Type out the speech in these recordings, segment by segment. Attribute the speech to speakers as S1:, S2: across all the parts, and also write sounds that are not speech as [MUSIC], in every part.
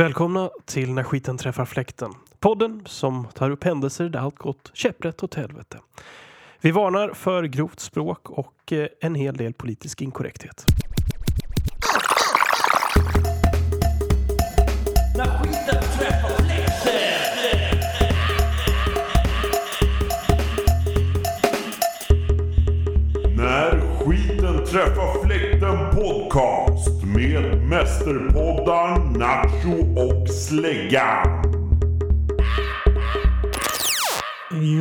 S1: Välkomna till När skiten träffar fläkten. Podden som tar upp händelser där allt gått käpprätt åt helvete. Vi varnar för grovt språk och eh, en hel del politisk inkorrekthet.
S2: När skiten träffar fläkten podcast med mästerpoddar Nacho och Släggan.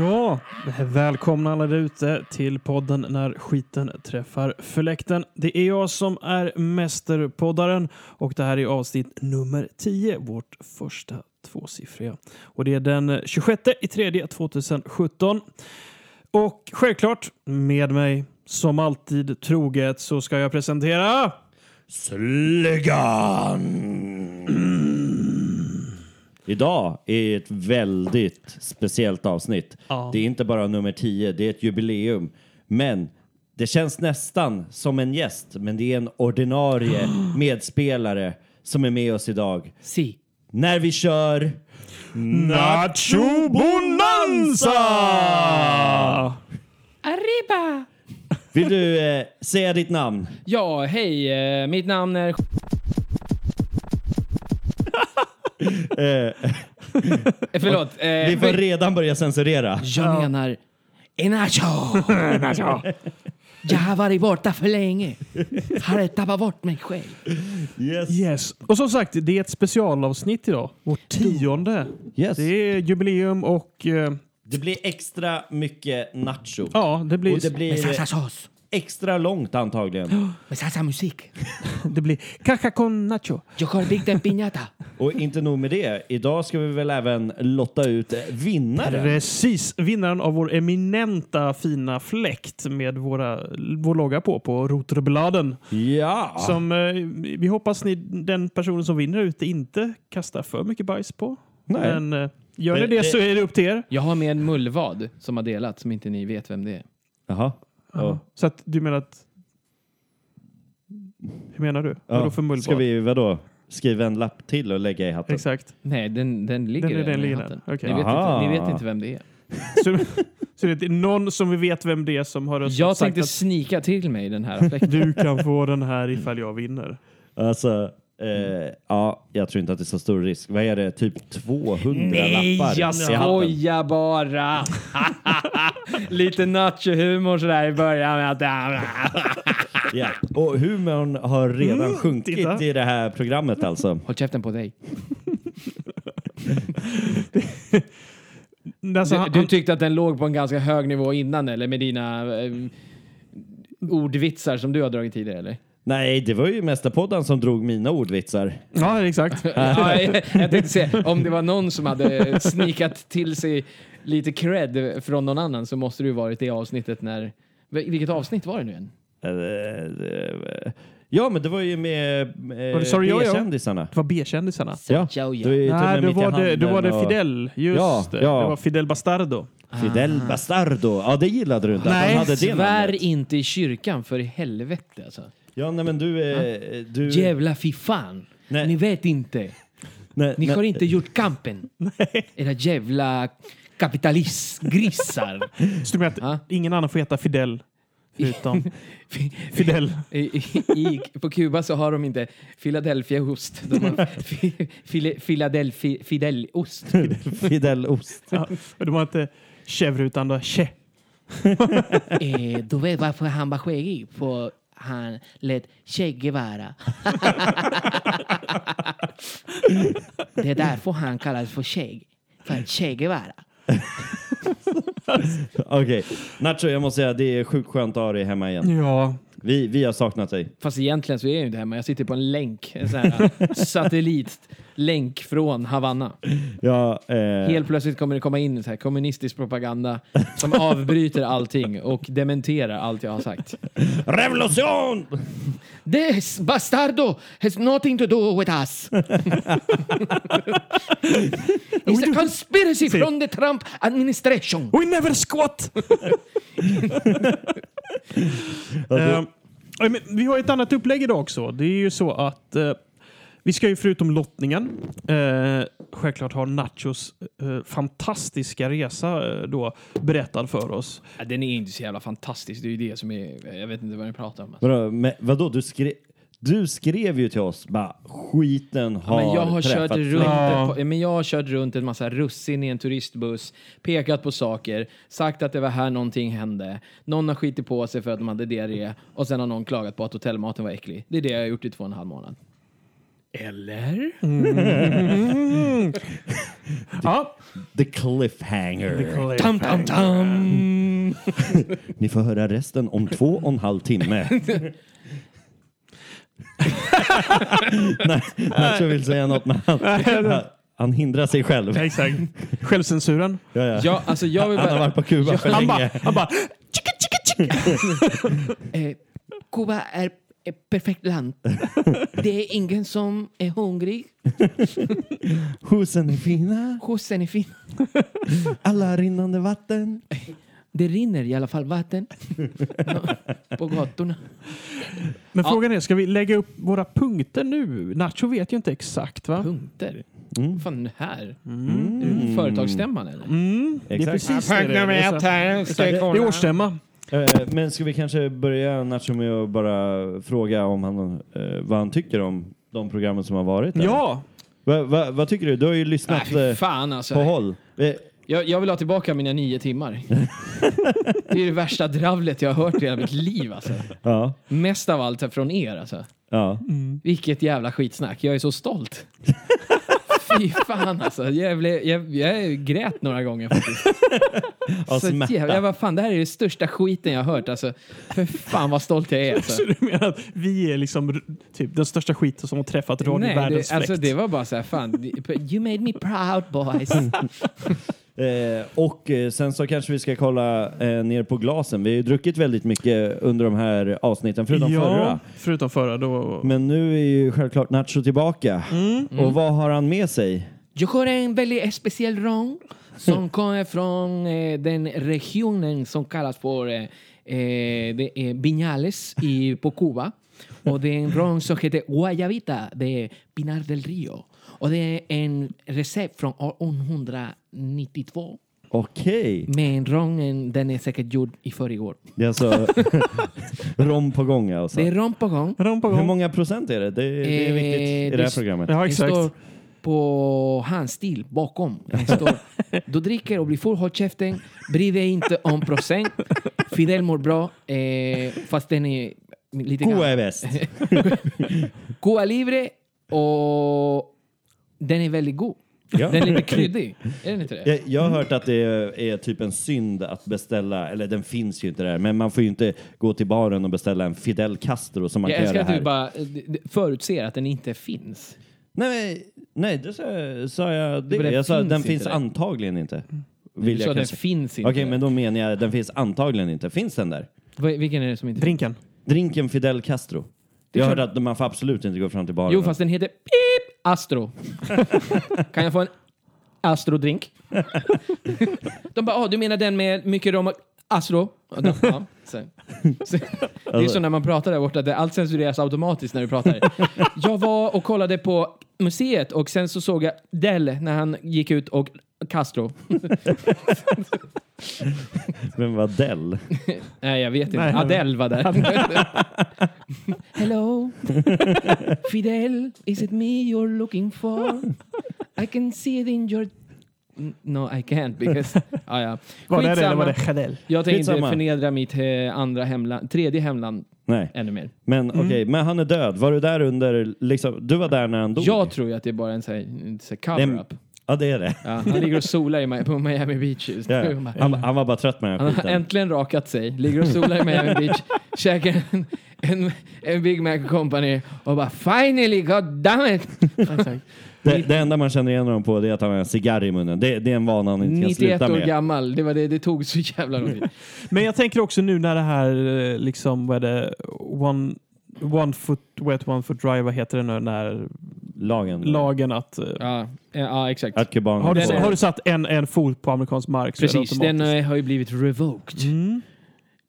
S3: Ja, välkomna alla där ute till podden När skiten träffar fläkten. Det är jag som är mästerpoddaren och det här är avsnitt nummer 10, vårt första tvåsiffriga. Och det är den 26 i tredje 2017. Och självklart med mig som alltid troget så ska jag presentera
S4: Idag är ett väldigt speciellt avsnitt.
S3: Ja.
S4: Det är inte bara nummer 10, det är ett jubileum. Men det känns nästan som en gäst, men det är en ordinarie medspelare som är med oss idag.
S5: Si.
S4: När vi kör... Nacho Bonanza!
S5: Arriba!
S4: Vill du eh, säga ditt namn?
S5: Ja, hej. eh, Mitt namn är... [LAUGHS] Eh, Förlåt. [LAUGHS] eh,
S4: Vi får
S5: men-
S4: redan börja censurera.
S5: Jag menar... Enacho! Jag har varit borta för länge. Har tappat bort mig själv.
S4: Yes.
S3: Yes. Och som sagt, det är ett specialavsnitt idag. Vårt tionde.
S4: Yes.
S3: Det är jubileum och eh,
S4: Det blir extra mycket nacho.
S3: ja, det blir...
S4: Och det
S5: Med
S4: blir eh,
S5: salsa sås.
S4: extra långt antagligen.
S5: Med salsa musik.
S3: Det blir caca con nacho.
S5: Jag har byggt en piñata.
S4: Och inte nog med det, idag ska vi väl även lotta ut eh, vinnaren.
S3: Precis. Vinnaren av vår eminenta fina fläkt med våra, vår logga på, på rotorbladen.
S4: Ja!
S3: Som eh, vi hoppas ni, den personen som vinner ute inte kastar för mycket bajs på.
S4: Nej.
S3: Men eh, gör ni
S4: Men
S3: det,
S4: det-
S3: så är det upp till er.
S5: Jag har med en mullvad som har delat som inte ni vet vem det är.
S4: Jaha. Ja.
S3: Så att du menar att... Hur menar du?
S4: Ja.
S3: Vadå för mullbad?
S4: Ska vi vadå, skriva en lapp till och lägga i hatten?
S3: Exakt.
S5: Nej, den, den ligger
S3: Den- den
S5: redan i
S3: ligger där.
S5: hatten. Ni,
S3: Okej.
S5: vet inte,
S4: Aha.
S5: ni vet inte vem det är.
S3: Så, så det är någon som vi vet vem det är som har
S5: Jag
S3: sagt
S5: tänkte
S3: att
S5: snika till mig den här fläkten.
S3: du kan få den här ifall jag vinner.
S4: Alltså, eh, ja, jag tror inte att det är så stor risk. Vad är det, typ 200
S5: Nej,
S4: lappar
S5: jag
S4: i hatten?
S5: skojar bara! [LAUGHS] Lite nachohumor sådär i början.
S4: Ja. Och humorn har redan sjunkit
S3: Mm, titta.
S4: i det här programmet alltså.
S5: Håll käften på dig.
S3: Alltså,
S5: Du,
S3: han-
S5: du tyckte att den låg på en ganska hög nivå innan eller med dina eh, ordvitsar som du har dragit
S4: [LAUGHS]
S5: tidigare eller?
S4: Nej, det var ju Mästerpodden som drog mina ordvitsar.
S3: Ja, exakt.
S5: ja, jag, jag tänkte säga, om det var någon som hade snikat till sig lite cred från någon annan så måste det ju varit det avsnittet när... Vil- Vilket avsnitt var det nu än?
S4: Eh, eh, Ja, men det var ju med
S3: Var det Sorry Yo Yo?
S4: eh, kändisarna
S3: Det var B-kändisarna.
S4: Ja,
S5: Ciao, ja.
S4: du är ju till och
S3: Nej,
S4: med
S3: då
S4: mitt i
S3: var, det, då
S4: handen
S3: var det
S4: och-
S3: Fidel. Just
S4: Ja,
S3: det.
S4: ja.
S3: Det var Fidel Bastardo.
S4: Fidel Bastardo. Ja, det gillade du inte. att
S3: Nej,
S4: han hade det namnet.
S5: Svär inte i kyrkan för i helvete alltså.
S4: Ja, nej, men du... Eh, du
S5: Jävla fy fan.
S4: Nej.
S5: Ni vet inte.
S4: nej,
S5: Ni
S4: nej,
S5: har inte gjort kampen. Era jävla kapitalistgrisar.
S4: [LAUGHS]
S5: Ah.
S3: Så du menar att
S5: Ja.
S3: ingen annan får heta Fidel? Förutom
S4: [LAUGHS]
S3: Fidel.
S5: I, i, i, på Kuba så har de inte Philadelphia-ost. De har fi, file, Philadelphia, Fidel-ost.
S4: [LAUGHS] Fidel Ost.
S3: Ja. Och De har inte Chevre utan då Che.
S5: Eh, du vet varför han var skäggig? För han lät
S4: [LAUGHS]
S5: Che Guevara. Det är därför han kallas för Che. För Che Guevara.
S4: Okej. Nacho, jag måste säga det är sjukt skönt att ha dig hemma
S5: Mm.
S4: igen.
S3: Ja.
S4: Vi, vi har saknat dig.
S5: Fast egentligen så är jag ju inte hemma. Jag sitter på en länk. En sån här satellitlänk från Havanna.
S4: Ja, eh,
S5: Helt plötsligt kommer det komma in så här kommunistisk propaganda som avbryter allting och dementerar allt jag har sagt.
S4: Revolution!
S5: This bastardo has nothing to do with [LAUGHS] us. It's a conspiracy from the Trump administration.
S3: We
S4: [LAUGHS]
S3: never squat! Ehm, Eh, men vi har ett annat upplägg idag också. Det är ju så att eh, Vi ska ju förutom lottningen eh, självklart ha Nachos eh, fantastiska resa eh, då berättad för oss.
S5: Ja, den är inte så jävla fantastisk. Det är ju det som är... Jag vet inte vad ni pratar om. alltså.
S4: Vadå, men, vadå du, skrev, du skrev ju till oss bara skiten har
S5: men jag har
S4: träffat
S5: kört
S4: fläkten."
S5: runt,
S3: Ja.
S5: ett, men jag har kört runt en massa russin i en turistbuss, pekat på saker, sagt att det var här någonting hände. Någon har skitit på sig för att de hade diarré och sen har någon klagat på att hotellmaten var äcklig. Det är det jag har gjort i två och en halv månad. Eller?
S3: Ja.
S4: The cliffhanger.
S5: Tam, tam, tam.
S4: Ni får höra resten om två och en halv timme.
S5: [LAUGHS]
S4: Nej, Nacho vill säga något, men han, han- han hindrar sig själv.
S3: Exakt. Självcensuren.
S4: Ja, ja.
S5: Ja, alltså jag vill
S4: Han har
S5: bara...
S4: varit på Kuba för
S3: Han bara...
S4: länge.
S3: Han bara tjicka, tjicka, tjicka.
S5: Eh, Kuba är ett perfekt [LAUGHS] land. Det är ingen som är hungrig.
S4: Husen är fina,
S5: Skjutsen är fin.
S4: alla rinnande vatten.
S5: Det rinner i alla fall [LAUGHS] vatten på gatorna.
S3: Men
S5: Ja.
S3: frågan är, ska vi lägga upp våra punkter nu? Nacho vet ju inte exakt va?
S5: Punkter?
S4: Mm.
S5: Vad fan är det här? Är det företagsstämman eller?
S3: Mm, det är
S4: Exakt.
S3: precis det det är. Det är. Det är årsstämma.
S4: Eh, Men ska vi kanske börja Nacho med att bara fråga om han, eh, vad han tycker om de programmen som har varit? eller?
S3: Ja, [LAUGHS]
S4: Va, va, vad tycker du? Du har ju
S5: Nej,
S4: lyssnat
S5: fy
S4: eh,
S5: fan
S4: på
S5: alltså.
S4: håll. Eh,
S5: Jag, jag vill ha tillbaka mina
S4: [LAUGHS]
S5: nio timmar. det är det värsta dravlet jag har hört i hela mitt liv alltså.
S4: Ja,
S5: Mest av allt är från er alltså.
S4: ja.
S5: Vilket jävla skitsnack. Jag är
S4: [LAUGHS]
S5: så stolt. Fy fan alltså. Jag, blev, jag, jag grät några gånger faktiskt.
S4: [LAUGHS] Av
S5: Så
S4: smärta.
S5: jävla, jag bara, fan det här är den största skiten jag har hört alltså. För fan vad stolt jag är alltså.
S3: så du menar att vi är liksom r- typ den största skiten som har träffat radiovärldens
S5: det,
S3: fläkt?
S5: alltså det var bara så här, fan, you made me proud boys.
S4: [LAUGHS] Eh, och eh, sen så kanske vi ska kolla eh, ner på glasen. Vi har ju druckit väldigt mycket under de här avsnitten, förutom
S3: ja,
S4: förra.
S3: förutom förra. Då...
S4: Men nu är ju självklart Nacho tillbaka. Och vad har han med sig?
S5: Jag har en väldigt speciell rom som kommer från eh, den regionen som kallas för eh, eh, det är Vinales i, på Kuba. Och det är en rom som heter Guayabita de Pinar del Rio. Och det är en recept från år 1892.
S4: Okej.
S5: Men rommen den är säkert gjord i förrgår.
S4: Det är alltså [LAUGHS] rom på gång alltså.
S5: Det är rom på gång.
S3: Rom på
S4: Hur
S3: gång.
S4: många procent är det? Det, det är
S5: Eh,
S4: viktigt i det
S5: det
S4: här
S5: s-
S4: programmet.
S3: Ja,
S5: Den
S3: exakt.
S5: står på handstil bakom. Den står,
S3: [LAUGHS]
S5: du dricker och blir full, håll käften. Bry dig inte om procent. Fidel mår bra, eh, fast den är lite
S4: Goa
S5: grann.
S4: är bäst.
S5: Goa Libre och den är väldigt god.
S4: Ja.
S5: Den är lite kryddig. Är den inte det?
S4: Jag, jag har hört att det är, är typ en synd att beställa, eller den finns ju inte där, men man får ju inte gå till baren och beställa en Fidel Castro som man
S5: Jag
S4: kan göra
S5: älskar
S4: här.
S5: att du bara eh, d- d- förutser att den inte finns.
S4: Nej, men- nej det sa, jag- sa jag. Det.
S5: Men den
S4: jag sa,
S5: finns
S4: den
S5: inte
S4: finns
S5: där. Mm.
S4: antagligen inte.
S5: Du
S4: Vill
S5: sa
S4: jag
S5: den
S4: kanske.
S5: finns inte.
S4: Okej, men då menar jag den finns antagligen inte. Finns den där?
S5: Vad- Vilken är det som inte finns?
S3: Drinken.
S4: Drinken Fidel Castro. Jag hörde att man får absolut inte gå fram till baren.
S5: Jo, fast den heter Pip Astro. kan jag få en Astro-drink? De bara, ah, du menar den med mycket rom och Astro? Och de, ja. så. Så, det är så när man pratar där borta, det allt censureras automatiskt när du pratar. Jag var och kollade på museet och sen så såg jag Dell när han gick ut och Castro.
S4: Vem var Dell?
S5: Nej, jag vet inte. Adele var där. [LAUGHS] Hello, Fidel, is it me you're looking for? I can see it in your... N- No, I can't [LAUGHS] because... Ah, ja.
S3: Var det det eller
S5: Skitsamma.
S3: var det Chanel?
S5: Jag tänker inte
S4: Skitsamma.
S5: förnedra mitt eh, andra hemland, tredje hemland
S4: Nej,
S5: ännu mer.
S4: men okej, men han är död. Var du där under, liksom, du var där när han dog?
S5: Jag tror ju att det är bara en sån här, en sån här
S4: Nej,
S5: cover-up.
S4: men- Ja, det är
S5: [LAUGHS]
S4: det.
S5: Ja, han ligger och solar i, Mi- på Miami Beach just
S4: Ja.
S5: nu. Bara-
S4: Han, han var bara trött med den
S5: Han
S4: här
S5: har
S4: skiten.
S5: äntligen rakat sig, ligger och solar i Miami
S4: [LAUGHS]
S5: Beach, käkar en, en, en Big Mac Company och bara “Finally, God damn it!”
S4: Det, det enda man känner igen honom på det är att han har en cigarr i munnen. Det, det är en vana han inte kan
S5: 91
S4: sluta
S5: år
S4: med.
S5: gammal, det, var det, det tog så jävla lång
S4: [LAUGHS]
S5: tid.
S3: Men jag tänker också nu när det här eh, liksom, vad är det, one, one foot wet, one foot dry, vad heter det nu, när
S4: Lagen.
S3: lagen att... eh,
S5: Ja, eh, ja exakt.
S4: Att kubaner
S3: Har du,
S5: Den är-
S3: har du satt en, en fot på amerikansk mark så
S5: Precis,
S3: är det
S5: den
S3: automatiskt.
S5: eh, har ju blivit revoked.
S3: Mm.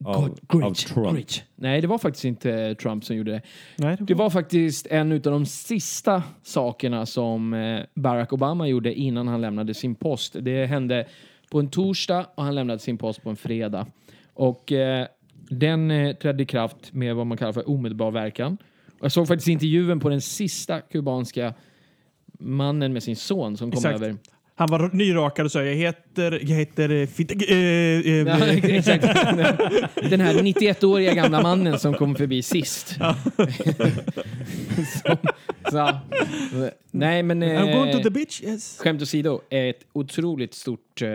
S4: av,
S5: Grudge,
S4: av Trump.
S5: Grudge. Nej, det var faktiskt inte Trump som gjorde det.
S3: Nej,
S5: Det var faktiskt en av de sista sakerna som eh, Barack Obama gjorde innan han lämnade sin post. Det hände på en torsdag och han lämnade sin post på en fredag. Och eh, den eh, trädde i kraft med vad man kallar för omedelbar verkan. Och jag såg faktiskt intervjun på den sista kubanska mannen med sin son som kom
S3: Exakt.
S5: över.
S3: Han var nyrakad och sa jag heter... Jag heter... eh, Fit, eh,
S5: [LAUGHS]
S3: eh,
S5: Ja, exakt. Den här 91-åriga gamla mannen som kom förbi sist. som, [LAUGHS] så, nej, men...
S3: I'm going
S5: eh,
S3: to the beach, yes.
S5: Skämt åsido, ett otroligt stort eh,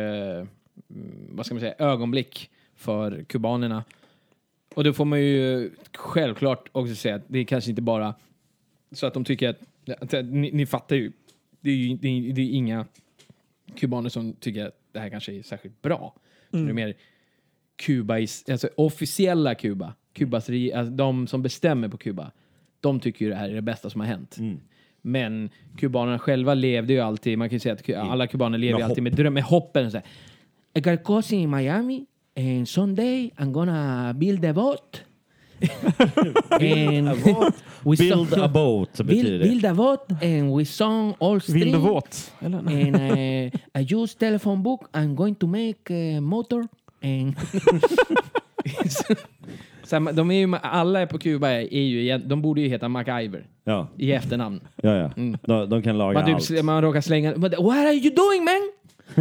S5: vad ska man säga, ögonblick för kubanerna. Och då får man ju självklart också säga att det är kanske inte bara så att de tycker att, att, att ni, ni fattar ju, det är ju det är, det är inga kubaner som tycker att det här kanske är särskilt bra. Det är mer Kuba, i, alltså officiella Kuba, Kubas, reg- alltså de som bestämmer på Kuba, de tycker ju det här är det bästa som har hänt. Men kubanerna själva levde ju alltid, man kan ju säga att ku- alla kubaner lever ju
S4: Med
S5: alltid med dröm, med hoppen. Och så här. I got a course in Miami, and someday I'm gonna build a boat. and we
S4: Build
S5: sung-
S4: a boat betyder
S5: Build,
S4: det.
S5: build a boat, and we sung all string.
S3: Vild och våt. Eller? Nej.
S5: and uh, I use telephone book. I'm going to make a motor. And [LAUGHS] så här, de är ju, alla är på Kuba är ju, egent- de borde ju heta MacGyver
S4: Ja,
S5: i efternamn.
S4: ja, ja. De, de kan laga
S5: Mm. Man, typ,
S4: allt.
S5: s- man råkar slänga... Man, What are you doing man?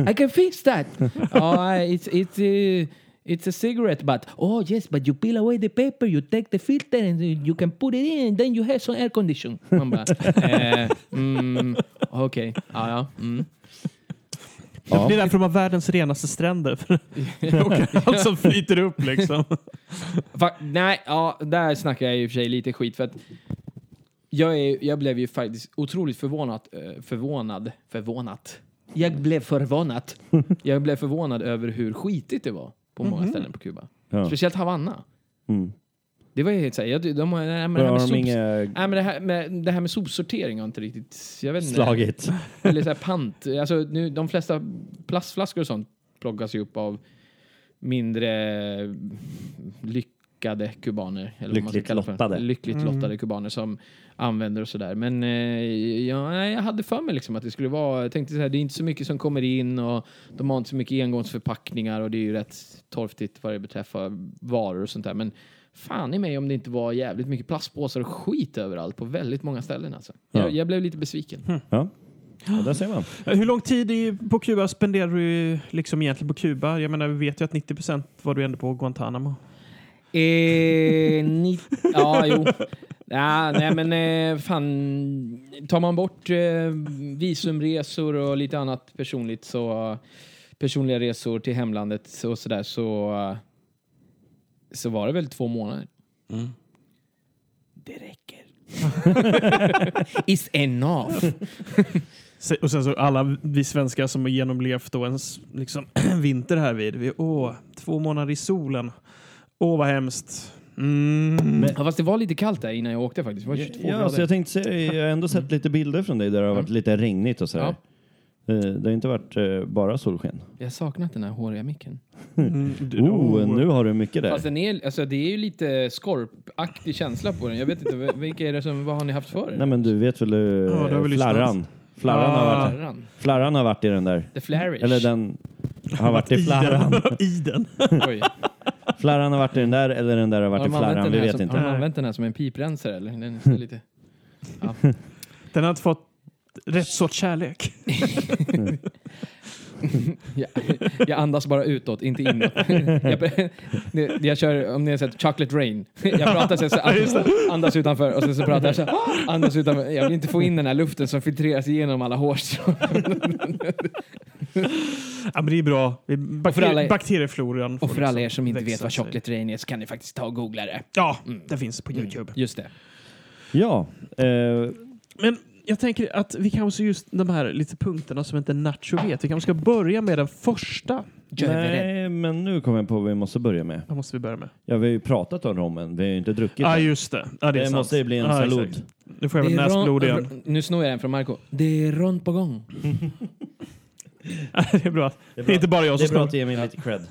S5: I can
S4: [LAUGHS]
S5: fix that. oh, I- it's, it's, uh, it's a cigarette butt. Oh yes, but you peel away the paper, you take the filter and you can put it in and then you have some air condition. Man bara... [LAUGHS] eh, mm, Okej, ja ja. Mm.
S4: Ja.
S3: Det är därför de har världens renaste stränder. För
S5: [LAUGHS]
S3: och allt som flyter upp liksom.
S5: Fa- nej, ja, där snackar jag i och för sig lite skit för att jag, är, jag blev ju faktiskt otroligt förvånad, eh, förvånad, förvånat. Jag blev förvånad.
S4: [LAUGHS]
S5: jag blev förvånad över hur skitigt det var på många ställen på Kuba.
S4: Mhm. Ja.
S5: Speciellt Havanna.
S4: Mm.
S5: Det var ju helt såhär, jag, de, de, nej, men det här
S4: Har de
S5: med sops-
S4: inga
S5: nej, men det här med- det här med sopsortering har inte riktigt, jag vet inte.
S4: slagit?
S5: Eller så här pant. Alltså, nu, de flesta plastflaskor och sånt plockas ju upp av mindre lyckade kubaner. Eller vad man ska
S4: Lyckligt
S5: kalla det för.
S4: lottade.
S5: Lyckligt lottade kubaner som använder och sådär. Men eh, ja, nej, jag hade för mig liksom att det skulle vara... Jag tänkte så här, det är inte så mycket som kommer in och de har inte så mycket engångsförpackningar och det är ju rätt torftigt vad det beträffar varor och sånt där. Men fan i mig om det inte var jävligt mycket plastpåsar och skit överallt på väldigt många ställen alltså.
S4: Ja.
S5: Jag, jag blev lite besviken.
S4: Ja. ja, där ser man.
S3: Hur lång tid i, på Kuba spenderar du liksom egentligen på Kuba? Jag menar, vi vet ju att 90 var du ändå på Guantanamo.
S5: Eh, ni, ja, jo. Ja, nej, men eh, fan. Tar man bort eh, visumresor och lite annat personligt så personliga resor till hemlandet och sådär så så var det väl två månader. Det räcker. [LAUGHS] It's enough.
S3: Se- Och sen så alla vi svenskar som har genomlevt då en s- liksom, [CLEARS THROAT] vinter här vid. Vi, åh, två månader i solen. Åh, vad hemskt. Mm.
S5: Ja, fast det var lite kallt där innan jag åkte faktiskt. Det var 22
S4: Ja, alltså
S5: grader. Mm.
S4: så jag tänkte säga, jag har ändå sett lite bilder från dig där det har varit lite regnigt och sådär. Eh, Det har inte varit eh, bara solsken.
S5: Jag har saknat den här håriga micken.
S4: Oh, nu har du mycket där.
S5: Fast den är, alltså, det är ju lite skorpaktig känsla på den. Jag vet inte, v- vilka är det som, vad har ni haft för er?
S4: Nej men du vet väl hur
S3: Ja, det har vi lyssnat.
S4: flarran. Flarran, har
S3: Ah.
S4: varit,
S5: Flarran.
S4: flarran har varit i den där.
S5: The Flarish.
S4: Eller den har varit
S3: [LAUGHS]
S4: i flarran.
S3: I den.
S5: Oj.
S4: Flarran har varit i den där eller den där har
S5: Har
S4: varit i
S5: de använt
S4: flarran.
S5: den
S4: Vi
S5: här
S4: vet
S5: som- Har
S4: inte.
S5: de använt den här som en piprensare eller? Den är lite...
S3: Den har inte fått rätt sorts kärlek.
S5: jag, jag andas bara utåt, inte inåt. jag, det- jag kör, om ni har sett Chocolate Rain. jag pratar så här, så andas, [LAUGHS] andas utanför och sen så pratar jag så här, andas utanför. Jag vill inte få in den här luften som filtreras igenom alla
S3: [LAUGHS]
S5: hårstrån.
S3: Ja, men det är bra. Vi-
S5: för
S3: Bakter-
S5: alla er-
S3: bakteriefloran. får
S5: Och för alla er
S3: liksom
S5: som inte
S3: växa
S5: vet vad
S3: sig.
S5: Chocolate Rain är så kan ni faktiskt ta och googla det. Mm.
S3: Ja, det finns på Youtube.
S5: Just det.
S4: Ja, eh,
S3: Men jag tänker att vi kanske just de här lite punkterna som inte Nacho vet. Vi kanske ska börja med den första.
S5: Jag är rädd.
S4: nej men nu kommer jag på vad vi måste börja med.
S3: Vad måste vi börja med?
S4: Ja, vi har ju pratat om rommen. Vi har ju inte druckit
S3: Ja, ah,
S4: den.
S3: just det. Ja, det är
S4: Det
S3: sant.
S4: måste ju bli en
S3: Ja,
S4: salud.
S3: exakt. Nu får jag väl
S5: Det är
S3: näsblod
S5: ron-
S3: [LAUGHS] igen.
S5: Nu snor jag den från Marco. Det är rond på gång.
S3: det är bra. Det är inte bara jag
S4: Det
S3: som
S4: är bra
S3: snor.
S4: att ge mig lite cred.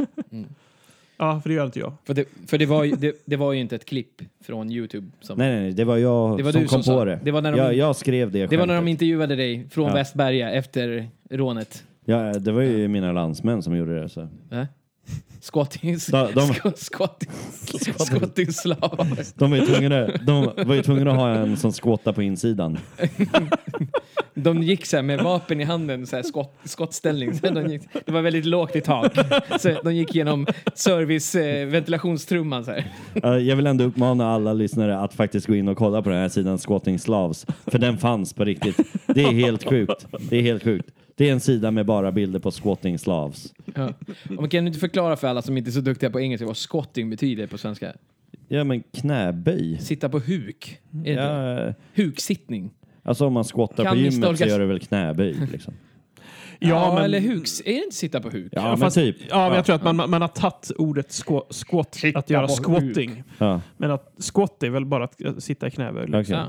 S3: Ja, för det gör inte jag.
S5: För, det, för det, var ju, det, det var ju inte ett klipp från Youtube. Som,
S4: Nej, nej, nej, det var jag
S5: Det var
S4: som
S5: du
S4: kom
S5: som sa-
S4: på det.
S5: det var när de-
S4: jag, jag skrev det
S5: det var när de
S4: skämtet.
S5: intervjuade dig från
S4: Ja.
S5: Västberga efter rånet.
S4: ja, Det var ju mina landsmän som gjorde det. Så.
S5: Äh? Skottis,
S4: De- de-
S5: sk- [LAUGHS] skottis, skottisslavar.
S4: De, var ju tvungna, de var ju tvungna att ha en som skåtade på insidan.
S5: De gick så här med vapen i handen, så här skott, skottställning. Så de gick, det var väldigt lågt i tak. Så de gick genom service, eh, ventilationstrumman så här.
S4: Eh, Jag vill ändå uppmana alla lyssnare att faktiskt gå in och kolla på den här sidan Squatting Slavs. För den fanns på riktigt. Det är helt sjukt. Det är helt sjukt. Det är en sida med bara bilder på Squatting Slavs.
S5: Ja. Och Man kan ju inte förklara för alla som inte är så duktiga på engelska vad skotting betyder på svenska.
S4: Ja men knäböj.
S5: Sitta på huk. Är det det?
S4: Ja, eh,
S5: Huksittning.
S4: alltså om man squattar
S5: Kan
S4: på gymmet så
S5: misstolkas.
S4: gör det väl knäböj liksom.
S5: Ja, eller huks. Är det inte sitta på huk?
S4: Ja, men
S3: Fast-
S4: typ.
S3: Ja, men jag tror att man, man har tagit ordet skå- squat, att göra
S5: på huk.
S3: squatting.
S4: Ja,
S3: Men att squat är väl bara att eh, sitta i knäböj?
S4: okej.
S3: Liksom.
S5: Ja.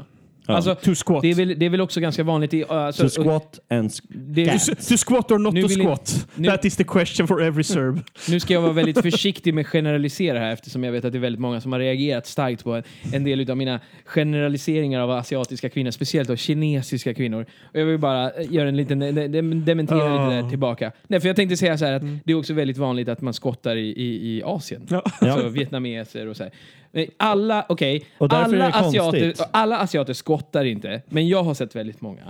S4: Ja.
S5: Alltså,
S3: To squat.
S5: det, är väl, det är väl också ganska vanligt i... Alltså,
S4: To squat and... sk-
S5: det,
S3: To s- To squat or not
S5: Nu
S3: to
S5: vill jag-
S3: squat?
S5: nu-
S3: That is the question for every serb.
S5: nu ska jag vara väldigt försiktig med att generalisera här eftersom jag vet att det är väldigt många som har reagerat starkt på en, en del av mina generaliseringar av asiatiska kvinnor, speciellt av kinesiska kvinnor. Och jag vill bara eh, göra en liten... de- de- Dementera lite där tillbaka. Nej, för jag tänkte säga så här att
S4: Mm.
S5: det är också väldigt vanligt att man skottar i, i, i Asien.
S3: Ja.
S5: Alltså vietnameser och så här. Nej, Alla, okej,
S4: Och därför är
S5: alla,
S4: det
S5: asiater,
S4: konstigt.
S5: alla asiater skottar inte, men jag har sett väldigt många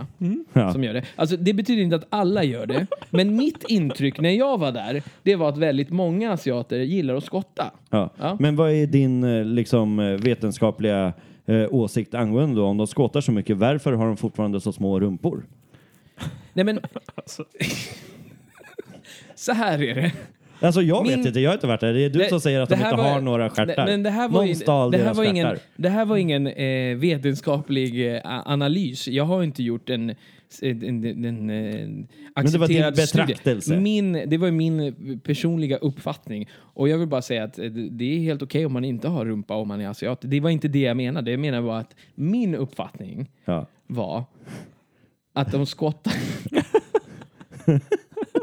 S4: Ja.
S5: som gör det. Alltså, det betyder inte att alla gör det, men mitt intryck när jag var där, det var att väldigt många asiater gillar att skotta.
S4: Ja.
S5: Ja.
S4: Men vad är din eh, liksom, eh, vetenskapliga eh, åsikt angående då? om de skåtar så mycket, varför har de fortfarande så små rumpor?
S5: Nej men... [LAUGHS] så här är det.
S4: Alltså jag vet
S5: Min-
S4: inte, jag har inte varit där. Det är du
S5: Det-
S4: som säger att de
S5: det här
S4: inte
S5: var-
S4: har några stjärtar.
S5: Nej, Men det här var,
S4: Någon
S5: ju-
S4: stal
S5: det här
S4: deras
S5: var ingen,
S4: stjärtar.
S5: det här var ingen eh, vetenskaplig eh, a- analys. Jag har inte gjort en, en, en, en, en accepterad
S4: din
S5: studie.
S4: betraktelse.
S5: Min, det var min personliga uppfattning. Och jag vill bara säga att eh, det- det är helt okej om man inte har rumpa om man är asiat. Det var inte det jag menade. Jag menade bara att min uppfattning
S4: Ja. [LAUGHS]
S5: var att de skottar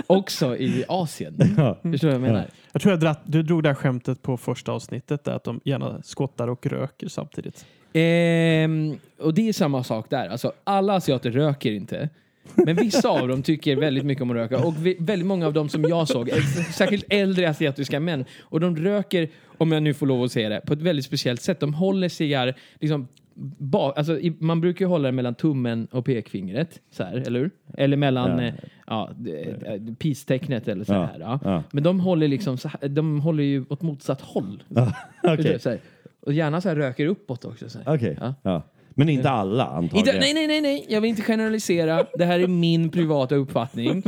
S5: också i Asien.
S4: Ja.
S5: Förstår du vad jag menar?
S3: Jag tror jag dratt, du drog det här skämtet på första avsnittet, där att de gärna skottar och röker samtidigt.
S5: Ehm, och det är samma sak där. Alltså, alla asiater röker inte. Men vissa av dem tycker väldigt mycket om att röka. Och vi, väldigt många av dem som jag såg, eh, särskilt äldre asiatiska män, och de röker, om jag nu får lov att säga det, på ett väldigt speciellt sätt. De håller cigarr, liksom, ba, alltså, i, man brukar ju hålla den mellan tummen och pekfingret, så här, eller hur? Eller mellan
S4: Ja.
S5: ja. Ja, d- d- peace-tecknet eller så
S4: Ja,
S5: här. Ja.
S4: ja.
S5: Men de håller, liksom, så här, de håller ju åt motsatt håll.
S4: Okej.
S5: Så här. Och gärna så här röker uppåt också. Så här.
S4: Okej.
S5: Ja.
S4: Ja. Men inte alla antagligen.
S5: Inte, nej, nej, nej, nej. Jag vill inte generalisera. Det här är min
S4: [LAUGHS]
S5: privata uppfattning.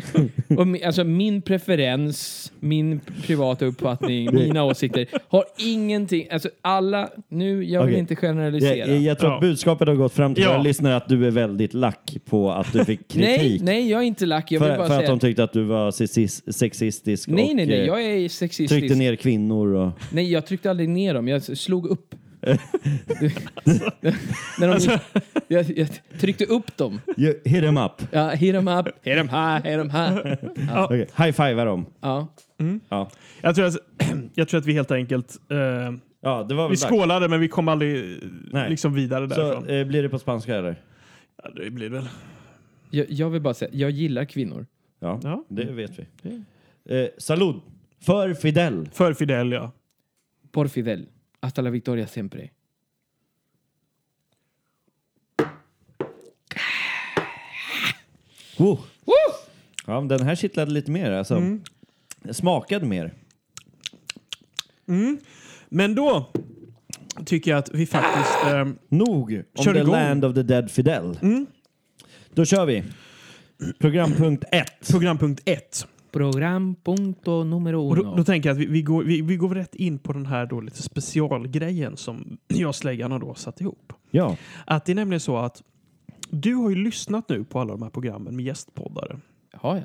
S5: Och min, alltså min preferens, min privata uppfattning, mina åsikter har ingenting... Alltså alla... Nu, jag vill
S4: Okej.
S5: inte
S4: Jag,
S5: generalisera.
S4: jag, jag tror att
S3: Ja.
S4: budskapet har gått fram till
S3: Ja.
S4: våra lyssnare att du är väldigt lack på att du
S5: [LAUGHS]
S4: fick kritik.
S5: nej, nej, jag är inte lack. Jag vill
S4: för
S5: bara
S4: för att
S5: säga...
S4: de tyckte att du var sexis- sexistisk
S5: nej,
S4: och
S5: nej, nej.
S4: eh,
S5: Jag är sexistisk.
S4: tryckte ner kvinnor.
S5: [LAUGHS]
S4: Och...
S5: Nej, jag tryckte aldrig ner dem. Jag
S4: [LAUGHS]
S5: slog upp. När de,
S4: Alltså-
S5: gick- [LAUGHS] jag, jag tryckte upp dem.
S4: You, hit them up.
S5: Ja, hit them up, hit them high, hit them high.
S4: Okej, High five dem.
S5: Ja.
S4: Ja.
S3: Jag tror att, [CLEARS THROAT] jag tror att vi helt enkelt... Eh,
S4: ja, det var
S3: vi
S4: väl dags.
S3: skålade, men vi kom aldrig eh,
S4: Nej.
S3: liksom vidare därifrån.
S4: Så eh, blir det på spanska eller?
S3: ja, det blir det väl.
S5: Jag, jag vill bara säga, jag gillar kvinnor.
S4: Ja,
S3: Ja.
S4: det vet vi. Eh, salud för Fidel.
S3: För Fidel, ja.
S5: Por Fidel. Hasta la victoria siempre.
S4: Woo. Ja, men den här kittlade lite mer. Alltså.
S3: Mm.
S4: Smakade mer.
S3: Men då tycker jag att vi faktiskt...
S5: Ah!
S3: Eh,
S4: Nog om
S3: Kör
S4: the
S3: igång. Mm.
S4: land of the dead Fidel. Då kör vi. Programpunkt 1.
S3: programpunkt ett.
S5: Program punto numero
S3: Och då,
S5: uno.
S3: då tänker jag att vi, vi, går, vi, vi går rätt in på den här då lite specialgrejen som [CLEARS THROAT] jag och släggan har då satt ihop.
S4: Ja.
S3: Att det är nämligen så att du har ju lyssnat nu på alla de här programmen med gästpoddare.
S5: Har jag?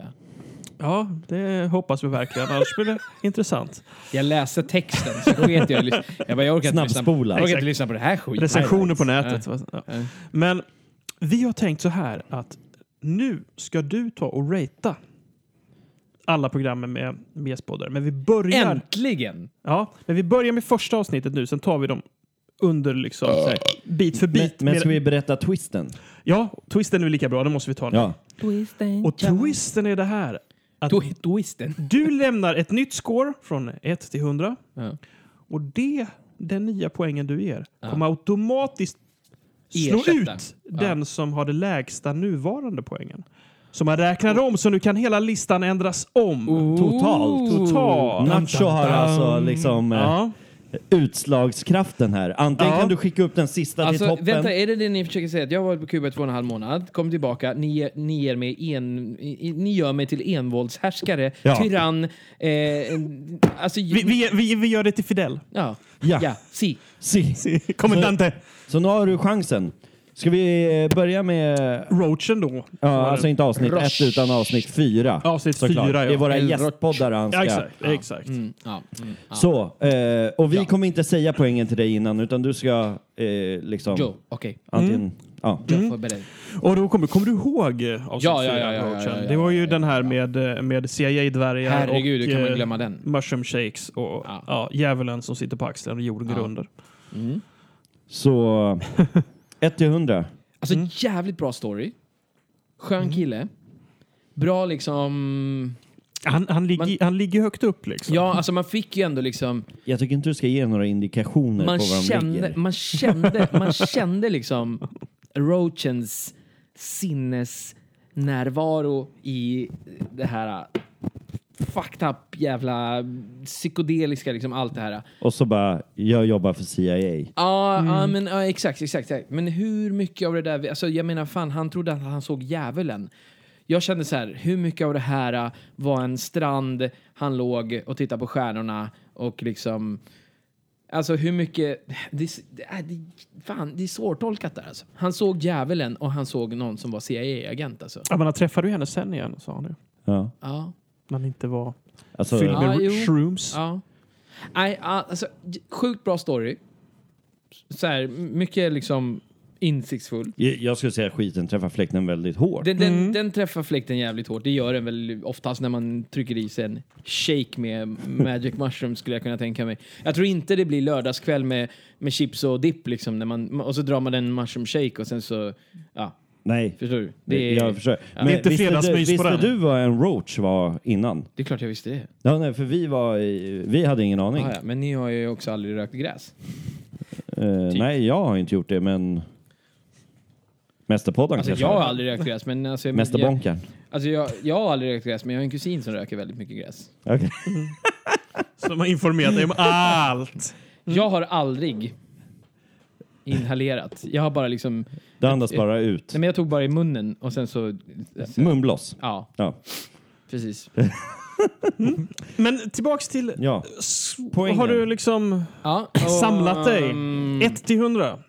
S3: Ja, det hoppas vi verkligen. Annars blir det
S5: [LAUGHS]
S3: intressant.
S5: Jag läste texten, så sket jag i lys- Jag bara, jag orkar inte lyssna, på- jag
S4: Snabbspola.
S5: orkar inte lyssna på det här skiten.
S3: Recensioner på nätet. Ja.
S5: Ja.
S3: Men vi har tänkt så här att nu ska du ta och ratea alla programmen med gästpoddare. Men vi börjar...
S5: Äntligen!
S3: Ja, men vi börjar med första avsnittet nu, sen tar vi dem under liksom, så här, bit för
S4: Men,
S3: bit.
S4: men ska
S3: med,
S4: vi berätta twisten?
S3: Ja, twisten är väl lika bra, den måste vi ta nu.
S4: Ja.
S5: Twisten.
S3: Och twisten är det här. Att
S5: Twisten.
S3: du lämnar ett nytt score från 1 till 100
S5: Ja.
S3: och det, den nya poängen du ger kommer automatiskt slå
S5: Ersätta.
S3: ut
S5: Ja.
S3: den som har det lägsta nuvarande poängen. Så man räknar om, så nu kan hela listan ändras om.
S4: Oh, Totalt.
S3: Totalt.
S4: Nacho har alltså liksom eh,
S3: Ja.
S4: utslagskraften här. Antingen
S3: Ja.
S4: kan du skicka upp den sista till
S5: Alltså,
S4: toppen.
S5: vänta, är det det ni försöker säga? Att jag var på Kuba i två och en halv månad, kom tillbaka, ni, ger- ni, ger mig en, i- ni gör mig till envåldshärskare,
S4: Ja.
S5: tyrann... Eh, en- alltså,
S3: Vi, vi, vi, vi gör det till
S4: [LAUGHS]
S3: Fidel.
S5: ja,
S4: Ja.
S5: ja. si.
S4: Si.
S3: Kommendante.
S4: Så nu har du chansen. Ska vi eh, börja med...
S3: Roachen då.
S4: Ja, alltså inte avsnitt
S5: Rosh.
S4: ett utan avsnitt fyra.
S3: Avsnitt
S4: Såklart.
S3: fyra, ja.
S4: Det är våra
S5: El
S4: gästpoddar han
S3: Ja,
S4: ska...
S3: exakt. exakt.
S5: Mm, ja, mm, ja.
S4: Så, eh, och vi
S5: Ja.
S4: kommer inte säga poängen till dig innan utan du ska eh, liksom...
S5: Joe, okej.
S4: Antingen,
S3: Mm.
S4: ja.
S5: Joe, förbered.
S3: Och då kommer, kommer du ihåg eh, avsnitt
S5: Ja, ja,
S3: fyra,
S5: ja, ja,
S3: Roachen?
S5: ja, ja,
S3: Det var ju
S5: ja, ja,
S3: den här med, eh, med CIA-dvärgar
S5: Herregud,
S3: och
S5: hur kan man
S3: eh,
S5: glömma den?
S3: mushroom shakes och ja.
S5: Ja.
S3: djävulen som sitter på axeln och jorden går
S5: Ja.
S3: under.
S4: Så... [LAUGHS] 1 till 100.
S5: Alltså,
S4: Mm.
S5: jävligt bra story. Skön kille. Bra liksom...
S3: Han, han, ligger,
S5: Man-
S3: han ligger högt upp liksom.
S5: Ja, alltså man fick ju ändå liksom...
S4: Jag tycker inte du ska ge några indikationer
S5: Man
S4: på var de
S5: kände,
S4: ligger.
S5: man kände,
S4: [LAUGHS]
S5: man kände liksom Roachens sinnesnärvaro i det här eh, fucked up jävla psykedeliska liksom allt det här.
S4: Och så bara, jag jobbar för CIA.
S5: Ja, ja, men ja, exakt, exakt, exakt. Men hur mycket av det där, vi- alltså jag menar fan, han trodde att han såg djävulen. Jag kände så här, hur mycket av det här eh, var en strand, han låg och tittade på stjärnorna och liksom Alltså hur mycket... Det, är s- det, är- det, fan, det är svårtolkat där alltså. Han såg djävulen och han såg någon som var CIA-agent alltså.
S3: Ja, men han träffade ju henne sen igen, sa han ju.
S4: Ja.
S5: Ja.
S3: Men inte var
S4: Alltså,
S3: fylld med
S5: Ja, jo.
S3: shrooms.
S5: ja. Nej, ja, alltså j- sjukt bra story. Så här, mycket liksom insiktsfull.
S4: jag, jag skulle säga skiten träffar fläkten väldigt hårt.
S5: Den, den, den träffar fläkten jävligt hårt. Det gör den väl oftast när man trycker i sig en shake med magic mushroom skulle jag kunna tänka mig. Jag tror inte det blir lördagskväll med, med chips och dipp liksom. När man, och så drar man en mushroom shake och sen så... Ja,
S4: Nej,
S5: förstår du?
S4: det, jag försöker. Men
S3: Inte
S4: visste du,
S3: fredagsmys på
S4: visste
S3: den.
S4: du vad en roach var innan?
S5: Det är klart jag visste det.
S4: Ja, nej, för vi var i, Vi hade ingen aning.
S5: Ah, ja. Men ni har ju också aldrig rökt gräs.
S4: Eh,
S5: Typ.
S4: nej, jag har inte gjort det, men... Mästerpodden
S5: Alltså
S4: kanske?
S5: jag har aldrig rökt gräs men alltså... jag-
S4: Mästerbonkan?
S5: jag- Alltså jag, jag har aldrig rökt gräs men jag har en kusin som röker väldigt mycket gräs.
S4: Okej.
S3: Som har informerat dig om
S5: [LAUGHS]
S3: allt.
S4: Mm.
S5: Jag har aldrig inhalerat. Jag har bara liksom...
S4: Det andas bara ut.
S5: Nej men jag tog bara i munnen och sen så...
S4: Munblås.
S5: Ja,
S4: Ja.
S5: precis.
S3: Men tillbaks till...
S4: ja.
S3: s-
S4: Poängen.
S3: Har du liksom
S5: Ja,
S3: samlat dig?
S5: ehm,
S3: 1 till 100?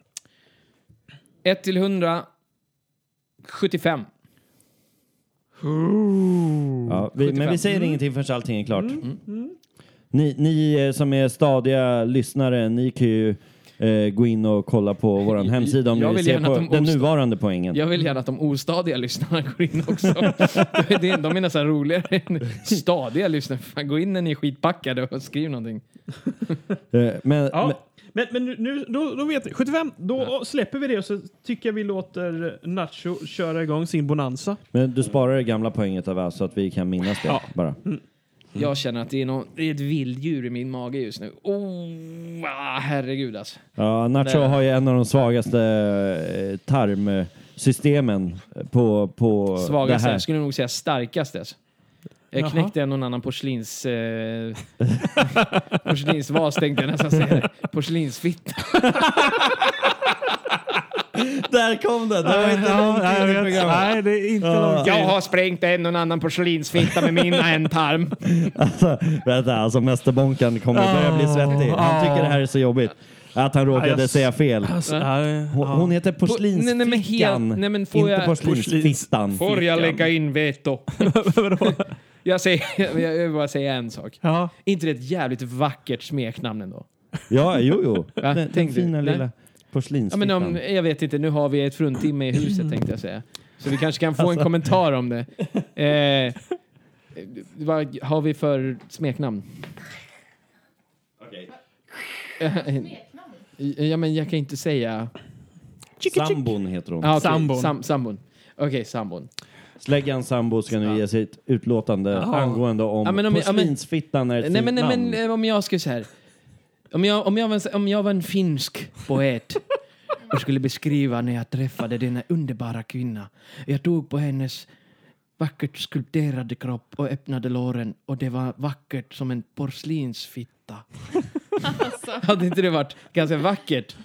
S5: ett till 100. 75.
S4: ja. Vi, men
S5: 75.
S4: vi säger
S3: Mm.
S4: ingenting förrän allting är klart.
S5: Mm.
S4: Ni, ni eh, som är stadiga lyssnare, ni kan ju eh, gå in och kolla på vår hemsida om ni
S5: Jag vill
S4: vill se
S5: gärna
S4: på
S5: att de
S4: den
S5: ostör-
S4: nuvarande poängen.
S5: Jag vill gärna att de ostadiga lyssnarna går in
S3: [LAUGHS]
S5: också. Det- de är nästan roligare än stadiga lyssnare. Fan, gå in när ni är skitpackade och skriv någonting.
S4: Eh, men, men,
S3: Ja. Men, men nu- nu, då, då vet vi. 75, då släpper vi det och så tycker jag vi låter Nacho köra igång sin bonanza.
S4: men du sparar det gamla poänget av oss så att vi kan minnas det
S3: Ja. Mm.
S4: bara.
S5: Jag känner att det är, någon, det är ett vilddjur i min mage just nu. Oh, ah, herregud alltså.
S4: Ja, Nacho
S5: Nej.
S4: har ju en av de svagaste eh, tarmsystemen på, på
S5: Svagaste,
S4: det här.
S5: jag skulle nog säga starkaste. Alltså. Jag
S3: Jaha.
S5: knäckte en och annan porslins... Eh, [LAUGHS] porslinsvas tänkte jag nästan säga.
S3: [LAUGHS]
S5: Porslinsfitta.
S4: Där kom den! Det var inte långt
S3: nej,
S4: in i
S3: jag vet.
S4: programmet.
S3: nej, det är inte långt
S5: Jag
S3: in.
S5: har sprängt en och annan porslinsfitta med [LAUGHS] min ändtarm.
S4: Alltså, vänta, alltså mästerbonkan kommer börja
S5: Ah.
S4: bli svettig. Han tycker det här är så jobbigt. Att han råkade
S3: Ja, jag s-
S4: säga fel.
S3: Alltså, nej,
S4: Hon,
S3: ja.
S4: hon heter porslinsfickan.
S5: Ah. Nej, nej, men helt- nej, men får
S4: inte
S5: jag-
S4: porslinsfittan.
S5: Får jag lägga in [LAUGHS] veto?
S3: Vadå?
S5: Jag, säger, [LAUGHS] jag vill bara säga en sak.
S3: ja.
S5: inte det ett jävligt vackert smeknamn ändå?
S4: Ja, jo, jo. Den, den
S5: Tänk dig.
S4: fina
S5: Nej.
S4: lilla
S5: Ja,
S4: porslinsfittan.
S5: men om, Eh, jag vet inte, nu har vi ett fruntimmer i huset tänkte jag säga. Så vi kanske kan få en kommentar om det. Eh, vad har vi för smeknamn?
S6: Smeknamn?
S5: [LAUGHS] Ja, men jag kan inte säga...
S4: Sambon heter hon.
S5: Ah, okej.
S3: Sambon.
S5: Sam, sambon. Okej, sambon.
S4: Släggan sambo ska nu ge sitt utlåtande angående om,
S5: Ja, men om- ja, men-
S4: porslinsfittan är ett
S5: Nej,
S4: fint
S5: men, nej,
S4: namn.
S5: men eh, om jag skulle så här... Om jag, om, jag var, en så- om jag var en finsk poet och skulle beskriva när jag träffade denna underbara kvinna. Jag tog på hennes vackert skulpterade kropp och öppnade låren och det var vackert som en porslinsfitta.
S6: Alltså,
S5: Hade inte det varit ganska vackert?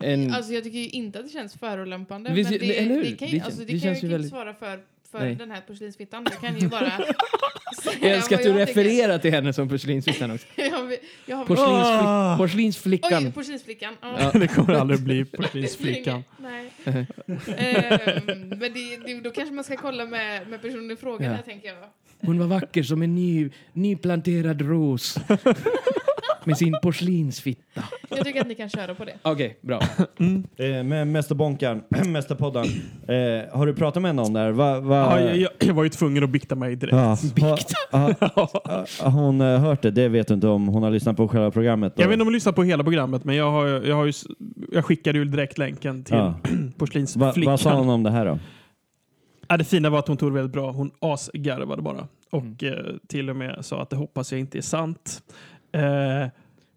S5: En,
S6: alltså jag tycker ju inte att det känns förolämpande.
S5: Visst,
S6: men det,
S5: Mm. eller hur?
S6: det kan
S5: Det
S6: ju,
S5: kän-
S6: alltså, det
S5: det
S6: kan
S5: känns
S6: jag
S5: ju
S6: ju
S5: väldigt-
S6: inte svara för, för
S5: Nej.
S6: den här porslinsfittan. Jag kan
S5: [LAUGHS]
S6: ju bara säga
S5: jag älskar att
S6: vad
S5: du
S6: jag tänker.
S5: refererar till henne som porslinsfittan också.
S6: [LAUGHS] Jag har- jag har-
S5: Porslinsfli-
S3: Ah!
S5: Porslinsflickan.
S6: Oj, porslinsflickan. Ja.
S3: [LAUGHS] Det kommer aldrig bli porslinsflickan.
S6: [LAUGHS]
S5: [LAUGHS]
S6: Nej. Ehm, men det, det, då kanske man ska kolla med, med personen i fråga
S5: Ja.
S6: där, tänker jag.
S5: Hon var vacker som en ny,
S4: [LAUGHS]
S5: nyplanterad ros. Med sin porslinsfitta.
S6: Jag tycker att ni kan köra på det.
S5: Okej, bra.
S4: Eh, men Mästerbonkaren, [CLEARS THROAT] Mästerpoddan. Eh, har du pratat med henne om det här? Va, va,
S3: Ja, jag, jag, jag var ju tvungen att bikta mig direkt.
S4: Ja.
S5: [LAUGHS]
S4: Ha, ha, ha, har hon eh, hört det? Det vet du inte om hon har lyssnat på själva programmet. Då.
S3: Jag vet inte om du lyssnar på hela programmet, men jag, har, jag, har ju, s- jag skickade ju direkt länken till
S4: Ja. Va,
S3: porslinsflickan.
S4: vad sa hon om det här då?
S3: Ja, det fina var att hon tog det väldigt bra. Hon asgarvade bara. Och eh, till och med sa att det hoppas jag inte är sant. Eh,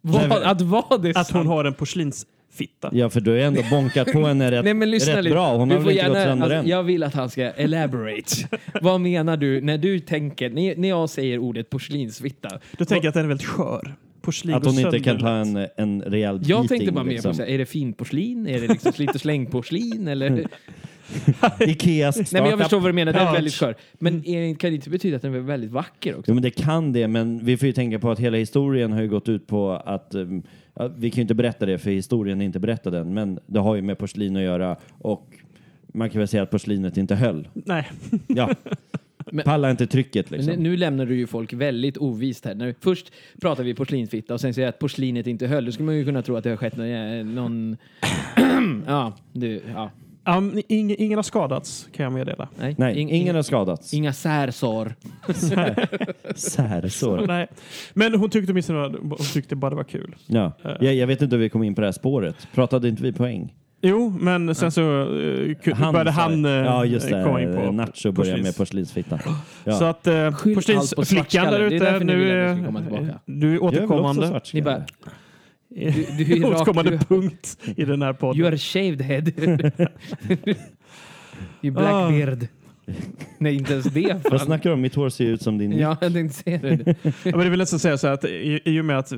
S5: Vad-
S4: men-
S5: att vad det är
S3: att hon
S5: sant.
S3: har en porslinsfitta.
S4: Ja, för du har ändå bonkat på henne rätt,
S5: [LAUGHS] Nej men lyssna
S4: rätt
S5: lite.
S4: bra. Hon har väl
S5: Du får
S4: inte gått sönder
S5: alltså,
S4: än?
S5: Jag vill att han ska elaborate. vad menar du när du tänker, när, när jag säger ordet porslinsfitta.
S3: Då tänker jag att den är väldigt skör. Porslin
S4: Att
S3: går
S4: hon inte
S3: sönder
S4: kan ta
S3: lätt.
S4: en, en rejäl
S5: alltså. Jag
S4: beating,
S5: tänkte bara mer
S4: liksom.
S5: på, så här, är det finporslin? Är det liksom slit och
S4: [LAUGHS]
S5: slängporslin? Eller? Nej
S4: Ikeas
S5: men jag
S4: startup.
S5: förstår vad du menar, den är
S3: Ja.
S5: väldigt skör. Men är, kan det inte betyda att den är väldigt vacker också?
S4: Jo, men det kan det, men vi får ju tänka på att hela historien har ju gått ut på att ehm, ja, vi kan ju inte berätta det för historien är inte berättad än, men det har ju med porslin att göra och man kan väl säga att porslinet inte höll.
S3: Nej.
S4: Ja.
S5: Men-
S4: Pallar inte trycket liksom.
S5: Men nu lämnar du ju folk väldigt ovist här. När först pratar vi porslinsfitta och sen säger jag att porslinet inte höll. Då skulle man ju kunna tro att det har skett någon... någon [CLEARS THROAT] ja, du, ja.
S3: Ja, men ingen, ingen har skadats kan jag meddela.
S5: Nej,
S4: Nej,
S5: Ing-
S4: ingen har skadats.
S5: Inga särsår. [LAUGHS]
S4: Särsår.
S3: Nej. Men hon tyckte åtminstone hon tyckte bara det var kul. Eh,
S4: Ja. Jag, jag vet inte hur vi kom in på det här spåret. Pratade inte vi poäng?
S3: Jo, men sen så eh, ku- började
S4: sa
S3: han eh,
S4: det. ja, just det.
S3: komma in på
S4: Nacho började med porslinsfittan. Ja.
S3: Så att eh,
S5: Skyll allt på
S3: porslinsflickan
S5: svartskalle.
S3: där
S5: Det är
S3: ute,
S5: därför ni
S3: nu
S5: ville att vi
S3: är,
S5: skulle komma tillbaka.
S3: du är
S4: Jag är väl också
S5: Ni
S3: återkommande,
S4: svartskalle?
S5: bara,
S3: [LAUGHS]
S5: du- du är rakt-
S3: återkommande
S5: du-
S3: punkt i den här podden.
S5: you are shaved head. [LAUGHS] you
S3: Ah.
S5: black beard. Nej, inte ens det.
S4: Vad
S5: Fan.
S4: snackar du om? Mitt hår ser ju ut som din...
S5: Ja, jag tänkte säga det.
S3: Ja, men det vill nästan säga så här att i, i och med att eh,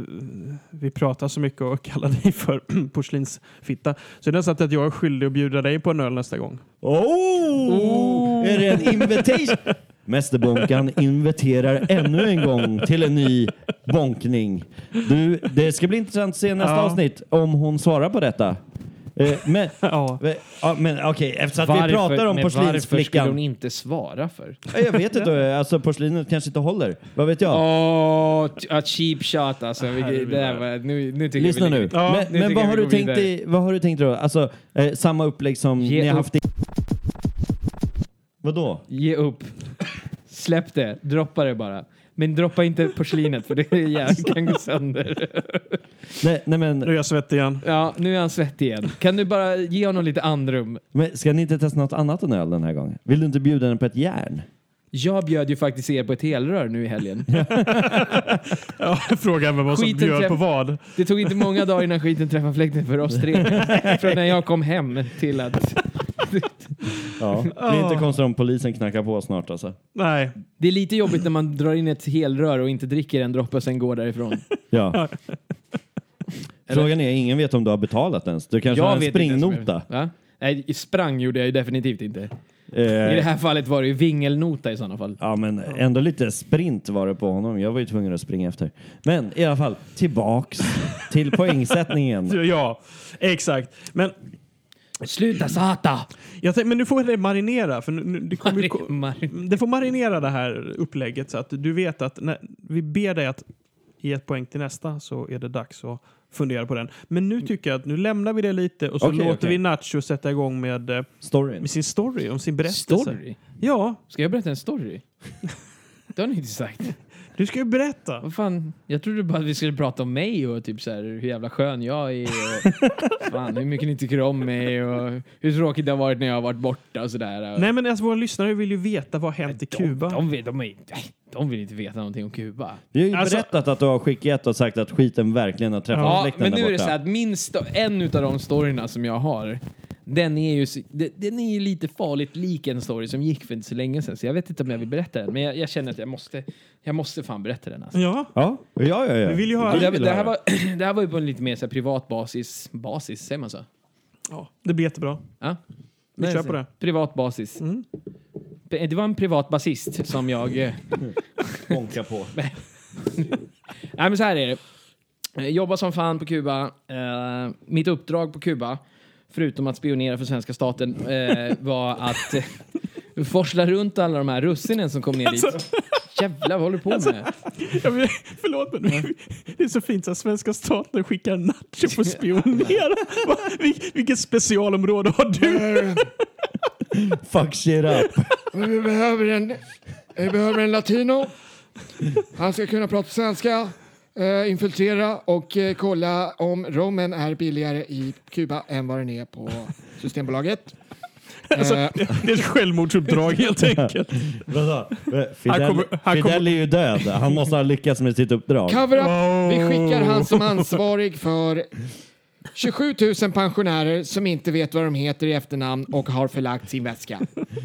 S3: vi pratar så mycket och kallar dig för [CLEARS THROAT] porslinsfitta så är det nästan att jag är skyldig att bjuda dig på en öl nästa gång.
S4: Oh! Är det
S5: Oh!
S4: en invitation? Mästerbonkan inviterar ännu en gång till en ny bonkning. Du, det ska bli intressant att se nästa
S3: Ja.
S4: avsnitt om hon svarar på detta. Eh, men
S3: Ja.
S4: ja, men okej, eftersom att vi pratar om
S5: men varför skulle
S4: porslinsflickan.
S5: hon inte svara för?
S4: Ja, Jag vet
S5: [LAUGHS]
S4: inte, alltså porslinet kanske inte håller. Vad vet jag?
S5: Åh, t- a cheap shot alltså. Vi, det där var, nu, nu tycker
S4: Ah, Lyssna
S5: vi
S4: nu.
S3: Ja,
S4: men
S5: nu
S4: men
S5: tycker
S4: vad,
S5: jag
S4: har
S5: vi
S4: du
S5: går
S4: tänkt
S5: vidare.
S4: i, vad har du tänkt då? Alltså, eh, samma upplägg som
S5: Ge
S4: ni har
S5: upp.
S4: haft i... Vadå?
S5: Ge upp. Släpp det. Droppa det bara. Men droppa inte porslinet för det är [LAUGHS] jävligt- kan gå sönder.
S4: Nej, nej
S3: Nu
S4: men,
S3: är jag
S5: [LAUGHS]
S3: svettig igen.
S5: Ja, nu är han svettig igen. Kan du bara ge honom lite andrum?
S4: men ska ni inte testa något annat än öl den här gången? Vill du inte bjuda henne på ett järn?
S5: Jag bjöd ju faktiskt er på ett helrör nu i helgen.
S3: Ja, frågan med vad som
S5: Skiten
S3: bjöd
S5: träff-
S3: på vad.
S5: Det tog inte många dagar innan skiten träffade fläkten för oss tre. Från när jag kom hem till att...
S4: Ja. [LAUGHS] Det är inte konstigt om polisen knackar på snart alltså.
S3: Nej,
S5: Det är lite jobbigt när man drar in ett helrör och inte dricker en droppe och sen går därifrån.
S4: Ja. Frågan är, ingen vet om du har betalat ens. Du kanske har en
S5: inte ens om jag-
S4: springnota.
S5: Va? Nej, sprang gjorde jag ju definitivt inte. I det
S4: Eh,
S5: här fallet var det ju vingelnota i sådana fall.
S4: Ja, men ändå lite sprint var det på honom. Jag var ju tvungen att springa efter. Men i alla fall, tillbaks till poängsättningen.
S3: [LAUGHS] ja, exakt. Men,
S5: Sluta sata!
S3: jag tänkte, men nu får det marinera. För nu, nu, det, kommer ju, ko-
S5: Marimar.
S3: det får marinera det här upplägget så att du vet att när vi ber dig att ge ett poäng till nästa så är det dags att fundera på den. Men nu tycker jag att nu lämnar vi det lite och så
S4: Okej,
S3: låter
S4: okej.
S3: vi Nacho sätta igång med eh,
S4: Storyn.
S3: med sin story, om sin berättelse.
S5: Story? [LAUGHS]
S3: Ja,
S5: Ska jag berätta en story? Det har ni inte sagt.
S3: Du ska ju berätta.
S5: Vad fan? Jag trodde bara att vi skulle prata om mig och typ så här, hur jävla skön jag är och fan, hur mycket ni tycker om mig och hur tråkigt det har varit när jag har varit borta och sådär.
S3: Nej, men alltså våra lyssnare vill ju veta vad har hänt i Kuba.
S5: De, de, vill, de, är, de vill inte veta någonting om Kuba.
S4: Vi har ju
S3: Alltså-
S4: berättat att du har skickat och sagt att skiten verkligen har träffat
S5: Ja,
S4: släkten
S5: men
S4: där
S5: nu är det
S4: borta.
S5: så här att min sto- en av de storyna som jag har, den är ju, så- de- den är ju lite farligt lik en story som gick för inte så länge sedan. Så jag vet inte om jag vill berätta den, men jag, jag känner att jag måste, jag måste fan berätta den. Alltså.
S3: Ja,
S4: Ja, ja, ja. ja.
S3: vi vill ju ha...
S5: Det,
S4: vill
S5: det, här
S4: höra.
S5: var, [CLEARS THROAT] det här var ju på en lite mer så här privat basis, basis, säger man så?
S3: Ja, det blir jättebra.
S5: Ja.
S3: Vi
S5: Nej,
S3: kör
S5: så-
S3: på det.
S5: Privat basis.
S3: Mm.
S5: Det var en privat basist som jag... eh,
S4: Bonka på.
S5: Nej, men så här är det. Jag jobbar som fan på Kuba. Eh, mitt uppdrag på Kuba, förutom att spionera för svenska staten, eh, var att eh, forsla runt alla de här russinen som kom ner
S3: Alltså-
S5: dit. Jävlar, vad håller du på med?
S3: Ja, men, [LAUGHS] förlåt, men det är så fint så att svenska staten skickar Nacho på spionera.
S5: [LAUGHS]
S3: Va? Vil- Vilket specialområde har du?
S4: Fuck shit up.
S7: Men vi behöver en, vi behöver en latino. Han ska kunna prata svenska, eh, infiltrera och eh, kolla om rommen är billigare i Kuba än vad den är på Systembolaget. Eh,
S3: Det är
S5: [LAUGHS]
S3: ett självmordsuppdrag helt enkelt.
S4: Vadå? Fidel,
S3: Han kommer- han
S4: Fidel
S3: kommer-
S4: är ju död. Han måste ha lyckats med sitt uppdrag.
S7: cover up. Vi skickar han som ansvarig för 27 000 pensionärer som inte vet vad de heter i efternamn och har förlagt sin väska.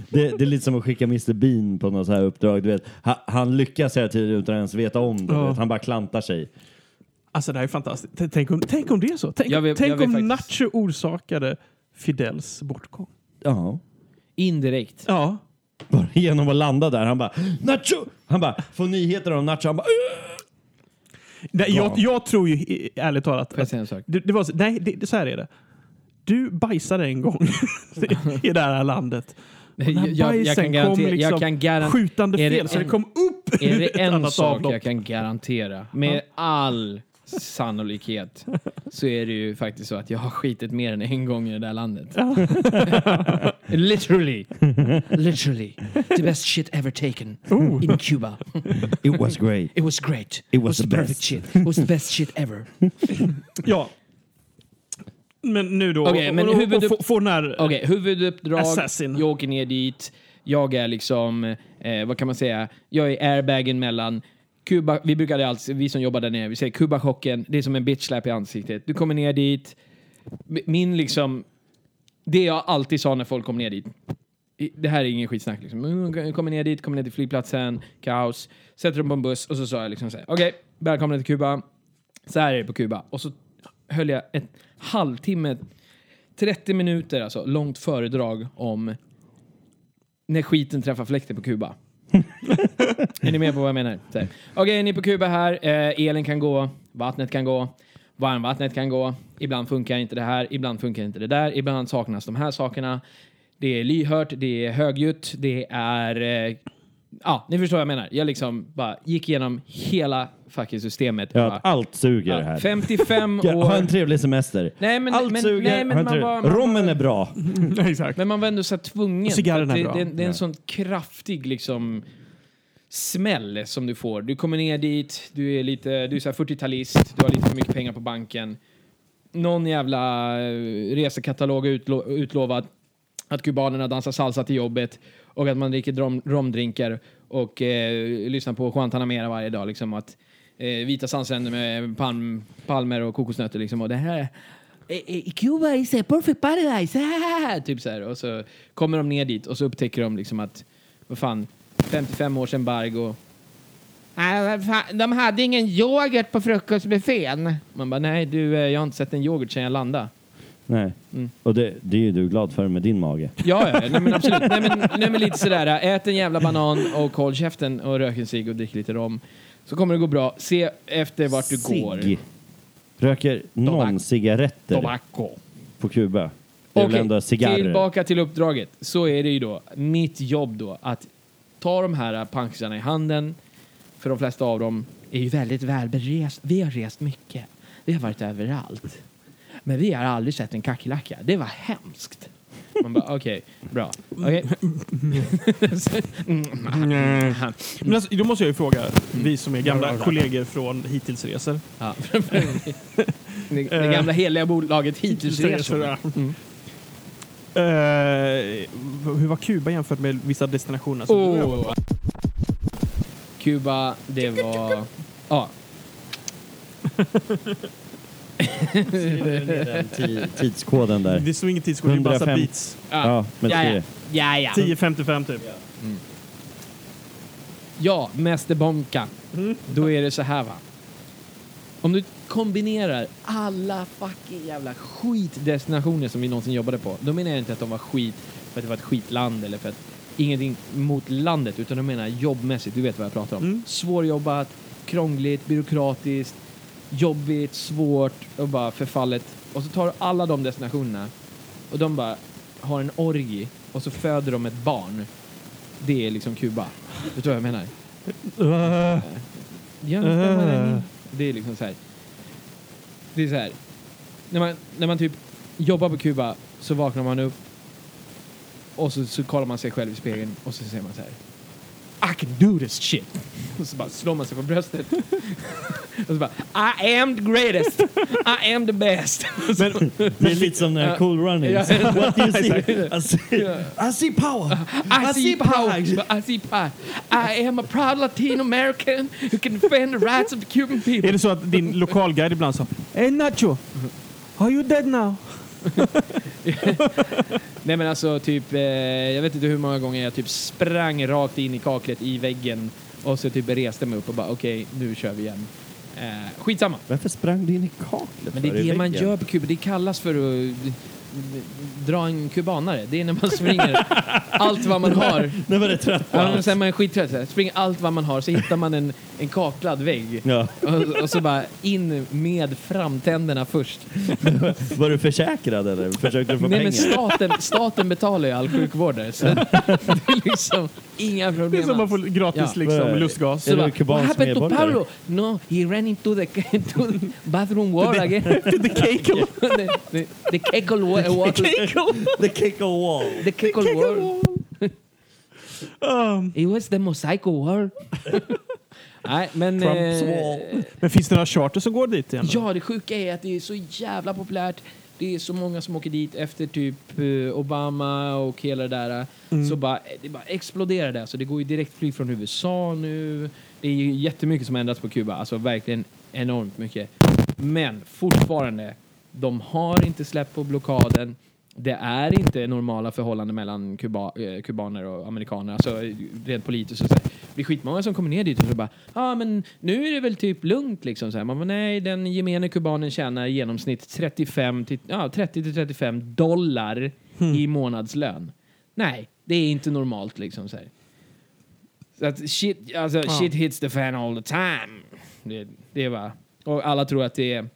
S4: Det, det är lite som att skicka Mr Bean på något så här uppdrag. Du vet. Han, han lyckas hela tiden utan att ens veta om det.
S3: Ja.
S4: du Vet. Han bara klantar sig.
S3: Alltså det här är fantastiskt. T- Tänk om, tänk om det är så. Tänk,
S5: Jag vet-
S3: tänk
S5: jag vet
S3: om
S5: faktiskt.
S3: Nacho orsakade Fidels bortgång.
S4: Ja.
S5: Indirekt.
S3: Ja.
S4: Bara [LAUGHS] genom att landa där. Han bara Nacho! Han bara får nyheter om Nacho. Han bara "Ugh!"
S3: Nej, jag, jag tror ju i- ärligt talat...
S5: Får jag
S3: Att,
S5: säga en sak?
S3: det, det var så, nej, det, det- så här är det. Du bajsade en gång [LAUGHS] i det här landet. Och när
S5: Jag, jag, jag
S3: bajsen
S5: kan garantera...
S3: kom
S5: Jag
S3: liksom
S5: kan garan-
S3: skjutande
S5: är det
S3: fel så
S5: en-
S3: det kom upp
S5: är
S3: ur
S5: det
S3: [LAUGHS] ett
S5: en
S3: annat
S5: sak
S3: avlopp.
S5: jag kan garantera, med all sannolikhet, så är det ju faktiskt så att jag har skitit mer än en gång i det där landet. [LAUGHS] Literally. Literally. The best shit ever taken in Cuba.
S4: It
S5: [LAUGHS]
S4: was great.
S5: It was great.
S4: It was the
S5: perfect
S4: best.
S5: shit. It was the best shit ever.
S3: Ja. Men nu då.
S5: Okej,
S3: och,
S5: men
S3: och, och,
S5: huvudupp-
S3: få, få den här...
S5: Okej, huvuduppdrag.
S3: Assassin.
S5: Jag åker ner dit. Jag är liksom, eh, vad kan man säga, jag är airbagen mellan Kuba, vi brukade alltid, vi som jobbar där nere, vi säger Kubachocken, det är som en bitch slap i ansiktet. Du kommer ner dit, M- min liksom, det jag alltid sa när folk kom ner dit, i- det här är ingen skitsnack liksom. Mm, jag Kommer ner dit, kommer ner till flygplatsen, kaos, sätter dem på en buss och så sa jag liksom så här, okej, välkomna till Kuba, så här är det på Kuba. Och så höll jag ett halvtimme 30 minuter, alltså, långt föredrag om när skiten träffar fläkten på Kuba. [LAUGHS] är ni med på vad jag menar? Så här. Okej, ni är på Kuba här. Eh, elen kan gå, vattnet kan gå, varmvattnet kan gå. Ibland funkar inte det här, ibland funkar inte det där, ibland saknas de här sakerna. Det är lyhört, det är högljutt, det är... eh, Ja, ni förstår vad jag menar. Jag liksom bara gick igenom hela fucking systemet.
S4: Ja,
S5: Bara,
S4: att allt suger
S5: ja,
S4: här. [LAUGHS]
S5: 55 år...
S4: Ha en trevlig semester.
S5: Nej, men-
S4: allt
S5: men-
S4: suger.
S5: nej, men
S4: ha en
S5: man
S4: trevlig-
S5: var- man
S4: Rommen är bra.
S3: [LAUGHS] Exakt.
S5: Men man var ändå så här tvungen.
S3: Cigarren
S5: För att
S3: är
S5: det,
S3: bra.
S5: Det, det är en sån kraftig liksom smäll som du får. Du kommer ner dit, du är lite, du är så här 40-talist, du har lite för mycket pengar på banken. Någon jävla eh, resekatalog har utlo- utlovat att kubanerna dansar salsa till jobbet och att man dricker drom- romdrinkar och eh, lyssnar på Guantanamera varje dag. Liksom, att, eh, vita sandstränder med palm, palmer och kokosnötter. Liksom, och det här, i- i- i Cuba is a perfect paradise. Ah! Typ så här. Och så kommer de ner dit och så upptäcker de liksom att vad fan, 55 års embargo.
S7: Nej, vad fan, De hade ingen yoghurt på frukostbuffén.
S5: Man bara, nej du, eh, jag har inte sett en yoghurt sedan jag landade.
S4: Nej.
S5: Mm.
S4: Och det, det är ju du glad för med din mage.
S5: Ja, ja, nej men absolut. Nej men, nej men lite sådär, ät en jävla banan och håll käften och rök en cigg och drick lite rom. Så kommer det gå bra. Se efter vart du går.
S4: Cigg. Röker någon cigaretter
S5: Tobacco.
S4: på Kuba? Det är väl ändå cigarrer?
S5: tillbaka till uppdraget. Så är det ju då mitt jobb då att ta de här punksarna i handen. För de flesta av dem är ju väldigt välberest. Vi har rest mycket. Vi har varit överallt. Men vi har aldrig sett en kackerlacka. Det var hemskt. Man bara, okej, bra. Okej. [LAUGHS] Mm.
S3: Men alltså, då måste jag ju fråga, vi som är gamla kollegor från hitillsresor.
S5: Ja. det, det gamla heliga bolaget Hitillsresor.
S3: Mm. Eh, hur var Kuba jämfört med vissa destinationer? Alltså, som du var på?
S5: Oh. Kuba, det var... Ja.
S4: Den ti- tidskoden
S5: [LAUGHS]
S4: där.
S3: Det stod ingen tidskod, det är bara så här
S4: 105.
S3: beats.
S4: Ja, men
S5: ja,
S4: skriv
S5: ja.
S4: det.
S5: ja, ja.
S3: 10.55 typ.
S5: Ja, Mäster Bomka. Då är det så här va. Om du kombinerar alla fucking jävla skitdestinationer som vi någonsin jobbade på. Då menar jag inte att de var skit för att det var ett skitland eller för att ingenting mot landet utan jag menar jobbmässigt. Du vet vad jag pratar om.
S3: Mm.
S5: Svårjobbat, krångligt, byråkratiskt, jobbigt, svårt och bara förfallet. Och så tar du alla de destinationerna och de bara har en orgi och så föder de ett barn. Det är liksom Kuba. Vet du vad jag menar?
S3: Eh,
S5: Ja, stämmer den in? Det är liksom så här. Det är så här. När man, när man typ jobbar på Kuba så vaknar man upp och så, så kollar man sig själv i spegeln och så säger man så här. I can do this shit. Och så bara slår man sig på bröstet. och så bara I am the greatest. I am the best.
S4: Men, det är lite som den här Cool Running.
S5: Ja.
S4: What
S5: [LAUGHS]
S4: do you see? I see,
S5: Ja.
S4: I see power!
S5: I see power. I see power. I am a proud Latino American who can defend the rights of the Cuban people.
S3: Är det så att din lokalguide ibland sa Hey Nacho, are you dead now?
S5: Nej men alltså typ, eh, jag vet inte hur många gånger jag typ sprang rakt in i kaklet i väggen och så typ reste mig upp och bara okej, nu kör vi igen. Eh, skitsamma.
S4: Varför sprang du in i kaklet?
S5: Men det är
S4: för
S5: det
S4: i
S5: man
S4: väggen?
S5: gör på Kuba, det kallas för att eh, dra en kubanare. Det är när man springer allt vad man har.
S4: Nu var det trött på
S5: Ja, men
S4: allt.
S5: sen är man skittrött, så här. springer allt vad man har så hittar man en, en kaklad vägg.
S4: Ja. [LAUGHS]
S5: Och, och så bara in med framtänderna först.
S4: Var du försäkrad eller försökte du få
S5: Nej,
S4: pengar?
S5: men staten, staten betalar ju all sjukvård där, så det är liksom inga problem
S3: Det är som att
S5: alls.
S3: få gratis
S5: Ja.
S3: liksom,
S4: Nej.
S3: lustgas.
S4: Är
S5: Så
S4: du
S5: bara,
S4: kubansk
S5: What happened to
S4: medborgare?"
S5: Pablo? No, he ran into the, [LAUGHS] into the bathroom wall again.
S3: The cake.
S5: [LAUGHS] the, the, the kekel wa- water.
S4: The kick a wall.
S5: [LAUGHS] The kekel wall.
S3: Ah,
S5: It was the mosaico wall. [LAUGHS] Nej, men... eh,
S4: Trumps wall.
S3: Men finns det några charter som går dit igen?
S5: Ja, det sjuka är att det är så jävla populärt. Det är så många som åker dit efter typ eh, Obama och hela det där. Så bara, det bara exploderar det. Så det går ju direkt flyg från USA nu. Det är ju jättemycket som har ändrats på Kuba. Alltså verkligen enormt mycket. Men fortfarande, de har inte släppt på blockaden. Det är inte normala förhållanden mellan kuba, eh, kubaner och amerikaner, alltså eh, rent politiskt. Och så här. Det är skitmånga som kommer ner dit och så bara ja ah, men nu är det väl typ lugnt liksom. Så här. Man bara, nej, den gemene kubanen tjänar i genomsnitt 35 till, ja, 30 till 35 dollar i månadslön. Nej, det är inte normalt liksom. Så, här. så att shit, alltså, shit hits the fan all the time. Det, det är bara, och alla tror att det är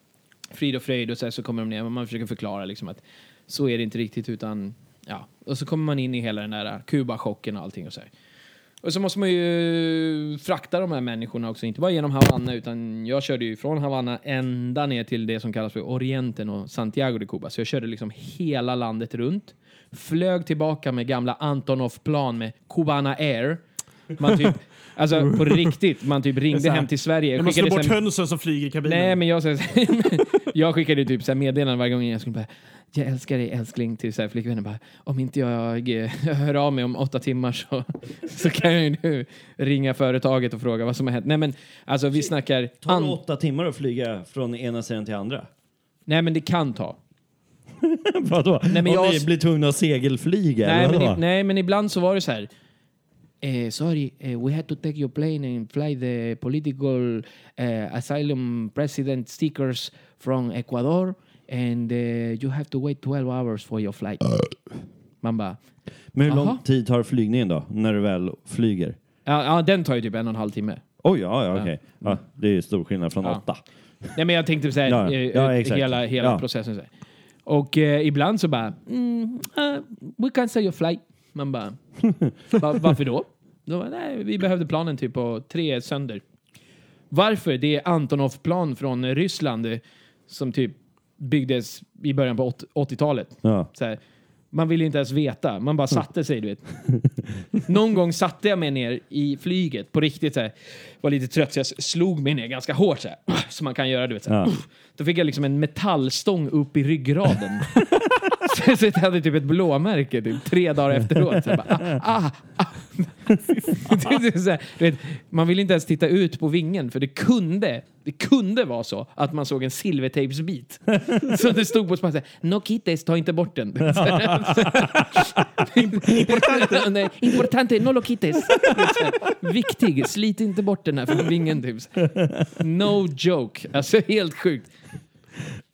S5: frid och fröjd och så, här, så kommer de ner. Men man försöker förklara liksom att så är det inte riktigt utan ja. Och så kommer man in i hela den där Kuba-chocken och allting och så här. Och så måste man ju frakta de här människorna också, inte bara genom Havanna utan jag körde ju från Havanna ända ner till det som kallas för Orienten och Santiago de Cuba. Så jag körde liksom hela landet runt. Flög tillbaka med gamla Antonov-plan med Cubana Air. Man typ, alltså på riktigt, man typ
S3: Det
S5: ringde
S3: är
S5: hem till Sverige.
S3: Du måste slå
S5: skickade
S3: bort
S5: sen-
S3: hönsen som flyger i kabinen.
S5: Nej, men jag, så jag skickade ju typ så här [LAUGHS] meddelanden varje gång jag skulle bara jag älskar dig älskling till så här flickvännen bara om inte jag eh, [LAUGHS] hör av mig om åtta timmar så, [LAUGHS] så kan jag ju nu ringa företaget och fråga vad som har hänt. Nej men alltså vi snackar...
S4: Tar det
S5: an-
S4: åtta timmar att flyga från ena sidan till
S5: [LAUGHS]
S4: andra?
S5: Nej men det kan ta.
S4: Vadå? Nej,
S5: men
S4: men Om
S5: jag-
S4: vi blir tvungna att segelflyga?
S5: Nej
S4: eller
S5: men,
S4: vadå?
S5: i, nej men ibland så var det så här. Eh, sorry, eh, we had to take your plane and fly the political eh, asylum president stickers from Ecuador and eh, you have to wait 12 hours for your flight. Man bara,
S4: men hur lång
S5: Aha.
S4: tid tar flygningen då, när du väl flyger?
S5: ja, ja den tar ju typ en och en halv timme.
S4: Oj, ja, ja, okej. Ja, det är ju stor skillnad från
S5: mm. Ja.
S4: åtta.
S5: Nej, men jag tänkte så här,
S4: Ja,
S5: eh,
S4: ja,
S5: eh,
S4: exakt.
S5: hela, hela
S4: Ja.
S5: processen. Så här. Och eh, ibland så bara, mm, eh, we can say your flight.
S4: [LAUGHS]
S5: Man bara, va, varför då? De bara, nej, vi behövde planen typ på tre sönder. Varför? Det är Antonov-plan från Ryssland eh, som typ byggdes i början på åt- 80-talet.
S4: Ja.
S5: Så här, Man ville ju inte ens veta. Man bara satte sig, du vet. Någon gång satte jag mig ner i flyget på riktigt. Så här. Var lite trött, så jag slog mig ner ganska hårt. Så här. [CLEARS THROAT] Som man kan göra, du vet. Så här.
S4: Ja.
S5: Då fick jag liksom en metallstång upp i ryggraden. [LAUGHS] så jag hade typ ett blåmärke typ, tre dagar efteråt. Så jag bara, ah, ah, ah. [LAUGHS] Det är så här, du vet, man vill inte ens titta ut på vingen för det kunde, det kunde vara så att man såg en silvertejpsbit. [LAUGHS] Så det stod på spanska, no quites, ta inte bort den. [LAUGHS] Importante. Nej, importante, no lo quites. Viktig, slit inte bort den här från vingen. Typ. No joke, alltså helt sjukt.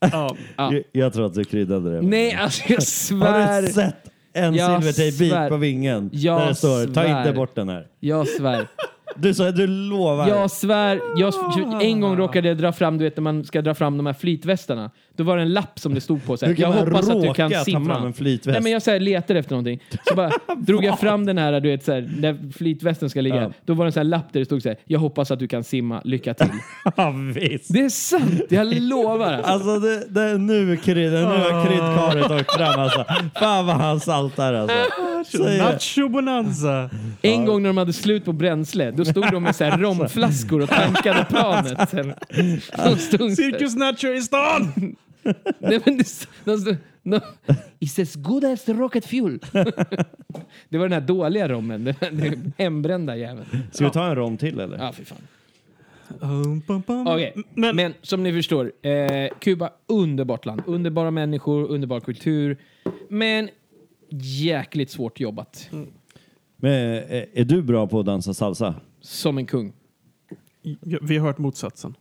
S3: Ja.
S5: Ja.
S4: Jag, jag tror att du kryddade det.
S5: Nej, alltså jag
S4: Har du
S5: svär.
S4: sett en
S5: Jag svär.
S4: silvertejpbit på vingen?
S5: Jag
S4: där det står ta
S5: svär.
S4: inte bort den här.
S5: Jag svär.
S4: Du sa du lovar.
S5: Jag svär. Jag,
S4: Ah.
S5: en gång råkade jag dra fram, du vet när man ska dra fram de här flytvästarna. Då var det en lapp som det stod på. Så här,
S4: Hur kan
S5: jag
S4: man
S5: hoppas att du
S4: råka
S5: kan
S4: ta fram
S5: simma.
S4: en flytväst?
S5: Nej, men jag så här, letade efter någonting. Så
S4: [LAUGHS]
S5: bara drog jag fram den här, du vet, så här, där flytvästen ska ligga.
S4: Ja.
S5: Då var det en så här lapp där det stod så här, jag hoppas att du kan simma, lycka till. [LAUGHS]
S4: Ja, visst.
S5: Det är sant, jag lovar. Alltså.
S4: Alltså det, det, nu, krydd, nu har kryddkaret åkt fram alltså. Fan vad han saltar alltså.
S5: Äh,
S4: Säger,
S3: Nacho bonanza.
S5: En gång när de hade slut på bränsle, då stod de med så här
S4: Alltså.
S5: romflaskor och tankade
S4: [LAUGHS]
S5: planet. Sen, de stod så här.
S3: Cirkus Nacho i stan!
S5: Nej, men det, de, de, de, it's as good as the rocket fuel. det var den här dåliga rommen. Den, den hembrända jäveln.
S4: ska vi ta en rom till eller?
S5: Ja, fy fan.
S3: Um, pam, pam.
S5: Okej,
S3: Men-
S5: Men, som ni förstår, eh, Kuba, underbart land. Underbara människor, underbar kultur. Men jäkligt svårt jobbat.
S4: Men, eh, är du bra på att dansa
S5: [LAUGHS]
S4: salsa?
S5: Som en kung.
S1: Ja, Vi har hört motsatsen.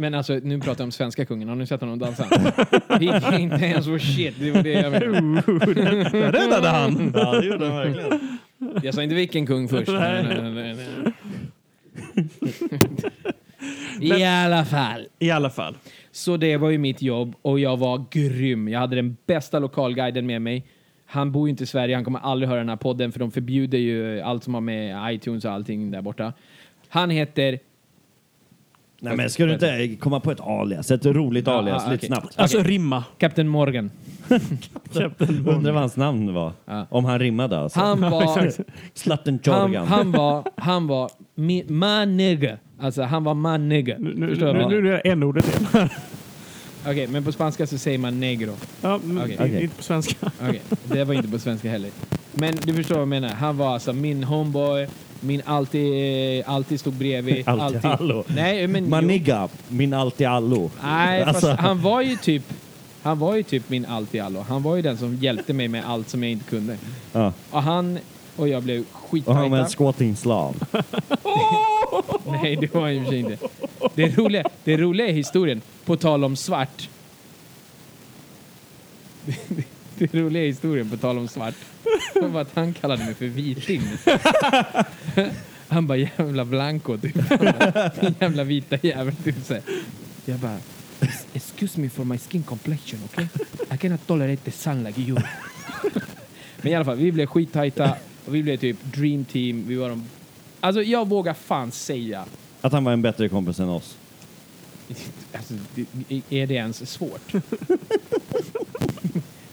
S5: Men alltså, nu pratar jag om svenska kungen. Har ni sett honom dansa? Det gick inte ens vår shit. Det var det jag menade.
S3: Där räddade han!
S4: Ja, det gjorde han verkligen.
S5: Jag sa inte vilken kung först. Nej, nej, nej, nej.
S1: [LAUGHS]
S5: I alla fall.
S3: I alla fall.
S5: Så det var ju mitt jobb och jag var grym. Jag hade den bästa lokalguiden med mig. Han bor ju inte i Sverige, han kommer aldrig höra den här podden för de förbjuder ju allt som har med iTunes och allting där borta. Han heter...
S4: Nej men ska du inte komma på ett alias? Ett roligt
S5: Ja,
S4: alias,
S5: ja,
S4: lite
S5: okej.
S4: snabbt.
S3: Alltså rimma.
S5: Kapten Morgan.
S4: Undrar vad hans namn var.
S5: Ja.
S4: Om han rimmade alltså. [LAUGHS]
S5: Han var...
S4: Slatten
S5: Han,
S4: Jorgan.
S5: han var... Han var... mi- My nigga. Alltså, han var my nigga.
S1: Nu, nu,
S5: Förstår
S1: nu,
S5: du?
S1: nu är det enordet igen.
S5: Okej, men på spanska så säger man negro.
S1: Ja, men
S5: Okej.
S1: det är
S4: Okej.
S1: Inte på svenska.
S3: [LAUGHS]
S5: Okej, det var inte på svenska heller. Men du förstår vad jag menar. Han var alltså min homeboy, min alltid, alltid stod bredvid.
S4: Alltid hallå.
S5: Nej, men... jo.
S4: Maniga, min allt i allo.
S5: Nej, fast
S4: Alltså.
S5: han var ju typ... Han var ju typ min allt i allo. Han var ju den som hjälpte mig med allt som jag inte kunde.
S4: Ja.
S5: Och han och jag blev
S4: Och han var
S5: skittajta.
S4: en squatting slav.
S5: Nej, det var han i och för sig inte. Det roliga, det roliga är historien. På tal om svart. [LAUGHS] Det roliga är historien, på tal om svart, det var att han kallade mig för viting. Han bara, jävla blanco, typ. [LAUGHS] Jävla vita jävel, typ så här. Jag bara, excuse me for my skin complexion, okay? I cannot tolerate the sun like you. [LAUGHS] Men i alla fall, vi blev skittajta och vi blev typ dream team. Vi var de... Alltså, jag vågar fan säga [LAUGHS]
S4: Att han var en bättre kompis än oss.
S5: Alltså, det- är det ens svårt? [LAUGHS]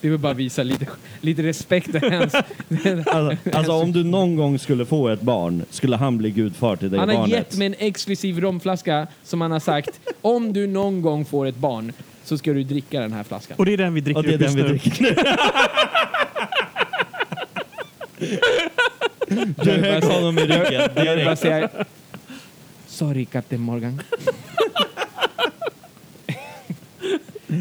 S5: Det vill bara visa lite, lite respekt. och Ens. [LAUGHS]
S4: Alltså, alltså om du någon gång skulle få ett barn, skulle han bli gudfar till dig
S5: Han har
S4: barnet?
S5: gett mig en exklusiv romflaska som han har sagt om du någon gång får ett barn så ska du dricka den här flaskan.
S1: Och det är den vi dricker
S4: Och det är
S1: upp
S4: den
S1: just
S4: vi
S1: nu.
S4: dricker nu. Du
S5: Jag vill
S4: högg
S5: bara säga-
S4: honom i ryggen
S5: Jag vill bara
S4: direkt.
S5: säga... Sorry, kapten Morgan. [LAUGHS]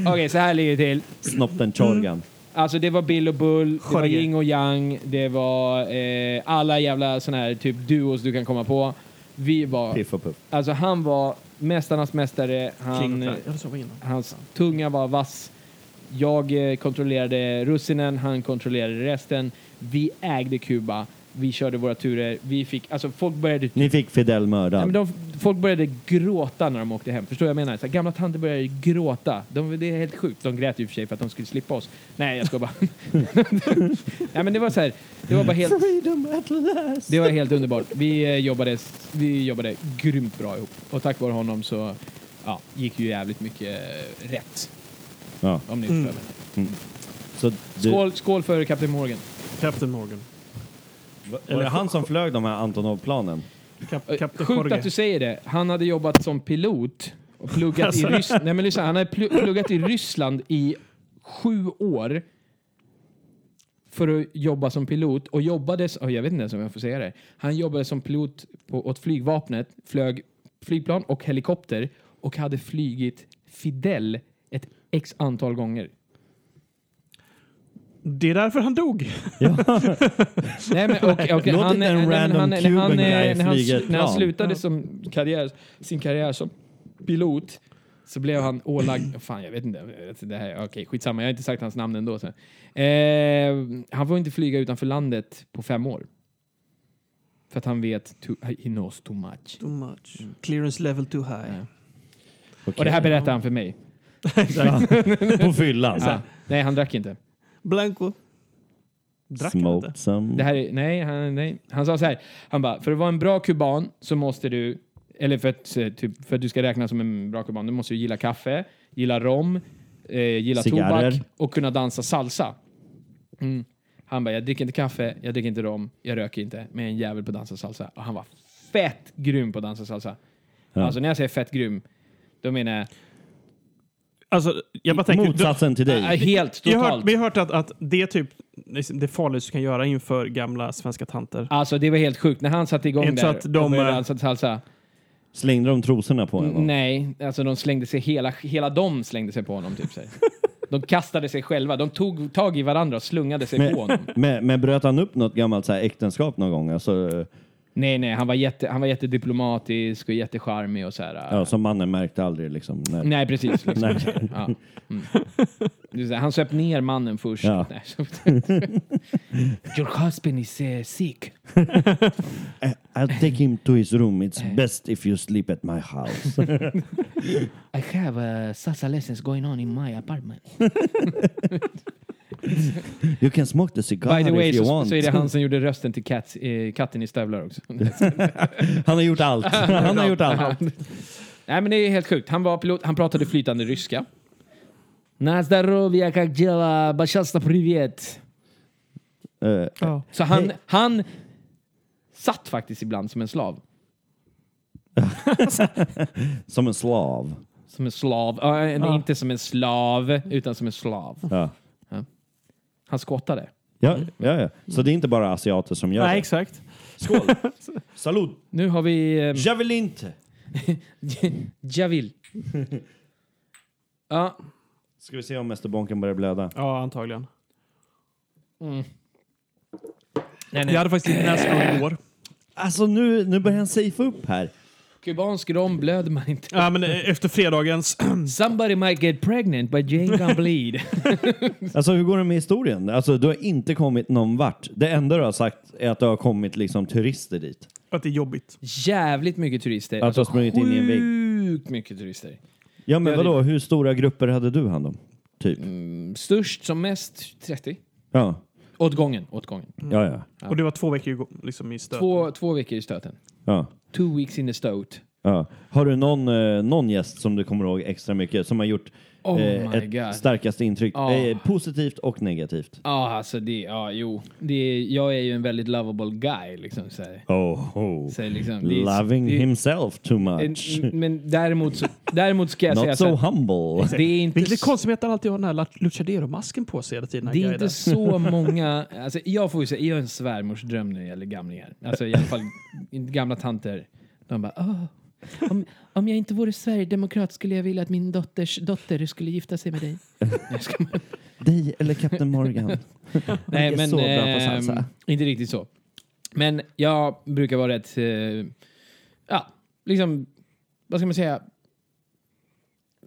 S5: Okej, så här ligger det till.
S4: Snoppen Chorgan.
S5: Alltså det var Bill och Bull, det var
S1: Jorge.
S5: Ying och Yang, det var eh, alla jävla såna här typ duos du kan komma på. Vi var...
S4: Piff och Puff.
S5: Alltså han var mästarnas mästare, han,
S1: Klingon- Ja, det sa vi innan.
S5: hans tunga var vass. Jag eh, kontrollerade russinen, han kontrollerade resten. Vi ägde Kuba, vi körde våra turer, vi fick... Alltså folk började
S4: Ni fick Fidel
S5: Nej, men
S4: mördad.
S5: de, folk började gråta när de åkte hem. Förstår vad jag menar? Så här, gamla tanter började gråta. De, det är helt sjukt. De grät ju för sig för att de skulle slippa oss. Nej, jag ska bara. [LAUGHS] Nej, men det var så här. Det var bara helt,
S4: Freedom at last.
S5: det var helt underbart. Vi eh, jobbade, vi jobbade grymt bra ihop. Och tack vare honom så ja, gick ju jävligt mycket eh, rätt.
S4: Ja,
S5: Om ni förstår. vad jag menar.
S4: så Så du,
S5: Skål, skål för Kapten Morgan.
S3: Captain Morgan.
S4: Var det han som flög de här Antonov-planen?
S3: Kap,
S5: Eh,
S3: Captain
S5: Sjukt
S3: Jorge.
S5: att du säger det. Han hade jobbat som pilot och pluggat i Ryssland. Nej, men lyssna, han hade plu- pluggat i Ryssland i sju år för att jobba som pilot och jobbade, s- oh, jag vet inte ens om jag får säga det. Han jobbade som pilot på, åt flygvapnet, flög flygplan och helikopter och hade flygit Fidel ett x antal gånger.
S3: Det är därför han dog.
S5: Nej, men, och,
S4: [LAUGHS]
S5: och,
S4: Låt
S5: han,
S4: inte en
S5: nej, men
S4: random
S5: han, när han,
S4: Cuban guy
S5: eh, när han,
S4: flyga ett
S5: när han
S4: plan.
S5: slutade som karriär, sin karriär som pilot så blev han
S4: [CLEARS THROAT]
S5: ålagd... Fan, jag vet inte. alltså, Det här, okej, skitsamma. Jag har inte sagt hans namn ändå. Så. Eh, han får inte flyga utanför landet på fem år. För att han vet... To, he knows too much.
S3: Too much. Mm. Clearance level too high.
S5: Ja. Och
S4: [LAUGHS]
S5: det här berättar han för mig.
S4: På fyllan.
S5: Ah, nej, han drack inte.
S3: Blanco. Drack han inte?
S4: Smoked some.
S5: Det här är, nej, han, nej, han sa så här. Han bara, för att vara en bra kuban så måste du, eller för att, eh, typ, för att du ska räknas som en bra kuban, du måste du gilla kaffe, gilla rom, eh, gilla
S4: Cigarrer.
S5: tobak och kunna dansa salsa. Mm. Han bara, jag dricker inte kaffe, jag dricker inte rom, jag röker inte, men jag är en jävel på att dansa salsa. Och han var fett grym på att dansa salsa. Alltså när jag säger fett grym, då menar jag
S3: Alltså, jag bara tänker...
S4: Motsatsen till dig.
S5: äh, helt
S3: Jag har hört,
S5: totalt.
S3: vi har hört att, att det är typ det farligaste du kan göra inför gamla svenska tanter.
S5: Alltså det var helt sjukt. När han satte igång
S3: Inte så
S5: där
S3: att de,
S5: och började
S3: eh,
S5: dansa salsa.
S4: Slängde de trosorna på honom?
S5: Nej, alltså de slängde sig, hela, hela de slängde sig på honom. Typ, så här. de kastade sig själva, de tog tag i varandra och slungade sig på honom.
S4: Men, men bröt han upp något gammalt så här äktenskap någon gång? Alltså, eh,
S5: Nej, nej, han var, jätte, han var jättediplomatisk och jättecharmig och så här. äh.
S4: ja, som mannen märkte aldrig liksom. Nej.
S5: Nej, precis. Liksom.
S4: Nej.
S5: Ja. Mm. Det är så här, Han söp ner mannen först.
S4: Ja.
S5: Nej, så- [LAUGHS] Your husband is eh, sick.
S4: I'll take him to his room. It's best if you sleep at my house.
S5: I have uh, salsa lessons going on in my apartment.
S4: You can smoke the cigar
S5: By the way
S4: if you
S5: så,
S4: want.
S5: så är det han som gjorde rösten till Cats, eh, katten i stövlar också.
S4: Han har gjort
S5: [LAUGHS]
S4: allt. [LAUGHS] Han har gjort allt.
S5: Nej, men det är helt sjukt. Han var pilot. Han pratade flytande ryska. Nazdarovia как дела? Бачаста привет.
S4: Eh,
S5: Så han, han satt faktiskt ibland som en slav.
S4: Som en slav.
S5: Som en slav. Ja, en- Inte som en slav, utan som en slav.
S4: Ja.
S5: Han skottade.
S4: Ja, ja, ja. Så det är inte bara asiater som gör
S3: Nej,
S4: det?
S3: exakt.
S4: Skål! Salut!
S5: Nu har vi eh,
S4: Javelinte!
S5: Javil. ja,
S4: Ska vi se om mästerbonken börjar blöda?
S3: Ja, antagligen.
S5: nej,
S3: Jag
S5: nej.
S3: hade faktiskt lite näsblod igår.
S4: Alltså nu, nu börjar han safea upp här.
S5: Kubansk rom blöder man inte.
S3: Ja, men eh, efter fredagens...
S5: Somebody might get pregnant but Jane can bleed.
S4: Alltså hur går det med historien? Alltså du har inte kommit någon vart. Det enda du har sagt är att det har kommit liksom turister dit.
S3: att det är jobbigt.
S5: [LAUGHS] Jävligt mycket turister.
S4: Att du har sprungit in i en vägg.
S5: Alltså, Sjukt mycket turister.
S4: Ja men
S5: Ja, det- Mm.
S4: vadå, hur stora grupper hade du hand om? Typ.
S5: Störst som mest 30.
S4: Ja,
S5: Åt gången. Åt gången.
S4: ja, ja.
S3: Och det var två veckor igå- liksom, i stöd.
S5: Två, två veckor i stöten.
S4: ja.
S5: Two weeks in the stoat.
S4: Ja. Har du någon, eh, någon gäst som du kommer ihåg extra mycket som har gjort eh,
S5: Oh my
S4: ett
S5: god. Ah.
S4: starkaste intryck?
S5: Ja.
S4: Eh, positivt och negativt.
S5: Ja, alltså det... Ja, jo. Det, är- jag är ju en väldigt lovable guy, liksom. Så här.
S4: Oh, oh.
S5: Så här, liksom det är-
S4: Loving
S5: det Eh, är-
S4: himself too
S5: en-
S4: much.
S5: Men däremot, så, däremot ska jag säga
S4: Not
S5: så
S4: so
S5: här,
S4: humble.
S5: [LAUGHS] det är
S3: Det
S5: inte,
S3: är lite konstigt att han alltid har den här La- Luchadero-masken på sig hela tiden. den här
S5: det är
S3: guiden.
S5: inte så många... Alltså, jag får ju säga, jag är en svärmors dröm när det gäller gamlingar. Alltså i alla fall gamla tanter. De bara "Åh, Ah. om, om jag inte vore sverigedemokrat skulle jag vilja att min dotters dotter skulle gifta sig med dig. Jag ska-
S4: Dig eller Captain
S5: [LAUGHS]
S4: Morgan.
S5: Nej,
S4: är
S5: men
S4: så bra på
S5: ehm,
S4: salsa.
S5: inte riktigt så. Men jag brukar vara rätt, eh, ja, liksom, vad ska man säga,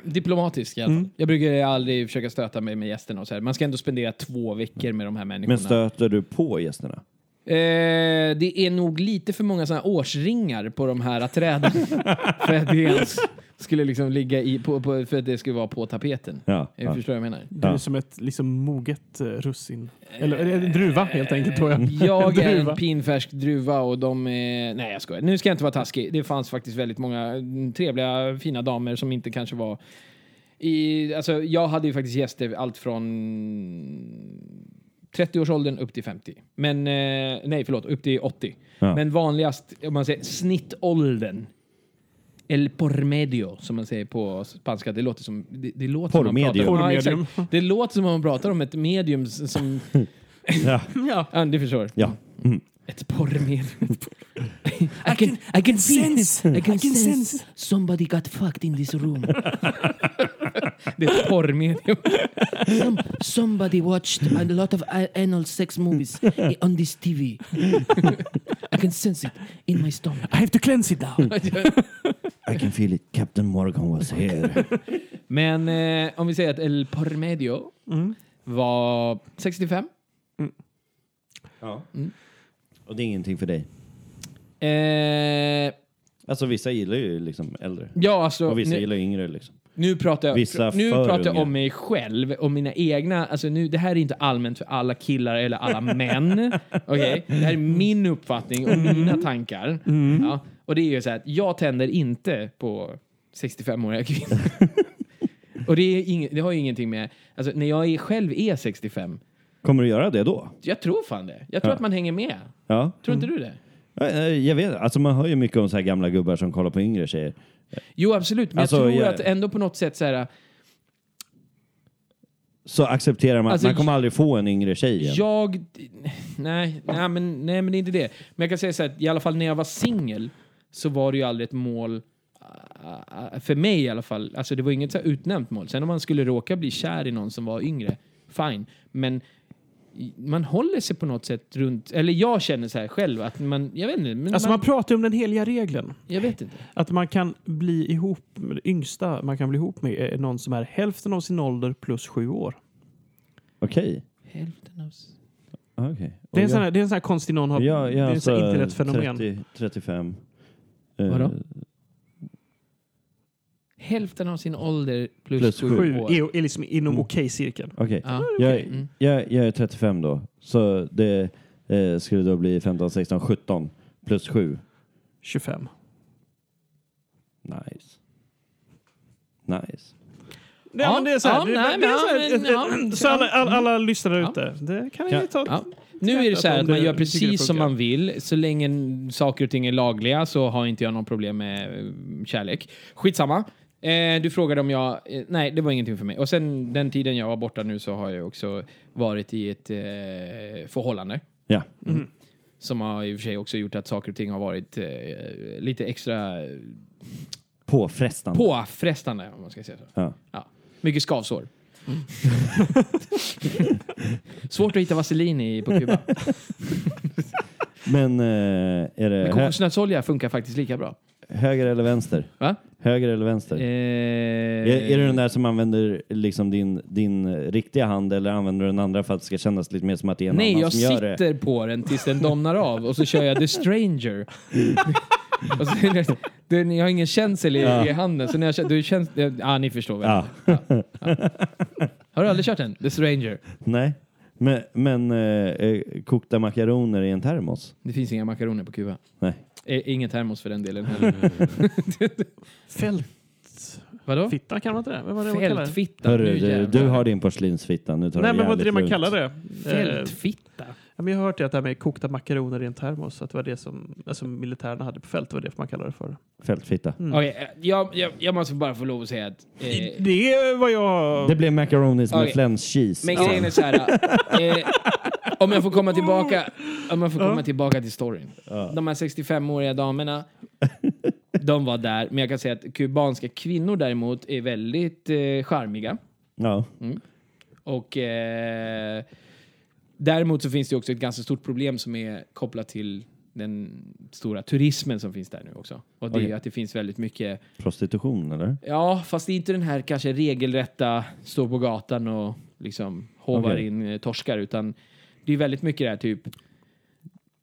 S5: diplomatisk i alla fall.
S4: Mm.
S5: Jag brukar aldrig försöka stöta mig med gästerna och så här. Man ska ändå spendera två veckor med de här människorna.
S4: Men stöter du på gästerna?
S5: Eh, det är nog lite för många såna här årsringar på de
S4: [LAUGHS]
S5: här träden. för att det ens skulle liksom ligga i, på, på, för att det skulle vara på tapeten.
S4: Ja.
S5: Jag förstår vad jag menar.
S3: Du är som ett liksom, moget eh, russin. Eller eller en druva helt enkelt. Tror
S5: [LAUGHS]
S3: jag.
S5: Jag är
S3: Druva.
S5: en pinfärsk druva och de är... Nej, jag skojar. Nu ska jag inte vara taskig. Det fanns faktiskt väldigt många mm, trevliga, fina damer som inte kanske var I, alltså, jag hade ju faktiskt gäster allt från 30-årsåldern upp till 50. Men, eh, nej förlåt, upp till 80.
S4: Ja.
S5: Men vanligast, om man säger snittåldern. El por medio, som man säger på spanska. Det låter som... Det, det låter som man
S4: Porrmedio.
S5: pratar- Ja,
S1: Porrmedium.
S5: exakt. det låter som om man pratar om ett medium s- som...
S4: Ja.
S5: ja. du förstår.
S4: Ja.
S5: Ett porrmedium. [LAUGHS] I can, I can sense. I can, sense. Somebody got fucked in this room. det är ett porrmedium.
S8: Some, somebody watched a lot of
S5: uh,
S8: a- anal sex movies i- on this TV. I can sense it in my stomach.
S1: I have to cleanse it now.
S3: Mm.
S4: I can feel it. Captain Morgan was
S1: Oh
S4: here.
S5: Men eh, om vi säger att El Pormedio var 65.
S4: ja. Och det är ingenting för dig.
S5: Eh,
S4: Alltså vissa gillar ju liksom äldre.
S5: ja, alltså,
S4: Och vissa
S5: nu,
S4: gillar yngre liksom.
S5: nu pratar jag,
S4: vissa
S5: nu
S4: för
S5: pratar jag
S4: unga.
S5: om mig själv och mina egna. Alltså nu, det här är inte allmänt för alla killar eller alla
S4: [LAUGHS]
S5: män. Okej? Det här är min uppfattning och
S4: Mm.
S5: mina tankar. Ja, och det är ju så här att jag tänder inte på 65-åriga kvinnor.
S4: [LAUGHS]
S5: och det, är ing, det har ju ingenting med... Alltså, när jag är, själv är 65,
S4: Kommer du göra det då?
S5: jag tror fan det. Jag tror
S4: Ja. Mm.
S5: att man hänger med.
S4: Ja.
S5: Tror inte du det?
S4: Ja, eh, Jag vet Alltså man hör ju mycket om så här gamla gubbar som kollar på yngre tjejer.
S5: Jo, absolut. Men
S4: Alltså,
S5: jag tror
S4: ja.
S5: att ändå på något sätt så här...
S4: Så accepterar man
S5: Alltså,
S4: att man kommer aldrig få en yngre tjej igen.
S5: Jag... Nej, nej, men, nej, men det är inte det. Men jag kan säga så här, att i alla fall när jag var singel så var det ju aldrig ett mål äh, för mig i alla fall. Alltså det var inget så här utnämnt mål. Sen om man skulle råka bli kär i någon som var yngre, fine. Men man håller sig på något sätt runt... Eller jag känner så här själv att man... Jag vet inte. Men
S1: Alltså
S5: man,
S1: man pratar ju om den heliga regeln.
S5: jag vet inte.
S1: Att man kan bli ihop, med det yngsta man kan bli ihop med är någon som är hälften av sin ålder plus sju år.
S4: Okej.
S5: Hälften av...
S4: Ah, okej.
S1: Det är en
S4: Och
S1: sån här, det är en sån här konstig någon har,
S4: jag- jag- jag
S1: det är en
S4: alltså
S1: sån här internetfenomen.
S4: 30, 35. Eh,
S5: Vadå? Hälften av sin ålder plus,
S4: Plus
S5: sju,
S1: Sju
S5: år. Mm.
S1: är, är liksom inom okej-cirkeln.
S4: Okej.
S5: Ja.
S4: Jag,
S5: Mm.
S4: jag, jag är 35 då. Så det eh, skulle då bli 15, 16, 17 plus 7.
S1: 25.
S4: Nice. Nice.
S1: Nej,
S5: Ja,
S1: men det är så här.
S5: ja,
S1: det,
S5: nej,
S1: det är
S5: men
S1: så,
S5: ja,
S1: här,
S5: men ja. Mm.
S1: så alla, alla, alla lyssnare
S5: Ja.
S1: ute, det kan
S4: Ja.
S1: ni ta.
S5: Ja. Nu är det så här
S1: Om
S5: att man
S1: det- tycker
S5: gör
S1: det
S5: precis som
S1: funkar.
S5: man vill. Så länge saker och ting är lagliga så har inte jag någon problem med eh, kärlek. Skitsamma. Eh, du frågade om jag... Eh, nej, det var ingenting för mig. Och sen den tiden jag var borta nu så har jag också varit i ett eh, förhållande.
S4: Ja.
S5: Som har i och för sig också gjort att saker och ting har varit eh, lite extra eh,
S4: Påfrestande.
S5: påfrestande, om man ska säga så.
S4: Ja.
S5: Mycket skavsår.
S1: Mm.
S5: [LAUGHS]
S1: [LAUGHS]
S5: Svårt att hitta vaselin i, på
S1: Eh,
S5: Kuba.
S4: Men eh, är det
S5: Men
S4: hö
S5: kokosnötsolja funkar faktiskt lika bra.
S4: höger eller vänster?
S5: Va?
S4: Höger eller vänster?
S5: Eh,
S4: Är, är det den där som använder liksom din, din riktiga hand eller använder du den andra för att det ska kännas lite mer som att det är en
S5: Nej,
S4: annan
S5: jag
S4: som gör det?
S5: sitter på den tills den domnar av och så kör jag
S4: [LAUGHS]
S5: The Stranger. och så, är det- den, jag har ingen känsel i, i handen, så när jag kör, du känns, ja, ah, ni förstår väl.
S4: Ja,
S5: Har du aldrig kört den? The Stranger.
S4: nej. Men, men eh, eh, kokta makaroner i en termos?
S5: Det finns inga makaroner på Kuba.
S4: Nej.
S5: Eh, ingen termos för den
S4: [LAUGHS]
S5: delen heller. Vadå?
S1: Fältfitta kan man inte det? Vad var det man kallade det?
S5: Fältfitta.
S4: Hörru,
S5: Nu
S4: du,
S5: jävlar.
S4: du har din porslinsfitta. Nu tar
S1: Nej,
S4: det
S1: men vad är det
S4: jävligt
S1: man kallar
S4: lugnt.
S1: det? Eh,
S5: Fältfitta?
S1: ja, men jag har hört det att det här med kokta makaroner i en termos, att det var det som alltså, militärerna hade på fält, det var det man kallade det för.
S4: Fältfitta.
S5: Okej, eh, jag, jag, jag måste bara få lov att säga att... eh,
S1: Det är vad jag...
S4: Det blev macaronis med
S5: Okej.
S4: flens cheese.
S5: Men
S4: sen.
S5: grejen är så här. Eh, om jag får komma tillbaka, om jag får komma tillbaka till storyn. De här 65-åriga damerna, [LAUGHS] de var där. Men jag kan säga att kubanska kvinnor däremot är väldigt eh, charmiga.
S4: Ja.
S5: Och eh, däremot så finns det ju också ett ganska stort problem som är kopplat till den stora turismen som finns där nu också. Och det är
S4: Okej.
S5: ju att det finns väldigt mycket
S4: Prostitution, eller?
S5: Ja, fast det är inte den här kanske regelrätta stå på gatan och liksom hovar
S4: Okej.
S5: in eh, torskar, utan det är väldigt mycket det här typ.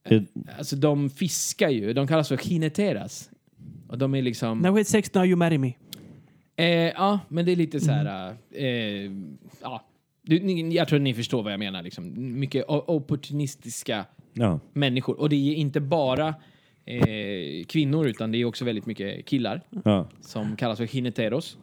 S4: Det-
S5: Alltså de fiskar ju, de kallas för jineteras. Och de är liksom...
S1: Now it's sex, now you marry me. Mm.
S5: Eh, ja, men det är lite så här... Eh, ja, du, ni, jag tror ni förstår vad jag menar. Liksom. Mycket o- opportunistiska
S4: Ja.
S5: människor. Och det är inte bara eh, kvinnor, utan det är också väldigt mycket killar
S4: ja.
S5: som kallas för jineteros.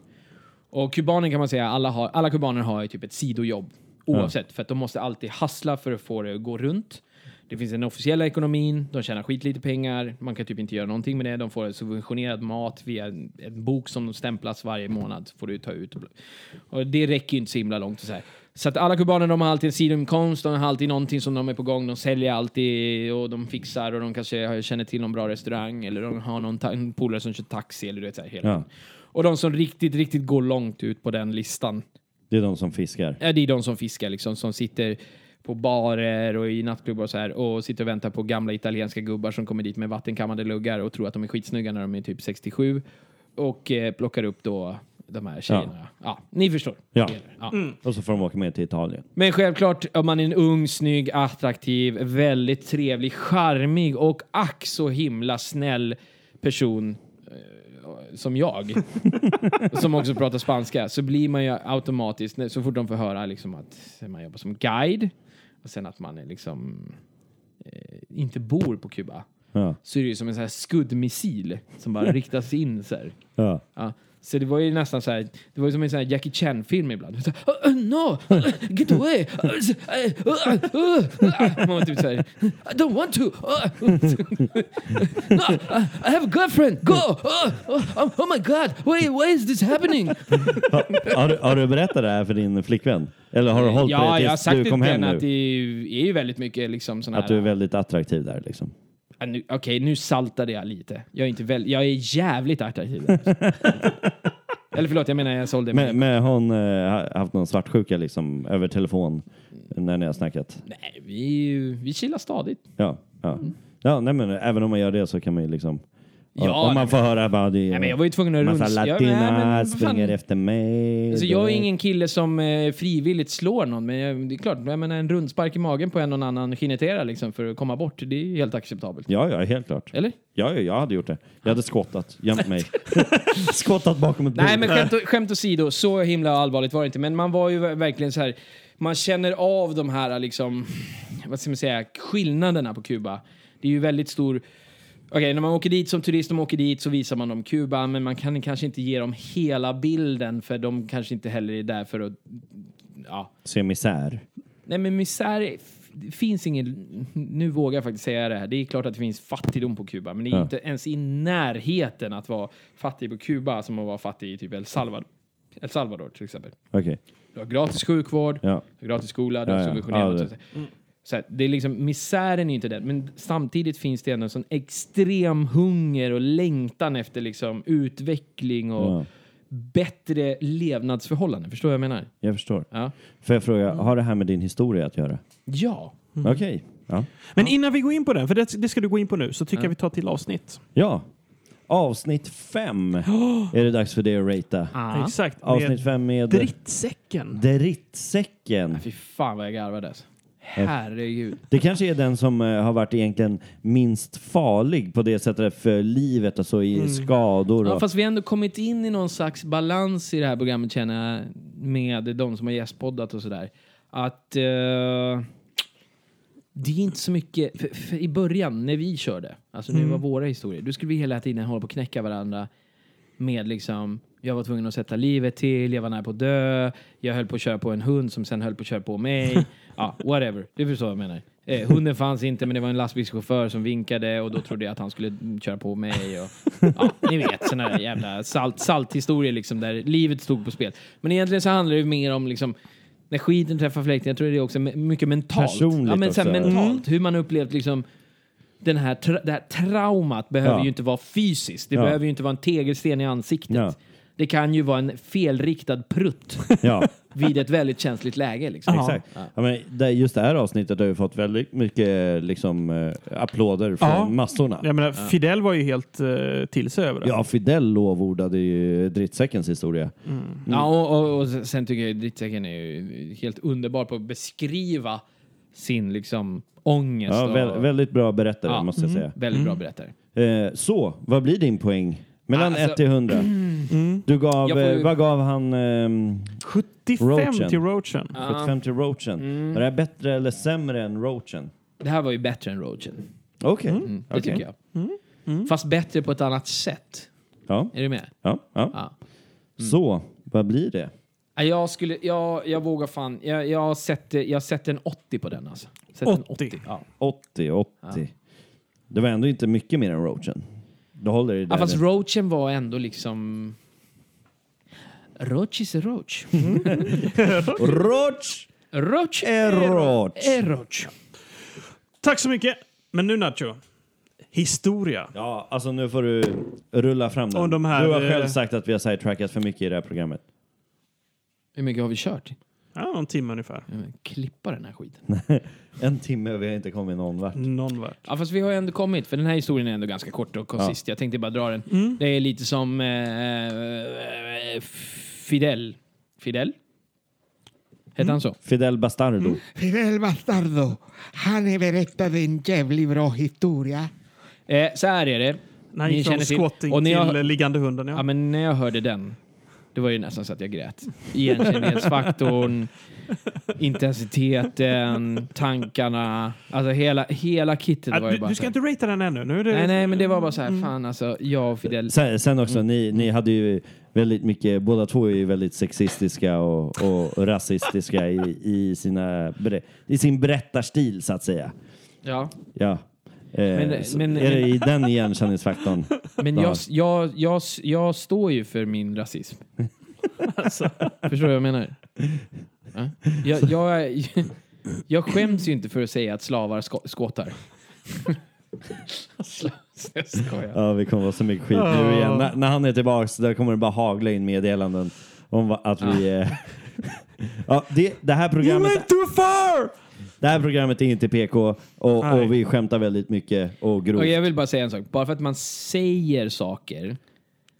S5: Och kubaner kan man säga, alla, har, alla kubaner har ju typ ett sidojobb oavsett. För att de måste alltid hassla för att få det att gå runt. Det finns den officiella ekonomin, de tjänar skitlite pengar, man kan typ inte göra någonting med det. De får subventionerad mat via en, en bok som de stämplas varje månad. Får du ta ut. och bla- Och det räcker ju inte så himla långt. Och så, här. så att alla kubaner de har alltid en sidoinkomst, de har alltid någonting som de är på gång, de säljer alltid och de fixar och de kanske har- känner till någon bra restaurang eller de har någon ta- en polare som kör taxi eller du vet så här, hela
S4: Ja.
S5: och de som riktigt, riktigt går långt ut på den listan,
S4: Det är de som fiskar.
S5: ja, det är de som fiskar liksom, som sitter på barer och i nattklubbar och så här och sitter och väntar på gamla italienska gubbar som kommer dit med vattenkammade luggar och tror att de är skitsnygga när de är typ 67 och eh, plockar upp då de här tjejerna. Ja, ni förstår.
S4: Ja.
S5: Ja.
S4: Och så får de åka med till Italien.
S5: Men självklart, om man är en ung, snygg, attraktiv, väldigt trevlig, charmig och ack så himla snäll person eh, som jag, som också pratar spanska, så blir man ju automatiskt, när- så fort de får höra liksom att man jobbar som guide och sen att man är liksom eh, inte bor på Kuba,
S4: Ja.
S5: så är det ju som en sån här skuddmissil som bara riktas in så här.
S4: Ja.
S5: Ja. Så det var ju nästan så här, det var ju som en sån här Jackie Chan-film ibland. Så, här, "Uh, uh, no! Uh, Get away! Uh, uh, uh, uh." Man var typ så här, I don't want to! Uh, uh." no, I- I have a girlfriend! Go! Uh, uh, oh my god! Why, why is this happening?
S4: Ha- Har, du- har du berättat det här för din flickvän? Eller har du hållit på
S5: Ja,
S4: det
S5: jag har
S4: tills
S5: sagt
S4: du
S5: det till
S4: kom hem
S5: henne
S4: nu?
S5: att det är ju- är ju väldigt mycket liksom sån här...
S4: Att du är väldigt attraktiv där liksom.
S5: Ja, nu- Okej, nu saltade jag lite. Jag är, inte väl, jag är
S4: [LAUGHS]
S5: jävligt attraktiv. Eller förlåt, jag menar jag sålde mig.
S4: Men, men har hon eh, haft någon svartsjuka liksom över telefon när ni har snackat?
S5: Nej, vi, vi chillar stadigt.
S4: Ja. Ja, ja nej, men även om man gör det så kan man ju liksom...
S5: Ja,
S4: om
S5: nej,
S4: man får höra bara det är
S5: Nej, men jag var ju tvungen att
S4: massa
S5: runs- Ja, men- nej, men
S4: latinar
S5: vad fan.
S4: springer efter mig.
S5: Alltså, jag är ingen kille som eh, frivilligt slår någon, men jag, det är klart, jag menar, en rundspark i magen på en och en annan skinetera liksom, för att komma bort, det är ju helt acceptabelt.
S4: Ja, ja, helt klart.
S5: Eller?
S4: Ja, ja, jag hade gjort det. Jag hade skottat, gömt mig. skottat bakom ett bord.
S5: Nej, men skämt, å- skämt åsido, så himla allvarligt var det inte. Men man var ju ver- verkligen så här, man känner av de här liksom, vad ska man säga, skillnaderna på Kuba. Det är ju väldigt stor... Okej, när man åker dit som turist, de åker dit så visar man dem Kuba, men man kan kanske inte ge dem hela bilden för de kanske inte heller är där för att... Ja,
S4: Se misär.
S5: Nej, men misär är- f- det finns ingen... Nu vågar jag faktiskt säga det här. Det är klart att det finns fattigdom på Kuba, men det är
S4: Ja.
S5: inte ens i närheten att vara fattig på Kuba som att vara fattig i typ El Salvador. El Salvador till exempel.
S4: Okej,
S5: Du har gratis sjukvård,
S4: ja.
S5: du har gratis skola, du har
S4: Ja, ja.
S5: subventionerad...
S4: Ja,
S5: Så här, det är liksom, misären är ju inte den, men samtidigt finns det ändå en sån extrem hunger och längtan efter liksom utveckling och
S4: ja.
S5: bättre levnadsförhållanden. Förstår du vad jag menar?
S4: Jag förstår.
S5: Ja.
S4: Får jag fråga, har det här med din historia att göra?
S5: Ja.
S4: Okej. Ja.
S1: Men innan vi går in på den, för det, det ska du gå in på nu, så tycker jag vi tar till avsnitt.
S4: ja. Avsnitt fem. Är det dags för det att ratea?
S5: Ah,
S1: Exakt. Med
S4: Avsnitt fem med...
S1: drittsäcken.
S4: Drittsäcken.
S5: Fy fan vad jag garvade alltså. Herregud.
S4: Det kanske är den som eh, har varit egentligen minst farlig på det sättet för livet och så i skador.
S5: Ja,
S4: Och,
S5: fast vi har ändå kommit in i någon slags balans i det här programmet känner jag med de som har gästpoddat och sådär. Att eh, det är inte så mycket, för, för i början när vi körde, alltså nu var våra historier, då skulle vi hela tiden hålla på och knäcka varandra med liksom jag var tvungen att sätta livet till, jag var nära på att dö, jag höll på att köra på en hund som sen höll på att köra på mig. ja, whatever. Du förstår vad jag menar. Eh, hunden fanns inte, men det var en lastbilschaufför som vinkade och då trodde jag att han skulle mm, köra på mig. Och, ja, ni vet, såna där jävla salt, salthistorier liksom där livet stod på spel. Men egentligen så handlar det ju mer om liksom när skiten träffar fläkten, jag tror det är också me- mycket mentalt.
S4: Personligt alltså. Mm.
S5: ja, men så här,
S4: också.
S5: mentalt, hur man upplevt liksom den här, tra- det här traumat behöver
S4: Ja.
S5: ju inte vara fysiskt. Det
S4: Ja.
S5: behöver ju inte vara en tegelsten i ansiktet.
S4: Ja.
S5: Det kan ju vara en felriktad
S4: [LAUGHS]
S5: prutt
S4: ja.
S5: vid ett väldigt känsligt läge. Liksom.
S4: Exakt. Ja, men det, just det här avsnittet har ju fått väldigt mycket liksom, eh, applåder från
S1: Ja.
S4: massorna.
S1: Jag menar, Fidel var ju helt eh, till sig över det.
S4: Ja, Fidel lovordade ju drittsäckens historia. Mm.
S5: Ja, och, och, och sen tycker jag ju drittsäcken är ju helt underbar på att beskriva sin liksom, ångest.
S4: Ja, Mm.
S5: och,
S4: vä- väldigt bra berättare
S5: Ja. Mm.
S4: måste jag säga.
S5: väldigt bra berättare.
S4: Eh, så, vad blir din poäng? Mellan 1
S5: Alltså- Mm.
S4: till 100. Du gav,
S5: Jag får ju-
S4: eh, vad gav han ehm,
S1: 75
S4: Roachen.
S1: till Roachen.
S4: 75 till Roachen?
S5: Mm.
S4: Var det här bättre eller sämre än Roachen?
S5: Det här var ju bättre än Roachen.
S4: Okej.
S5: Mm, det
S4: Okej. Mm.
S5: tycker jag. Fast bättre på ett annat sätt.
S4: Ja,
S5: Är du med?
S4: ja, ja.
S5: Ja. Mm.
S4: Så, vad blir det?
S5: Nej, Jag, skulle, jag, jag vågar fan. Jag, jag, sätter, jag sätter en 80 på den. Alltså. Sätter En
S1: 80.
S5: 80 ja.
S4: 80, 80. Det var ändå inte mycket mer än roachen. Du håller i
S5: Ja,
S4: där.
S5: fast roachen var ändå liksom...
S8: Roach is a roach.
S4: Roach
S5: Roach
S4: är roach.
S5: är roach.
S3: Tack så mycket. Men nu Nacho. Historia.
S4: Ja, alltså nu får du rulla fram den.
S3: Och de här,
S4: du har
S3: eh,
S4: själv sagt att vi har sidetrackat för mycket i det här programmet.
S5: Hur mycket har vi kört?
S3: Ja, en timme ungefär.
S5: Ja, men Klippa den här skiten.
S4: En timme och vi har inte kommit någon vart.
S3: Någon vart.
S5: Ja, fast vi har ju ändå kommit, för den här historien är ändå ganska kort och konsist. Jag tänkte bara dra den.
S3: Mm.
S5: Det är lite som eh, Fidel. Fidel? Hette
S3: Mm.
S5: han så?
S4: Fidel Bastardo.
S7: Fidel Bastardo, han berättade en jävligt bra historia.
S5: Eh, så här är det.
S1: När han gick från squatting
S5: och när
S1: till
S5: jag,
S1: eh, liggande hunden. Ja.
S5: Ja, men när jag hörde den, det var ju nästan så att jag grät.
S1: [LAUGHS]
S5: Igenkännlighetsfaktorn, intensiteten, tankarna, alltså hela, hela kittet
S1: Ah,
S5: var ju
S1: du,
S5: bara...
S1: du ska
S5: så
S1: inte Mm. ratea den ännu. Nu är det...
S5: här- Nej, nej, men det var bara så här, fan alltså, jag och Fidel...
S4: Sen, sen också,
S3: Mm.
S4: ni, ni hade ju väldigt mycket, båda två är ju väldigt sexistiska och, och rasistiska i, i, sina, ber- i sin berättarstil så att säga.
S5: Ja.
S4: Ja. Eh,
S5: Men-
S4: så
S5: men-
S4: är det i den igenkänningsfaktorn?
S5: Men
S4: Ja.
S5: jag, jag, jag, jag står ju för min [LAUGHS] rasism. Alltså, Förstår du vad jag menar? Ja? Jag, jag, är- [LAUGHS] jag skäms ju inte för att säga att slavar sko- skåtar. Sla- [LAUGHS] Jag skojar.
S4: Ja, vi kommer vara så mycket skit nu igen. När, när han är tillbaks där kommer det bara hagla in meddelanden om va- att vi... eh, [LAUGHS] ja, det, det här programmet...
S3: too far!
S4: Det här programmet är inte PK och,
S3: Nej.
S4: och vi skämtar väldigt mycket och grovt.
S5: Och jag vill bara säga en sak. Bara för att man säger saker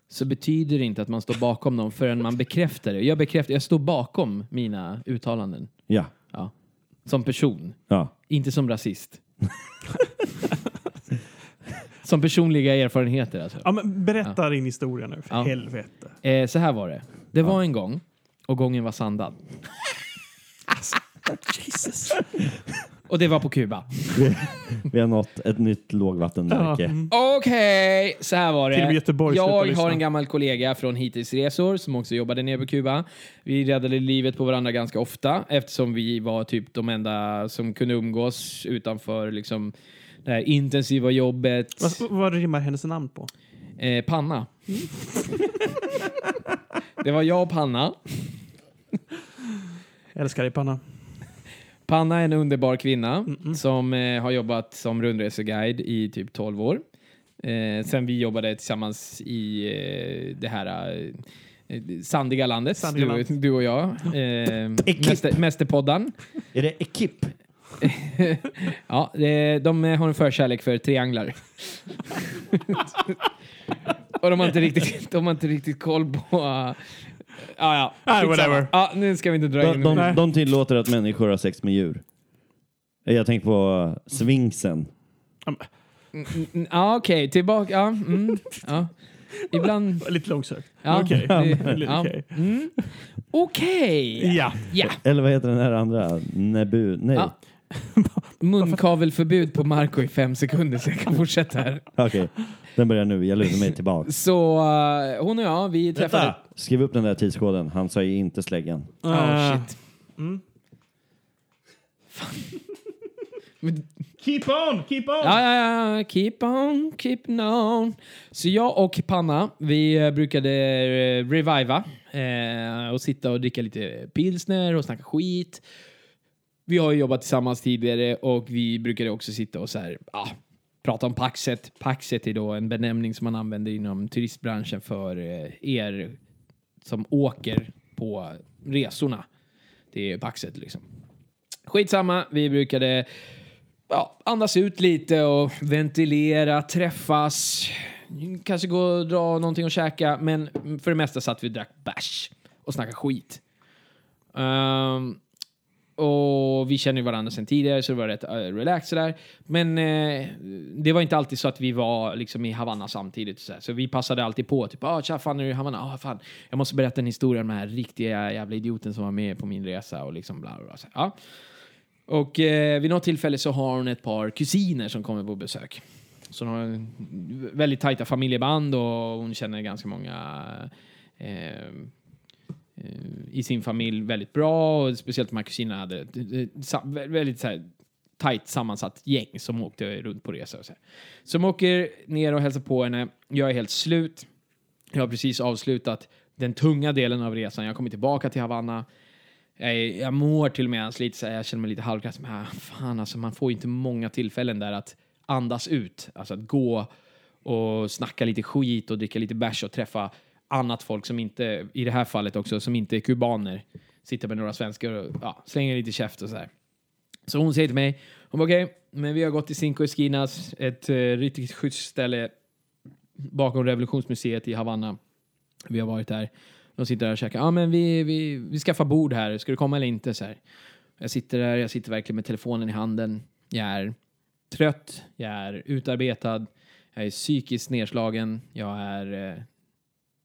S5: så betyder det inte att man står bakom dem förrän man bekräftar det. Jag, bekräftar, jag står bakom mina uttalanden.
S4: Ja,
S5: Ja. Som person.
S4: ja.
S5: Inte som rasist. [LAUGHS] som personliga erfarenheter alltså.
S1: Ja, men berätta din historia nu, för
S5: Ja.
S1: helvete.
S5: Eh, så här var det. Det var en gång och gången var sandad.
S1: Alltså,
S5: Och det var på Kuba.
S4: Vi har nått ett nytt lågvattenmärke.
S5: Okej, så här var det.
S1: Till och med Göteborg slutar
S5: jag
S1: lyssna.
S5: har en gammal kollega från Hitisresor som också jobbade nere på Kuba. Vi räddade livet på varandra ganska ofta eftersom vi var typ de enda som kunde umgås utanför liksom, det här intensiva jobbet.
S1: Vad, vad rimmar hennes namn på?
S5: Eh, panna. det var jag och Panna.
S1: Älskar dig panna.
S5: Panna är en underbar kvinna som eh, har jobbat som rundreseguide i typ 12 år. Eh, sen vi jobbade tillsammans i eh, det här eh, sandiga landet,
S1: Sandiga
S5: du,
S1: land.
S5: du och jag. Eh,
S4: Ekip.
S5: mäster, mästerpoddan.
S4: Är det Ekip?
S5: [LAUGHS] Ja, eh, de eh, har en förkärlek för trianglar. [LAUGHS] och de har inte riktigt, de har inte riktigt koll på... Uh, Ah, ja,
S1: Ah,
S5: Skitsamma.
S1: whatever.
S5: Ja, nu ska vi inte dra in
S4: De, de, de tillåter att människor har sex med djur. Jag tänker på eh, Svinksen.
S5: Mm, mm, Ja, okej. Tillbaka. Ja, mm, ja. Ibland...
S1: Lite långsökt.
S5: Ja,
S1: Okej.
S5: det-
S1: Lite
S5: ja.
S1: okej.
S5: Mm. Okej.
S1: Ja.
S5: Ja.
S4: Eller vad heter den här andra? Nebu? Nej.
S5: Ja. Munkavelförbud på Marco i fem sekunder så jag kan fortsätta här.
S4: Okej, den börjar nu. Jag lutar mig tillbaka.
S5: Så eh, hon och jag, vi träffade...
S4: Vänta! Skriv upp den där tidskoden. Han sa ju inte släggan.
S5: Oh, shit. Men-
S1: Keep on, keep on!
S5: Ja, ja, ja, ja. Keep on, keep on. Så jag och Panna, vi eh, brukade eh, reviva eh, och sitta och dricka lite pilsner och snacka skit. Vi har ju jobbat tillsammans tidigare och vi brukade också sitta och så här, ja, prata om Paxet. Paxet är då en benämning som man använder inom turistbranschen för eh, er som åker på resorna. Det är Paxet liksom. Skitsamma, vi brukade ja, andas ut lite och ventilera, träffas, kanske gå och dra någonting och käka. Men för det mesta satt vi och drack bärs och snackade skit. Ehm, och vi känner ju varandra sedan tidigare så det var rätt eh, relaxed sådär. Men eh, det var inte alltid så att vi var liksom i Havanna samtidigt. Så, så vi passade alltid på. Typ, ah, tja, fan är du i Havanna? Ah, fan. Jag måste berätta en historia om den här riktiga jävla idioten som var med på min resa och liksom bla bla bla. Så, här, ja. Och eh, vid något tillfälle så har hon ett par kusiner som kommer på besök. Så hon har en- väldigt tajta familjeband och hon känner ganska många eh, eh, i sin familj väldigt bra. Och speciellt de här kusinerna hade ett, ett, sa- vä- väldigt så här, tajt sammansatt gäng som åkte runt på resor. och Så här. Som åker ner och hälsar på henne. Jag är helt slut. Jag har precis avslutat den tunga delen av resan. Jag kommer tillbaka till Havanna. Jag, är, jag mår till och med ens lite så här, jag känner mig lite halvkrass. Men ah, fan alltså, man får ju inte många tillfällen där att andas ut. Alltså att gå och snacka lite skit och dricka lite bärs och träffa annat folk som inte, i det här fallet också, som inte är kubaner. Sitta med några svenskar och ja, slänga lite käft och så här. Så hon säger till mig, hon bara okej, men vi har gått till Cinco Esquinas, ett eh, riktigt schysst ställe bakom revolutionsmuseet i Havanna. Vi har varit där. De sitter där och käkar. Ja, men vi, vi, vi skaffar bord här. Ska du komma eller inte? Så här. Jag sitter där. Jag sitter verkligen med telefonen i handen. Jag är trött. Jag är utarbetad. Jag är psykiskt nedslagen. Jag är eh,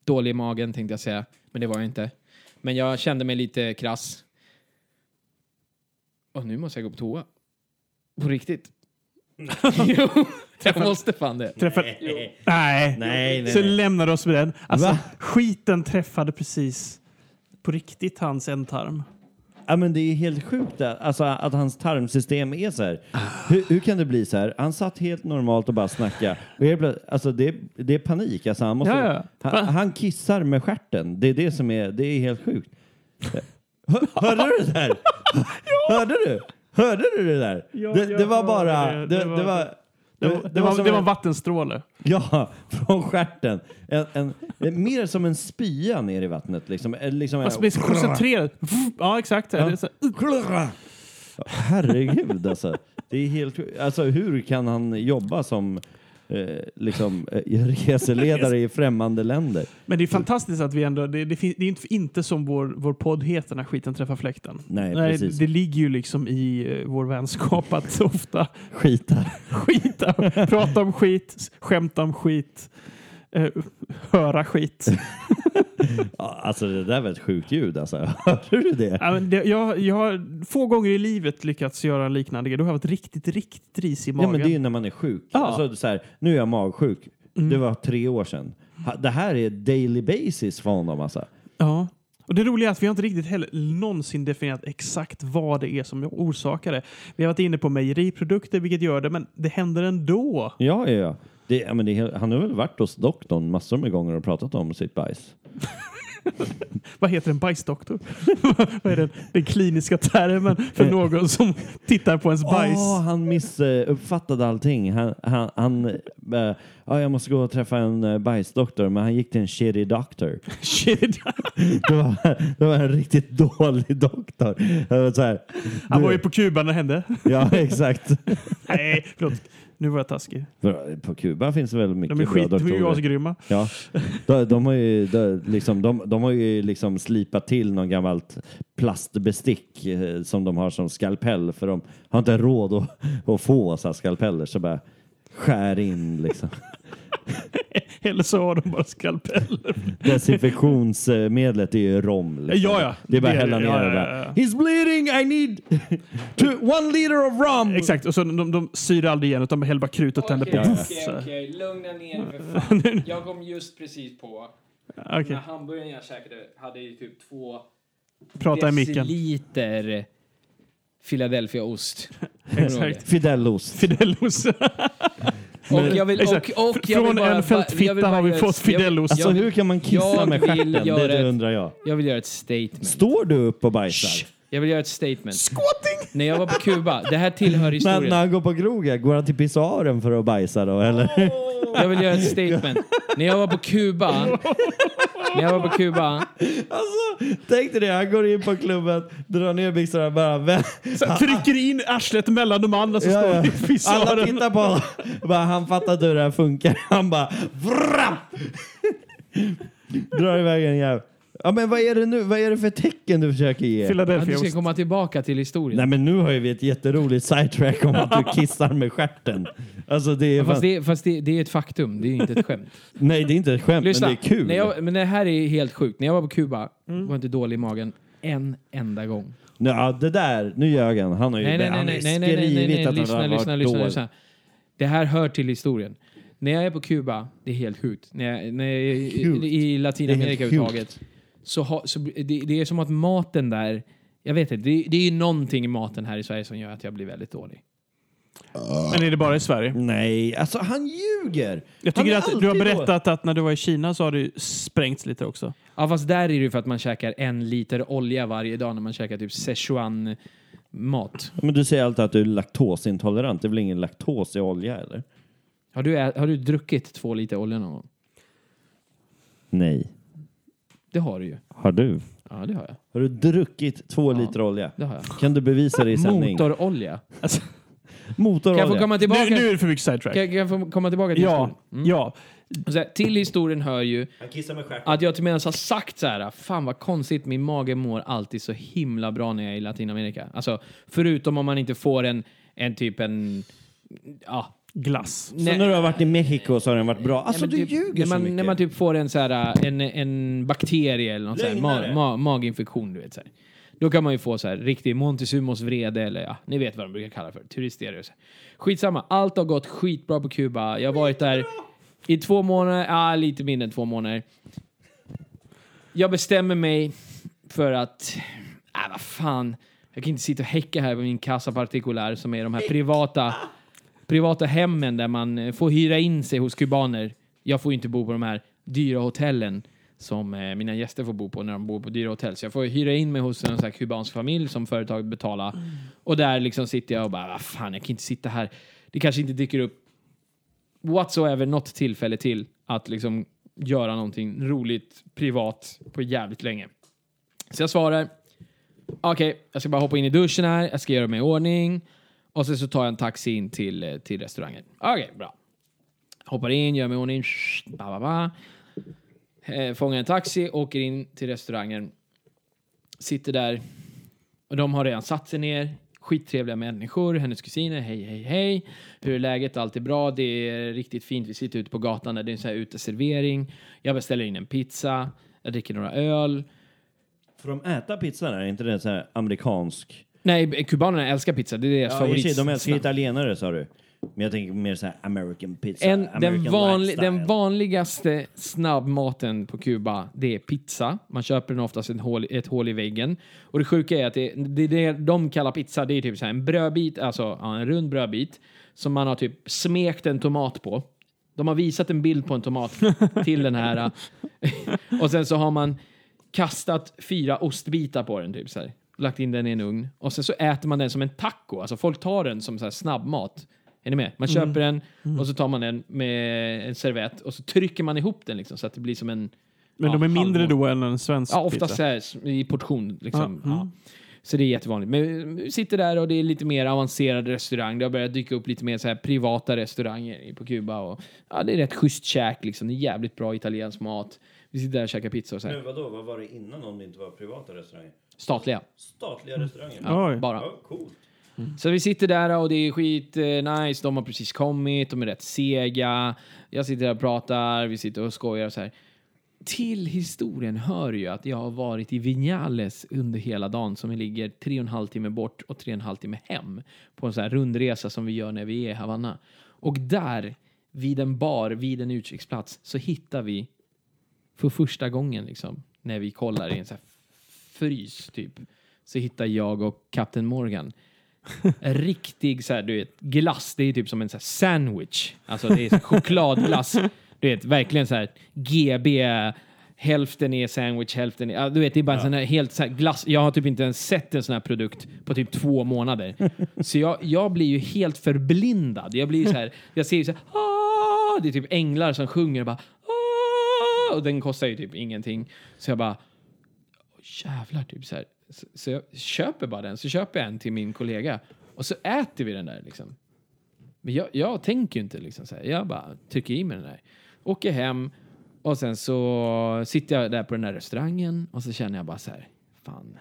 S5: dålig i magen tänkte jag säga. Men det var jag inte. Men jag kände mig lite krass. Och nu måste jag gå på toa. På riktigt. [LAUGHS] jo, jag måste fan det.
S3: Träffar... Nej.
S4: Nej, nej,
S3: Så
S4: nej.
S3: lämnar du oss med den. Alltså,
S4: Va?
S3: skiten träffade precis på riktigt hans ändtarm.
S4: Ja, men det är helt sjukt att, alltså, att hans tarmsystem är så här. Hur, hur kan det bli så här? Han satt helt normalt och bara snackade. Och helt plötsligt- alltså, det, det är panik. Alltså, han, måste,
S3: Ja, ja.
S4: Han, han kissar med stjärten. Det är det som är, det är helt sjukt. Hör, hörde du det där? Hörde du? Hörde du det där?
S3: Ja,
S4: det,
S3: jag
S4: det var
S3: hörde
S4: bara...
S3: det.
S4: Det,
S3: Det
S4: det,
S3: var-
S4: var, det,
S3: Det var, det var,
S4: som
S3: det var
S4: en-
S3: en vattenstråle.
S4: Ja, [LAUGHS] från stjärten. En, en, en, mer som en spya ner i vattnet. Liksom, Eller liksom,
S3: Alltså, det är så koncentrerat. Ja, exakt. Det är så...
S4: Herregud alltså. Det är helt Alltså hur kan han jobba som eh, liksom eh, reseledare i främmande länder?
S3: Men det är fantastiskt att vi ändå... Det, det, fin- det är inte, inte som vår, vår podd heter, när skiten träffar fläkten.
S4: Nej, precis.
S3: det ligger ju liksom i eh, vår vänskap att [LAUGHS] ofta
S4: Skitar.
S3: skita, prata om skit, skämta om skit, eh, [LAUGHS] höra skit.
S4: Ja, alltså det där var ett sjukt ljud alltså. [LAUGHS] Hörde du det?
S3: Ja, men det, jag, jag har få gånger i livet lyckats göra en liknande grej. Då har jag varit riktigt, riktigt risig i
S4: Ja
S3: magen.
S4: men det är ju när man är sjuk.
S3: Ja. Mm.
S4: Alltså så här, nu är jag magsjuk. Det var tre år sedan. Ha- Det här är daily basis för honom alltså.
S3: Ja. Och det roliga är att vi har inte riktigt heller någonsin definierat exakt vad det är som orsakar det. Vi har varit inne på mejeriprodukter, vilket gör det, men det händer ändå.
S4: Ja, ja, ja. Det, ja men det, är helt- han har väl varit hos doktorn massor med gånger och pratat om sitt bajs.
S3: Vad heter en bajsdoktor? [LAUGHS] vad är den, den kliniska termen
S4: Eh.
S3: för någon som tittar på ens
S4: Ah.
S3: bajs?
S4: Åh, han missuppfattade allting. Han, han, han eh, ja, jag måste gå och träffa en eh, bajsdoktor, men han gick till en shitty
S3: [LAUGHS]
S4: doctor.
S3: Shit.
S4: Det var, det var en riktigt dålig doktor. Jag var så här,
S3: Han
S4: du-
S3: var ju på Kuba när det hände.
S4: Ja, exakt.
S3: Nej, förlåt. Nu var jag taskig.
S4: För På Kuba finns det väl mycket
S3: De är skit,
S4: bra
S3: de är ju
S4: doktorer.
S3: asgrymma.
S4: Ja. [LAUGHS] De, de, har ju, de, liksom, de, de har ju liksom slipat till någon gammalt plastbestick eh, som de har som skalpell för de har inte råd att, att få så här skalpeller så bara skär in [LAUGHS] liksom.
S3: Eller så har de bara skalpeller.
S4: Desinfektionsmedlet är ju rom. Liksom.
S3: Ja, ja.
S4: Det är bara
S3: Det är
S4: att hälla
S3: det.
S4: ner
S3: Ja,
S4: det
S3: ja,
S4: bara.
S3: ja, ja.
S4: He's bleeding, I need to one liter of rum!
S3: Exakt, och så de, de syr aldrig igen utan häller bara krut och tänder på. Så här.
S5: okej. Lugna ner
S3: [LAUGHS]
S5: för fan. Jag kom just precis på.
S3: Okej,
S5: Den här hamburgaren jag käkade hade ju typ två
S3: prata i micken.
S5: deciliter Philadelphiaost.
S3: [LAUGHS] Exakt.
S4: Fidelos. [LAUGHS]
S3: Fidelos.
S5: Och jag vill,
S3: Exakt.
S5: och, och jag
S3: Från
S5: vill bara,
S3: en fältfitta
S5: jag vill bara
S3: har vi
S5: göra
S3: fått
S5: ett- jag vill-
S3: Fidelos.
S4: Alltså
S5: jag vill-
S4: hur kan man kissa
S5: jag
S4: med
S5: vill
S4: stjärten? Det,
S5: göra
S4: är det
S5: ett-
S4: undrar jag.
S5: Jag vill göra ett statement.
S4: Står du upp och bajsar?
S5: Jag vill göra ett statement. Squatting! När jag var på Kuba, det här
S3: [LAUGHS]
S5: tillhör
S4: När,
S5: historien.
S4: när han går på krogen, går han till pissoaren för att bajsa då
S5: [LAUGHS]
S4: eller?
S5: Jag vill göra ett statement. När jag var på Kuba...
S3: [LAUGHS]
S5: När jag var på Kuba...
S4: Alltså, tänk dig det, han går in på klubben, drar ner byxorna bara... vä-
S3: Så här, trycker in arslet mellan de andra som
S4: Ja,
S3: står
S4: ja.
S3: i
S4: Alla
S3: fissaren.
S4: tittar på honom, bara, han fattar inte hur det här funkar. Han bara... Vrap! Drar iväg en jävel. Ja men vad är det nu, vad är det för tecken du försöker ge?
S5: Att du ska
S3: Philadelphia.
S5: komma tillbaka till historien.
S4: Nej men nu har ju vi ett jätteroligt sidetrack om att du kissar med stjärten. Alltså det är
S5: Fast,
S4: fan,
S5: det, fast det, det är ett faktum, det är inte ett skämt.
S4: Nej det är inte ett skämt [LAUGHS]
S5: Lyssna,
S4: men det är kul.
S5: När jag, men det här är helt sjukt. När jag var på Kuba var jag inte dålig i magen en enda gång.
S4: Nu, ja, det där, nu ljög han. Han har ju
S5: Nej, nej,
S4: han
S5: nej,
S4: har
S5: nej,
S4: ju
S5: nej, nej, nej, nej,
S4: skrivit
S5: nej,
S4: att han
S5: lyssna,
S4: har
S5: lyssna,
S4: varit
S5: lyssna,
S4: dålig.
S5: lyssna. Det här hör till historien. När jag är på Kuba, det är helt sjukt. När jag, när jag är i,
S4: Sjukt.
S5: i, i
S4: Det är helt
S5: Latinamerika överhuvudtaget. Så, ha, så bli- det, det är som att maten där, jag vet inte, det, det är ju någonting i maten här i Sverige som gör att jag blir väldigt dålig.
S3: Men är det bara i Sverige?
S4: Nej, alltså han ljuger!
S3: Jag tycker
S4: Han är
S3: att du har
S4: alltid
S3: berättat att när du var i Kina så har du sprängts lite också.
S5: Ja, fast där är det ju för att man käkar en liter olja varje dag när man käkar typ Szechuan-mat.
S4: då. Men du säger alltid att du är laktosintolerant. Det är väl ingen laktos i olja, eller?
S5: Har du, ä- har du druckit två liter olja någon gång?
S4: Nej.
S5: Det har du ju.
S4: Har du?
S5: Ja, det har jag.
S4: Har du druckit två
S5: Ja.
S4: liter olja?
S5: Det har jag.
S4: Kan du bevisa det i sändning?
S5: Motorolja. Kan
S4: Motorolja.
S5: jag få komma tillbaka?
S3: Nu, nu är det för mycket sidetrack.
S5: Kan, kan jag få komma tillbaka till
S3: Ja,
S5: historien? Mm.
S3: ja.
S5: Och Så här, till historien hör ju
S4: Han kissar med stjärten.
S5: att jag till medans har sagt så här, fan vad konstigt, min mage mår alltid så himla bra när jag är i Latinamerika. Alltså, förutom om man inte får en, en typ en, ja,
S3: Glass.
S4: Så när du har varit i Mexiko så har den varit bra. Alltså
S5: Nej, men
S4: du
S5: typ,
S4: ljuger
S5: när man,
S4: så mycket.
S5: När man typ får en, så här, en, en bakterie eller något så här, ma,
S4: Lögnare.
S5: ma, maginfektion, du vet. Så här. Då kan man ju få så här riktig Montezumos vrede eller ja, ni vet vad de brukar kalla för, turisterare och så här. Skitsamma, allt har gått skitbra på Kuba. Jag har varit där i två månader, ja lite mindre än två månader. Jag bestämmer mig för att, äh, vad fan, jag kan inte sitta och häcka här med min casa partikulär som är de här privata privata hemmen där man eh, får hyra in sig hos kubaner. Jag får ju inte bo på de här dyra hotellen som eh, mina gäster får bo på när de bor på dyra hotell. Så jag får ju hyra in mig hos en sån här kubansk familj som företaget betalar. Och där liksom sitter jag och bara, vad fan, jag kan inte sitta här. Det kanske inte dyker upp whatsoever något tillfälle till att liksom göra någonting roligt privat på jävligt länge. Så jag svarar, okej, jag ska bara hoppa in i duschen här, jag ska göra mig i ordning och sen så tar jag en taxi in till, eh, till restaurangen. Okej, bra. Hoppar in, gör mig i ordning, shh, ba, ba, ba. Eh, fångar en taxi, åker in till restaurangen. Sitter där. Och de har redan satt sig ner. Skittrevliga människor, hennes kusiner, hej, hej, hej. Hur är läget? Allt är bra, det är riktigt fint. Vi sitter ute på gatan där det är en sån här uteservering. Jag beställer in en pizza, jag dricker några öl.
S4: Får de äta pizzan här? Är inte den så här amerikansk?
S5: Nej, kubanerna älskar pizza, det är deras
S4: Ja, i och för sig,
S5: favorit.
S4: de älskar italienare sa du. Men jag tänker mer så här American pizza.
S5: En, den,
S4: American
S5: vanli,
S4: lifestyle.
S5: den vanligaste snabbmaten på Kuba, det är pizza. Man köper den oftast ett hål, ett hål i väggen. Och det sjuka är att det, det, är det de kallar pizza, det är typ så här en brödbit, alltså ja, en rund brödbit, som man har typ smekt en tomat på. De har visat en bild på en tomat
S4: [LAUGHS]
S5: till den här. Och sen så har man kastat fyra ostbitar på den, typ så här. Lagt in den i en ugn. Och sen så äter man den som en taco. Alltså folk tar den som så här snabbmat. Är ni med? Man köper
S3: Mm.
S5: den och så tar man den med en servett och så trycker man ihop den liksom så att det blir som en...
S3: Men
S5: ja,
S3: de är mindre
S5: halvmåne.
S3: då än en svensk
S5: Ja, oftast så
S3: pizza.
S5: här i portion. Liksom.
S3: Ja,
S5: Ja,
S3: mm.
S5: Så det är jättevanligt. Men vi sitter där och det är lite mer avancerad restaurang. Det har börjat dyka upp lite mer så här privata restauranger i- på Kuba. Och, ja, det är rätt schysst käk liksom. Det är jävligt bra italiensk mat. Vi sitter där och käkar pizza och så här.
S4: Men vadå, vad var det innan om det inte var privata restauranger?
S5: Statliga.
S4: Statliga restauranger?
S5: Mm. Ja,
S3: Oj.
S5: bara.
S4: Ja, coolt.
S5: Så vi sitter där och det är skit eh, nice. De har precis kommit, de är rätt sega. Jag sitter där och pratar, vi sitter och skojar och så här. Till historien hör ju att jag har varit i Vinales under hela dagen som ligger tre och en halv timme bort och tre och en halv timme hem på en sån här rundresa som vi gör när vi är i Havanna. Och där, vid en bar, vid en utkiksplats, så hittar vi för första gången liksom, när vi kollar i en sån här frys typ, så hittar jag och Kapten Morgan en riktig så här, du vet, glass. Det är typ som en så här sandwich. Alltså det är så här chokladglass. Du vet, verkligen så här GB. Hälften är sandwich, hälften är... ja, Du vet, det är bara en sån här helt så här glass. Jag har typ inte ens sett en sån här produkt på typ två månader. Så jag, jag blir ju helt förblindad. Jag blir ju så här... Jag ser ju så här... "Ah!" Det är typ änglar som sjunger och bara... "Ah!" Och den kostar ju typ ingenting. Så jag bara jävlar, typ så här. Så, så jag köper bara den, så köper jag en till min kollega och så äter vi den där liksom. Men jag, jag tänker ju inte liksom så här. Jag bara trycker i mig den där. Åker hem och sen så sitter jag där på den där restaurangen och så känner jag bara så här. Fan,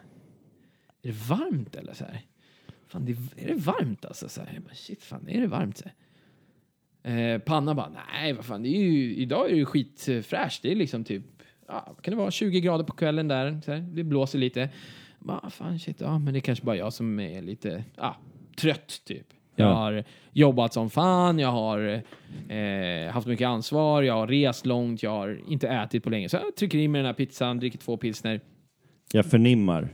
S5: är det varmt eller så här? Fan, det, är det varmt alltså? Så här. Jag bara, shit, fan, är det varmt? Så här. Eh, panna bara, nej vad fan, det är ju, idag är det ju skitfräscht. Det är liksom typ, ja, vad kan det vara, 20 grader på kvällen där. Så här, det blåser "Ah, lite. Bara, fan shit, ja men det är kanske bara jag som är lite, ja, trött typ. Jag
S4: Ja.
S5: har jobbat som fan, jag har eh, haft mycket ansvar, jag har rest långt, jag har inte ätit på länge. Så jag trycker i mig den här pizzan, dricker två pilsner.
S4: Jag förnimmar.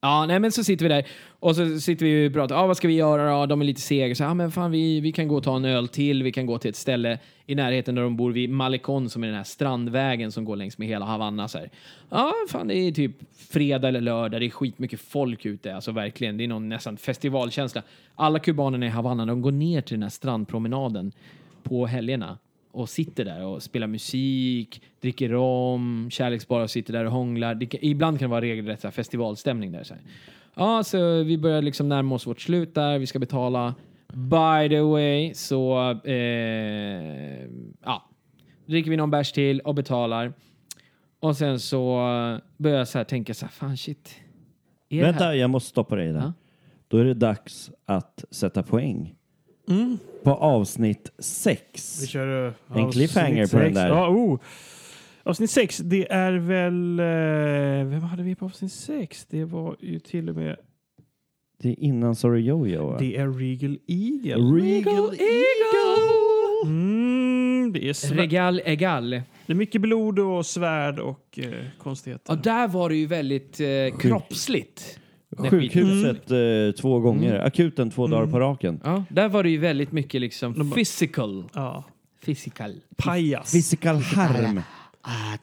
S5: Ja, nej men så sitter vi där och så sitter vi och pratar. Ah, vad ska vi göra då? De är lite sega. Så, ah, men fan, vi, vi kan gå och ta en öl till. Vi kan gå till ett ställe i närheten där de bor vid Malecon som är den här strandvägen som går längs med hela Havanna. Så här. Ja, fan det är typ fredag eller lördag. Det är skitmycket folk ute. Alltså verkligen. Det är någon nästan festivalkänsla. Alla kubanerna i Havanna, de går ner till den här strandpromenaden på helgerna och sitter där och spelar musik, dricker rom, kärleksbara, sitter där och hånglar. Det, kan- ibland kan det vara regelrätt så här, festivalstämning där. Så här. Ja, så vi börjar liksom närma oss vårt slut där. Vi ska betala. By the way, så eh, ja, dricker vi någon bärs till och betalar. Och sen så börjar jag så här tänka så här, fan shit. Är det här-
S4: Vänta, jag måste stoppa dig där.
S5: Ja.
S4: Då är det dags att sätta poäng. På avsnitt sex.
S1: Mm. Vi kör eh,
S4: En cliffhanger
S1: avsnitt
S4: på den
S1: sex.
S4: där.
S1: Ja, oh. Avsnitt 6, det är väl... Eh, vem hade vi på avsnitt 6? Det var ju till och med...
S4: Det är innan Sorry Jojo va?
S1: Det är Regal Eagle.
S4: Regal Eagle!
S1: Mm, det, är svär-
S5: Regal egal.
S1: det är mycket blod och svärd och eh, konstigheter.
S5: Ja, där var det ju väldigt eh, kroppsligt. Nej,
S4: Sjukhuset eh,
S1: Mm.
S4: två gånger. Akuten två dagar på raken.
S5: Ja, där var det ju väldigt mycket liksom
S1: De bara-
S5: physical.
S1: Ja.
S5: Physical.
S1: Pajas.
S4: Physical harm.
S8: Ah,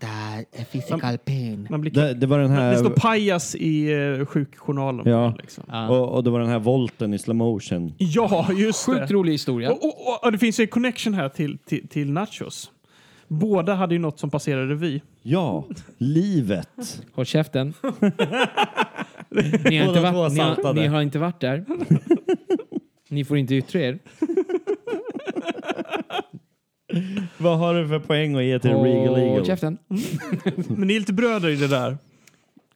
S8: the physical pain.
S1: Man blir
S4: Det, det var den
S1: det står
S4: här...
S1: pajas i eh, sjukjournalen.
S4: Ja.
S1: Liksom.
S4: Och, och det var den här volten i slow motion.
S1: ja, just det.
S5: Sjukt rolig
S4: Oh.
S5: historia.
S1: Och, och, och, och det finns ju en connection här till, till, till Nachos. Båda hade ju något som passerade revy.
S4: Ja,
S1: [LAUGHS]
S4: livet. [LAUGHS]
S5: Håll käften. ni, har inte
S4: Båda två
S5: varit, ni, har,
S4: saltade.
S5: ni har inte varit där. ni får inte yttra er.
S4: Vad har du för poäng att ge till Regal
S5: Håll
S4: Eagle?
S5: käften.
S1: Men ni är lite bröder i det där.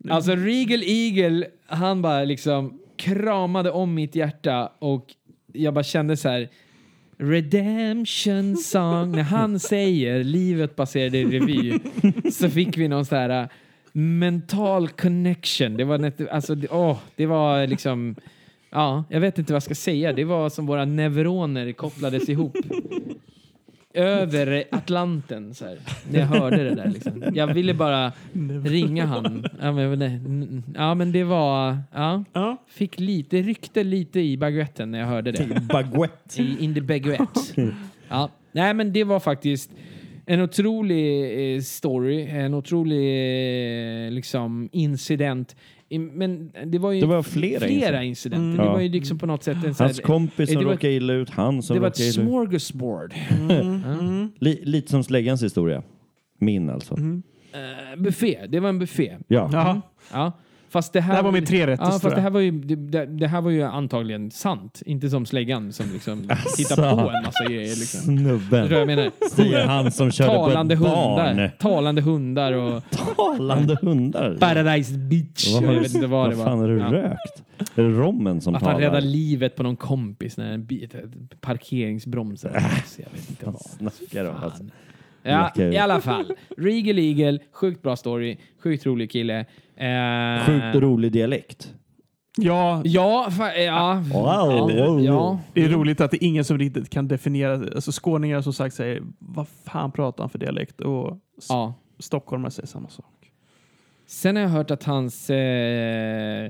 S5: Alltså Regal Eagle, han bara liksom kramade om mitt hjärta och jag bara kände så här Redemption song. När han säger livet baserade i revy så fick vi någon så här äh, mental connection. Det var, net, alltså, det, åh, det var liksom... Ja, jag vet inte vad jag ska säga. Det var som våra neuroner kopplades ihop. Över Atlanten, så här. När jag hörde det där liksom. Jag ville bara ringa han. Ja, men, nej, n- ja, men det var... Ja.
S1: Ja.
S5: Fick lite, det ryckte lite i baguetten när jag hörde det.
S4: Baguette.
S5: I In the baguette. ja. Nej, men det var faktiskt en otrolig eh, story, en otrolig eh, liksom, incident. I- Men det var ju
S4: Det var flera
S5: flera incidenter.
S4: Mm.
S5: Det
S4: Ja.
S5: var ju liksom på något sätt en så här,
S4: Hans kompis
S5: det
S4: som
S5: var-
S4: råkade illa ut, han som
S5: det var
S4: råkade
S5: ett
S4: illa ut.
S5: smorgasbord.
S4: Li, lite som släggans historia. Min alltså.
S1: Mm.
S5: Eh, buffé, det var en buffé.
S4: Ja.
S1: Jaha.
S5: Ja. Fast det här,
S1: Mm. Det här var min
S5: ja,
S1: trerätters
S5: fast det här var ju det, det, det här var ju antagligen sant. Inte som släggan som
S4: [LAUGHS]
S5: liksom hittar på en massa grejer. Liksom. Förstår du
S4: Snubben.
S5: vad jag menar?
S4: Säger han som körde
S5: Talande
S4: på ett barn.
S5: hundar. Talande hundar och
S4: Talande hundar.
S5: Paradise Beach.
S4: Vad, har
S5: jag
S4: du,
S5: vet inte vad det var.
S4: fan har du
S5: Ja.
S4: rökt? Är det rommen som
S5: Att han
S4: talar?
S5: räddar livet på någon kompis när en bit, parkeringsbromsar. Alltså, jag vet inte vad.
S4: Snackar om Äh. alltså.
S5: Fan. Ja,
S4: Blackade
S5: i
S4: ut.
S5: alla fall. Regal Eagle, sjukt bra story, sjukt rolig kille. Eh,
S4: Sjukt rolig dialekt.
S1: Ja,
S5: Ja, fa- eh, ja.
S4: Wow.
S5: ja, ja.
S1: det är roligt att det är ingen som riktigt kan definiera. Alltså skåningar som sagt säger vad fan pratar han för dialekt? Och s-
S5: ja.
S1: stockholmare säger samma sak.
S5: Sen har jag hört att hans eh,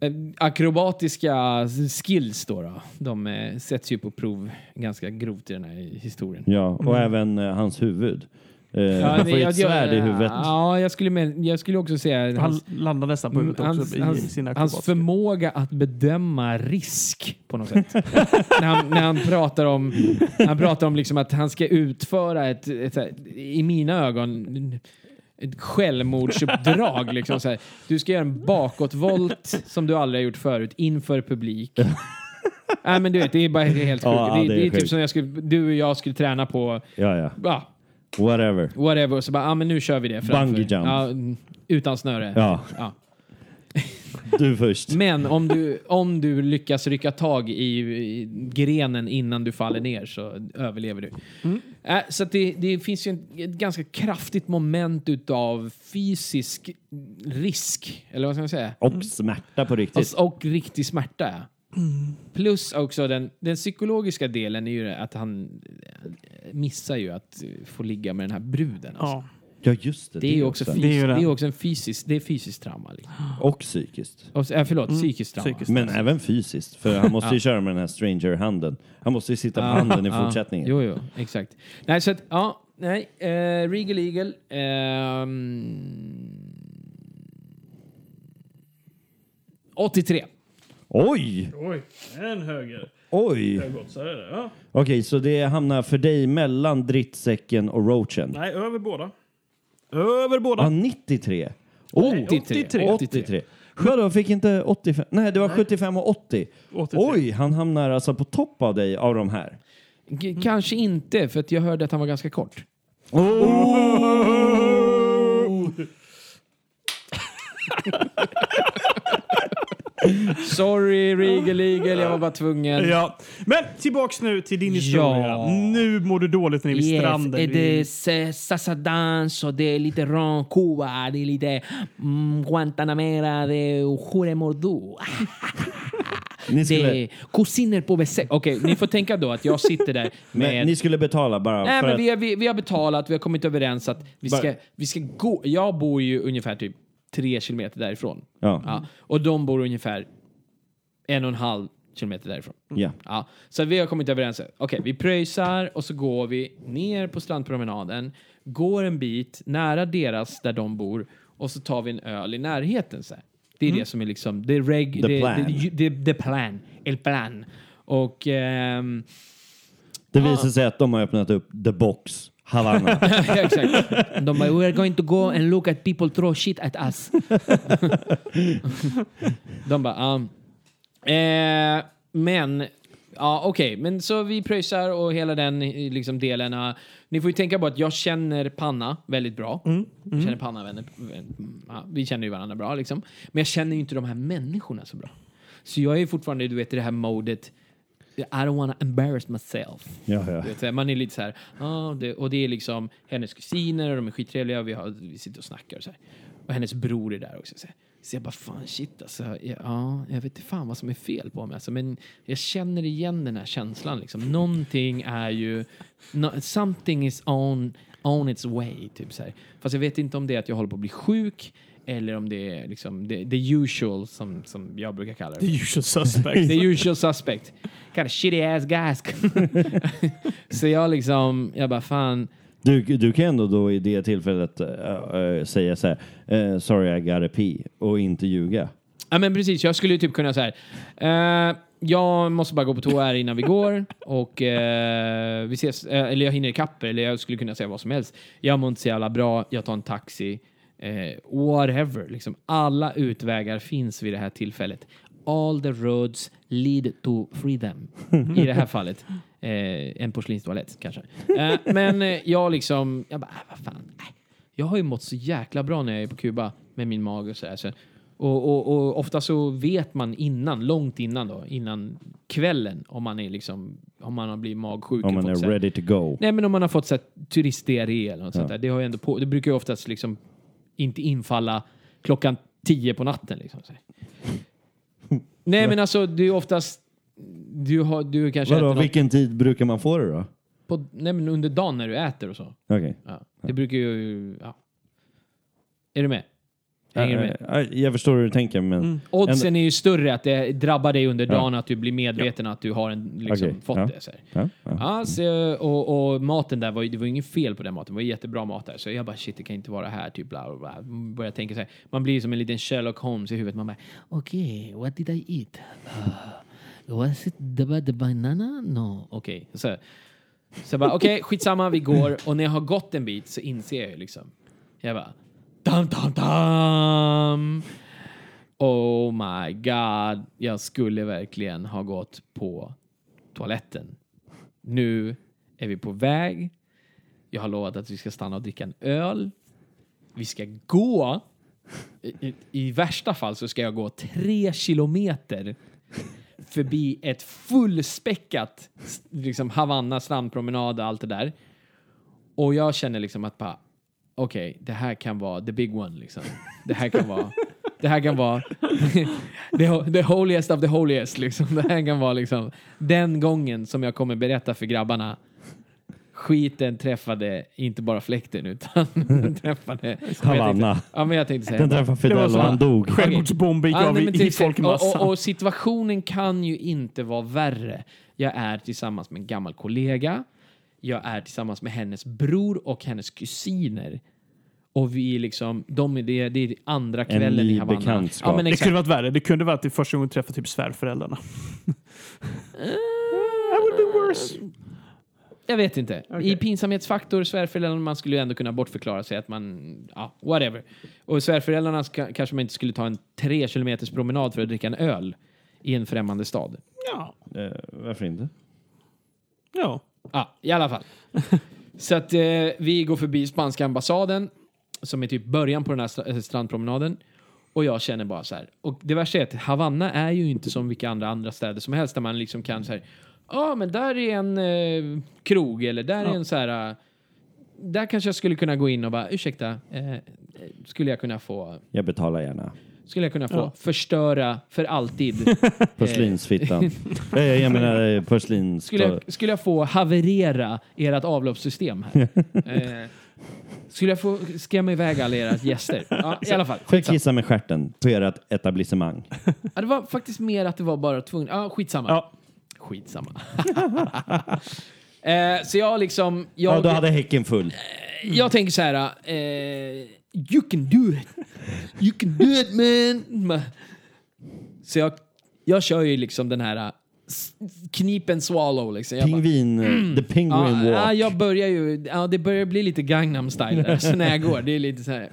S5: eh, akrobatiska skills då, då de eh, sätts ju på prov ganska grovt i den här historien.
S4: Ja, och
S5: Mm.
S4: även eh, hans huvud. Eh, han får
S5: men
S4: ju ett svärd i huvudet.
S5: Ja, jag skulle, men, jag skulle också säga
S1: Han
S5: hans,
S1: landar nästan på huvudet
S5: hans,
S1: också i
S5: hans,
S1: sina
S5: hans
S1: akrobatiska-
S5: förmåga att bedöma risk på något sätt. [LAUGHS] när, han, när han pratar om, han pratar om liksom att han ska utföra ett, ett, så här, i mina ögon, ett självmordsuppdrag. liksom, så här. Du ska göra en bakåtvolt som du aldrig har gjort förut inför
S4: [LAUGHS]
S5: publik. Nej, men du vet, det är bara helt sjukt.
S4: Ja,
S5: det,
S4: det
S5: det
S4: är
S5: är, typ
S4: sjukt.
S5: som jag skulle, du och jag skulle träna på
S4: Ja, ja.
S5: ja,
S4: Whatever.
S5: whatever. Och så bara, ja ah, men nu kör vi det.
S4: Bungee jump.
S5: Ja, mm, utan snöre.
S4: Ja,
S5: Ja.
S4: du först.
S5: Men om du, om du lyckas rycka tag i, i grenen innan du faller ner så överlever du. Äh, så att det, det finns ju en, ett ganska kraftigt moment utav fysisk risk, eller vad ska man säga?
S4: Typ. Och smärta på riktigt.
S5: Alltså, Och, och riktig smärta. ja. Plus också den, den psykologiska delen är ju det att han eh, missar ju att eh, få ligga med den här bruden. Alltså.
S3: Ja.
S4: Ja, just det.
S5: Det är ju också, fys-
S3: Det är ju
S5: det
S3: den.
S5: är ju också en fysisk, det är fysiskt trauma. Liksom.
S4: Och psykiskt.
S5: Och, så- eh, förlåt, psykiskt trauma.
S3: Mm. Psykiskt.
S4: Men även fysiskt, för han måste ju köra med den här stranger-handen. Han måste ju sitta på
S5: Ja,
S4: handen i
S5: ja.
S4: fortsättningen.
S5: Jo, jo, exakt. Nej, så att, ja, nej. Eh, Regal Eagle. ehm, 83.
S4: Oj!
S3: Oj, en höger.
S4: Oj!
S3: Högoddsare där. Ja.
S4: Okej, så det hamnar för dig mellan drittsäcken och roachen?
S3: Nej, över båda. Över båda.
S4: Ja, 93. Oh,
S5: 83.
S4: 83. Vadå, fick inte 85? Nej, det var 75 och 80.
S3: 83.
S4: Oj, han hamnar alltså på topp av dig av de här.
S5: G-
S3: Mm.
S5: Kanske inte, för att jag hörde att han var ganska kort. Sorry, Regal Eagle. Jag var bara tvungen.
S3: Ja. Men tillbaks nu till din historia.
S5: Ja.
S3: Nu mår du dåligt när vi är vid stranden.
S5: är
S3: Vi-
S5: det s- Eh, salsa dans och det är lite ron Cuba, det är lite mm, Guantanamera, det är Jure Mordu. Ah,
S4: Ni
S5: Det
S4: skulle,
S5: är kusiner på besök. Okej, ni får tänka då att jag sitter där
S4: [LAUGHS] men,
S5: med...
S4: ni skulle betala bara
S5: Nej,
S4: för
S5: men
S4: att...
S5: vi, har- vi, vi har betalat, vi har kommit överens att vi ska,
S4: Bara-
S5: vi ska gå... Jag bor ju ungefär typ tre kilometer därifrån.
S4: Ja,
S5: Ja, och de bor ungefär en och en halv kilometer därifrån.
S4: ja.
S5: Ja, så vi har kommit överens. Okej, vi pröjsar och så går vi ner på strandpromenaden, går en bit nära deras där de bor och så tar vi en öl i närheten. Så här. Det är det som är liksom, det är
S4: Mm.
S5: reg,
S4: The
S5: det, det,
S4: plan.
S5: det, det, the plan, el plan. Och ehm, [LAUGHS]
S4: Det visar sig att de har öppnat upp The Box
S3: [LAUGHS]
S4: Havanna.
S5: exakt. De bara, we're going to go and look at people throw shit at us. De bara, um. eh, men, ja okej, men så vi pröjsar och hela den eh, liksom, delen. eh, ni får ju tänka på att jag känner Panna väldigt bra. Jag känner Panna, vänner, vän- ja, vi känner ju varandra bra liksom. Men jag känner ju inte de här människorna så bra. Så jag är ju fortfarande, du vet, i det här modet, I don't wanna embarrass myself.
S4: ja, ja.
S5: Du vet, så här, man är lite så här, ah, det, och det är liksom hennes kusiner och de är skittrevliga och vi, har, vi sitter och snackar och så här. Och hennes bror är där också. Så, här. så jag bara, fan shit alltså, ja, ja, jag vet inte fan vad som är fel på mig alltså, men jag känner igen den här känslan liksom. Någonting är ju, no, something is on, on its way, typ så här. Fast jag vet inte om det är att jag håller på att bli sjuk eller om det är liksom the, the usual som, som jag brukar kalla det.
S3: The usual [LAUGHS]
S5: [LAUGHS]
S3: suspect.
S5: The usual suspect. Kind of shitty ass guys. [LAUGHS] så jag liksom, jag bara fan.
S4: Du, du kan ändå då i det tillfället äh, äh, säga så här, eh, sorry I got a pee, och inte ljuga.
S5: Ja men precis, jag skulle ju typ kunna så här. eh, jag måste bara gå på toa här innan vi går och eh, vi ses, eh, eller jag hinner ikapp er, eller jag skulle kunna säga vad som helst. Jag mår inte så jävla bra, jag tar en taxi. Eh, whatever, liksom. Alla utvägar finns vid det här tillfället. All the roads lead to freedom. I det här fallet. Eh, en porslinstoalett kanske. Eh, men eh, jag liksom, jag bara, ah, vad fan. nej. Jag har ju mått så jäkla bra när jag är på Kuba med min mage och sådär. Så, och, och, och ofta så vet man innan, långt innan då, innan kvällen om man är liksom, om man har blivit magsjuk.
S4: Om man
S5: eller fått
S4: är
S5: så här-
S4: ready to go.
S5: Nej men om man har fått så här turistdiarré eller något sånt där. Det, har ju ändå på, det brukar ju oftast liksom inte infalla klockan tio på natten. Liksom,
S4: [LAUGHS]
S5: så här. Nej men alltså det är ju oftast, du, har, du kanske
S4: Vadå,
S5: äter något
S4: vilken tid brukar man få det då?
S5: på, nej, men under dagen när du äter och så.
S4: Okej.
S5: Ja. Det brukar ju, ja. Är du med? Hänger du med? Mm.
S4: Ja, eh, ja, Jag förstår hur du tänker, men...
S5: Oddsen är ju större att det drabbar dig under dagen, att du blir medveten att du har en, liksom,
S4: Okej,
S5: fått
S4: ja.
S5: det. Så här.
S4: Ja, ja.
S5: Ja, så, och, och maten där var ju, det var ju inget fel på den maten. Det var jättebra mat där. Så jag bara shit, det kan inte vara här. Typ bla, bla, bla. Börjar tänka så här. Man blir som en liten Sherlock Holmes i huvudet. Man bara,
S8: Okay, what did I eat? Uh, was it the, the banana? No.
S5: okej. Så, så jag bara, okej, skitsamma, vi går. Och när jag har gått en bit så inser jag ju liksom. Jag bara, dam, dam, dam. Oh my god. Jag skulle verkligen ha gått på toaletten. Nu är vi på väg. Jag har lovat att vi ska stanna och dricka en öl. Vi ska gå. I, i, I värsta fall så ska jag gå tre kilometer förbi ett fullspäckat s- liksom Havanna, strandpromenad och allt det där. Och jag känner liksom att bara, okej, det här kan vara the big one liksom. Det här kan vara Det här kan vara [LAUGHS] the, ho- the holiest of the holiest. Liksom. Det här kan vara liksom den gången som jag kommer berätta för grabbarna Skiten träffade inte bara fläkten utan [LAUGHS] den träffade...
S4: Havanna.
S5: Ja, men jag tänkte säga...
S4: Den träffade
S1: Det var
S4: Fidel
S1: så
S4: och han
S1: här.
S4: dog.
S1: Självmordsbomb gick
S5: Ja,
S1: av
S5: nej, men
S1: i,
S5: till
S1: i
S5: exempel-
S1: folkmassan.
S5: typ- Och, och, och situationen kan ju inte vara värre. Jag är tillsammans med en gammal kollega. Jag är tillsammans med hennes bror och hennes kusiner. Och vi liksom, de, är- det, är- det är andra kvällen
S4: ny
S5: i Havanna.
S4: bekantskap.
S5: Ja, men
S1: det
S5: exakt.
S1: kunde varit värre. Det kunde varit det första gången du träffade typ svärföräldrarna. That would be worse.
S5: Eh, Jag vet inte. I pinsamhetsfaktor, svärföräldrarna, man skulle ju ändå kunna bortförklara sig att man, ja, whatever. Och svärföräldrarna ska, kanske man inte skulle ta en tre kilometers promenad för att dricka en öl i en främmande stad.
S1: Ja.
S4: Eh, varför inte?
S1: ja.
S5: Ja, i alla fall. Så att eh, vi går förbi spanska ambassaden som är typ början på den här stra- eh, strandpromenaden. Och jag känner bara så här. Och det värsta är att Havanna är ju inte som vilka andra andra städer som helst där man liksom kan så här. Ja, men där är en eh, krog eller där är en så här. eh, där kanske jag skulle kunna gå in och bara ursäkta. Eh, eh, skulle jag kunna få.
S4: Jag betalar gärna.
S5: Skulle jag kunna få förstöra för alltid.
S4: Porslinsfittan. Eh, jag menar eh, porslins...
S5: Skulle jag, skulle jag få haverera ert avloppssystem
S4: [LAUGHS]
S5: här? eh, skulle jag få skrämma iväg alla era gäster?
S4: [LAUGHS]
S5: Ja, I alla fall.
S4: Får jag
S5: skitsamma.
S4: kissa med stjärten på ert etablissemang?
S5: Ja, det var faktiskt mer att det var bara tvungen... Ja, skitsamma.
S1: Ja.
S5: Skitsamma. [LAUGHS] eh, så jag liksom... Jag,
S4: Ja, då hade häcken full.
S5: jag tänker så här... Eh, you can do it. You can do it man. Så jag, jag kör ju liksom den här... eh, s- Knip and swallow liksom. Jag bara-
S4: Pingvin... The penguin
S5: Ja, ja,
S4: walk.
S5: jag börjar ju... Ja, det börjar bli lite Gangnam style där, så när jag går. Det är lite
S4: [LAUGHS]
S5: så här.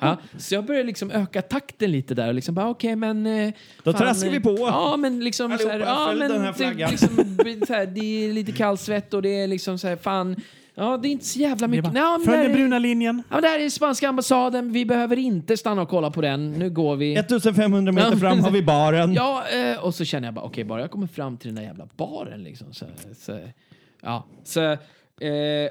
S5: ja, så jag börjar liksom öka takten lite där och liksom bara okej men... eh,
S4: Då
S5: fan,
S4: traskar vi
S5: eh,
S4: på.
S5: Ja men liksom så här,
S4: Allihopa,
S5: ja,
S4: följ
S5: men,
S4: den här
S5: typ
S4: flaggan.
S5: liksom, bli- så här, Det är lite kall svett och det är liksom så här fan... Ja det är inte så jävla
S1: Det är
S5: mycket...
S1: bara,
S5: Nej, men
S1: Följ
S5: där
S1: den
S5: är-
S1: bruna linjen.
S5: Ja, men där är spanska ambassaden, vi behöver inte stanna och kolla på den. Nu går vi.
S4: 1500 meter fram har vi baren.
S5: Ja, eh, och så känner jag bara, okej, bara jag kommer fram till den där jävla baren liksom. Så, så, ja, så, eh,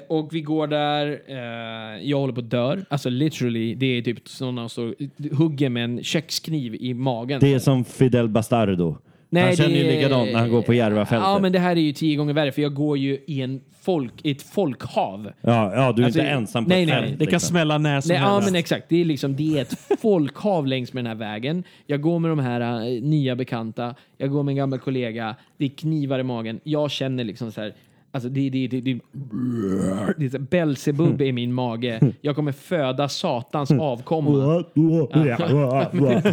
S5: och vi går där, eh, jag håller på att dör. Alltså literally, det är typ sådana som hugger med en kökskniv i magen.
S4: Det är som Fidel Bastardo. han känner ju
S5: det är-
S4: likadant när han går på Järvafältet.
S5: Ja, men det här är ju tio gånger värre, för jag går ju i en folk, i ett folkhav.
S4: ja, ja, du är
S5: Alltså,
S4: inte ensam på
S5: nej,
S4: ett
S5: nej,
S4: fält.
S1: Det kan
S4: liksom.
S1: smälla när som
S5: Nej, ja,
S1: helst.
S5: men exakt. Det är liksom det är ett [LAUGHS] folkhav längs med den här vägen. Jag går med de här eh, nya bekanta. Jag går med en gammal kollega. Det är knivar i magen. Jag känner liksom så här. Alltså det, det, det, det, det är så här, Belzebub i min mage. Jag kommer föda
S4: [LAUGHS]
S5: satans avkomma.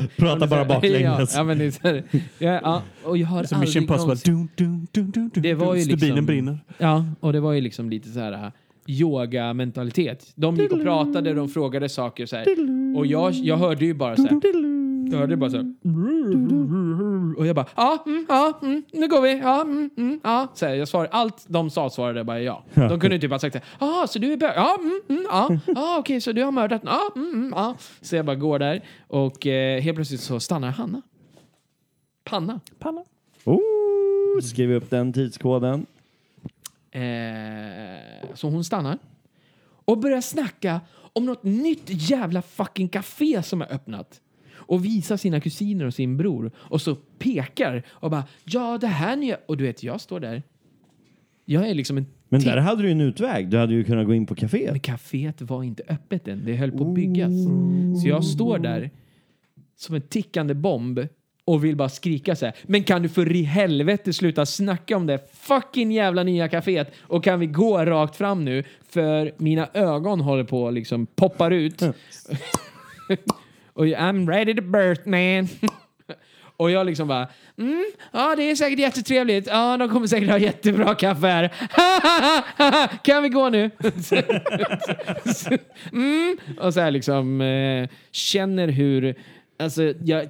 S5: [LAUGHS]
S4: Prata bara baklänges.
S5: Ja, ja, men det är så här, ja, ja, och jag har
S1: Som Mission
S5: aldrig
S1: Impossible.
S5: någonsin-
S1: Dun, dun, dun, dun, dun,
S5: Det var ju
S1: dun. Stubinen
S5: liksom-
S1: brinner.
S5: Ja, och det var ju liksom lite så här yoga-mentalitet. De gick och pratade, de frågade saker så här. Och jag, jag hörde ju bara så här. Jag hörde bara så här. Och jag bara, ja, mm, ja, mm, nu går vi, ja, mm, mm, ja. Så här, jag svarade, allt de sa svarade jag bara ja. De kunde ju typ ha sagt så här, ja, så du är bög? Ja, mm, mm, ja, ja, okej, så du har mördat? Ja, mm, mm, ja. Så jag bara går där och eh, helt plötsligt så stannar Hanna. Panna.
S1: Panna.
S4: Oh, skriv upp den tidskoden.
S5: Eh, så hon stannar och börjar snacka om något nytt jävla fucking café som är öppnat och visar sina kusiner och sin bror och så pekar och bara ja det här nya och du vet jag står där. Jag är liksom en
S4: Men
S5: titt-
S4: där hade du ju en utväg. Du hade ju kunnat gå in på kaféet.
S5: men kaféet var inte öppet än. Det höll på att byggas. Så jag står där som en tickande bomb och vill bara skrika så här. Men kan du för i helvete sluta snacka om det fucking jävla nya kaféet och kan vi gå rakt fram nu för mina ögon håller på att liksom poppar ut. [LAUGHS] och jag, I'm ready to burst man. Och jag liksom bara, mm, ja det är säkert jättetrevligt. Ja, de kommer säkert ha jättebra kaffe här. [LAUGHS] kan vi gå nu? [LAUGHS] mm. Och så här liksom, eh, känner hur, alltså jag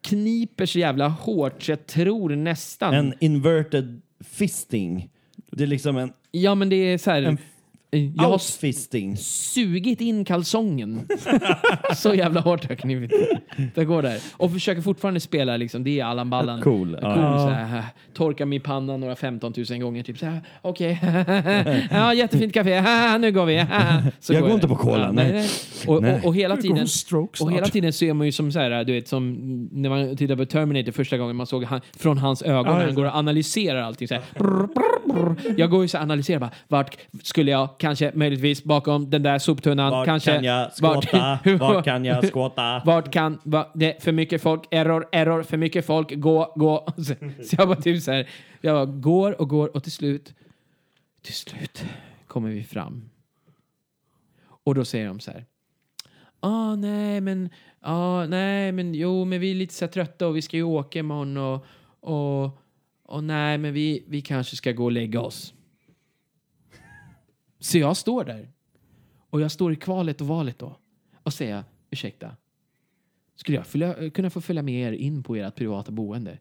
S5: kniper så jävla hårt så jag tror nästan.
S4: En inverted fisting. Det är liksom en
S5: ja men det är så här,
S4: En-
S5: eh, jag har
S4: outfisting.
S5: sugit in kalsongen. [LAUGHS] så jävla hårt har jag knivit. Det går där. Och försöker fortfarande spela liksom, det är Allan Ballan.
S4: Cool. Ja.
S5: Cool, så här, torka min panna några 15 000 gånger. Typ så här,
S4: [LAUGHS]
S5: okej. ja, jättefint café. [LAUGHS] nu går vi. så
S4: Jag går
S5: jag
S4: inte
S5: där.
S4: på kolan,
S5: Ja,
S4: nej.
S5: nej, nej. Och,
S4: Nej.
S5: och, och hela
S1: Går
S5: tiden...
S1: stroke
S5: Och hela
S1: snart.
S5: tiden ser man ju som så här, du vet, som när man tittar på Terminator första gången man såg han, från hans ögon
S1: Ja,
S5: när
S1: just
S5: han går och analyserar allting så här. Brr, brr, brr. Jag går ju så här och analyserar bara, vart skulle jag kanske möjligtvis bakom den där soptunnan
S4: Vart
S5: kanske...
S4: kan jag skåta?
S5: Vart-
S4: Vart kan
S5: [LAUGHS]
S4: jag skåta?
S5: Vart kan... Va, det är för mycket folk. Error, error. För mycket folk. Gå, gå. [LAUGHS] Så, så jag bara typ så här. Jag bara går och går och till slut... Till slut kommer vi fram. Och då säger de så här. Ah, nej, men... ah, nej, men jo, men vi är lite så här trötta och vi ska ju åka imorgon och... och och nej, men vi, vi kanske ska gå och lägga oss. Så jag står där. Och jag står i kvalet och valet då. Och säger, ursäkta. Skulle jag följa, kunna få följa med er in på ert privata boende?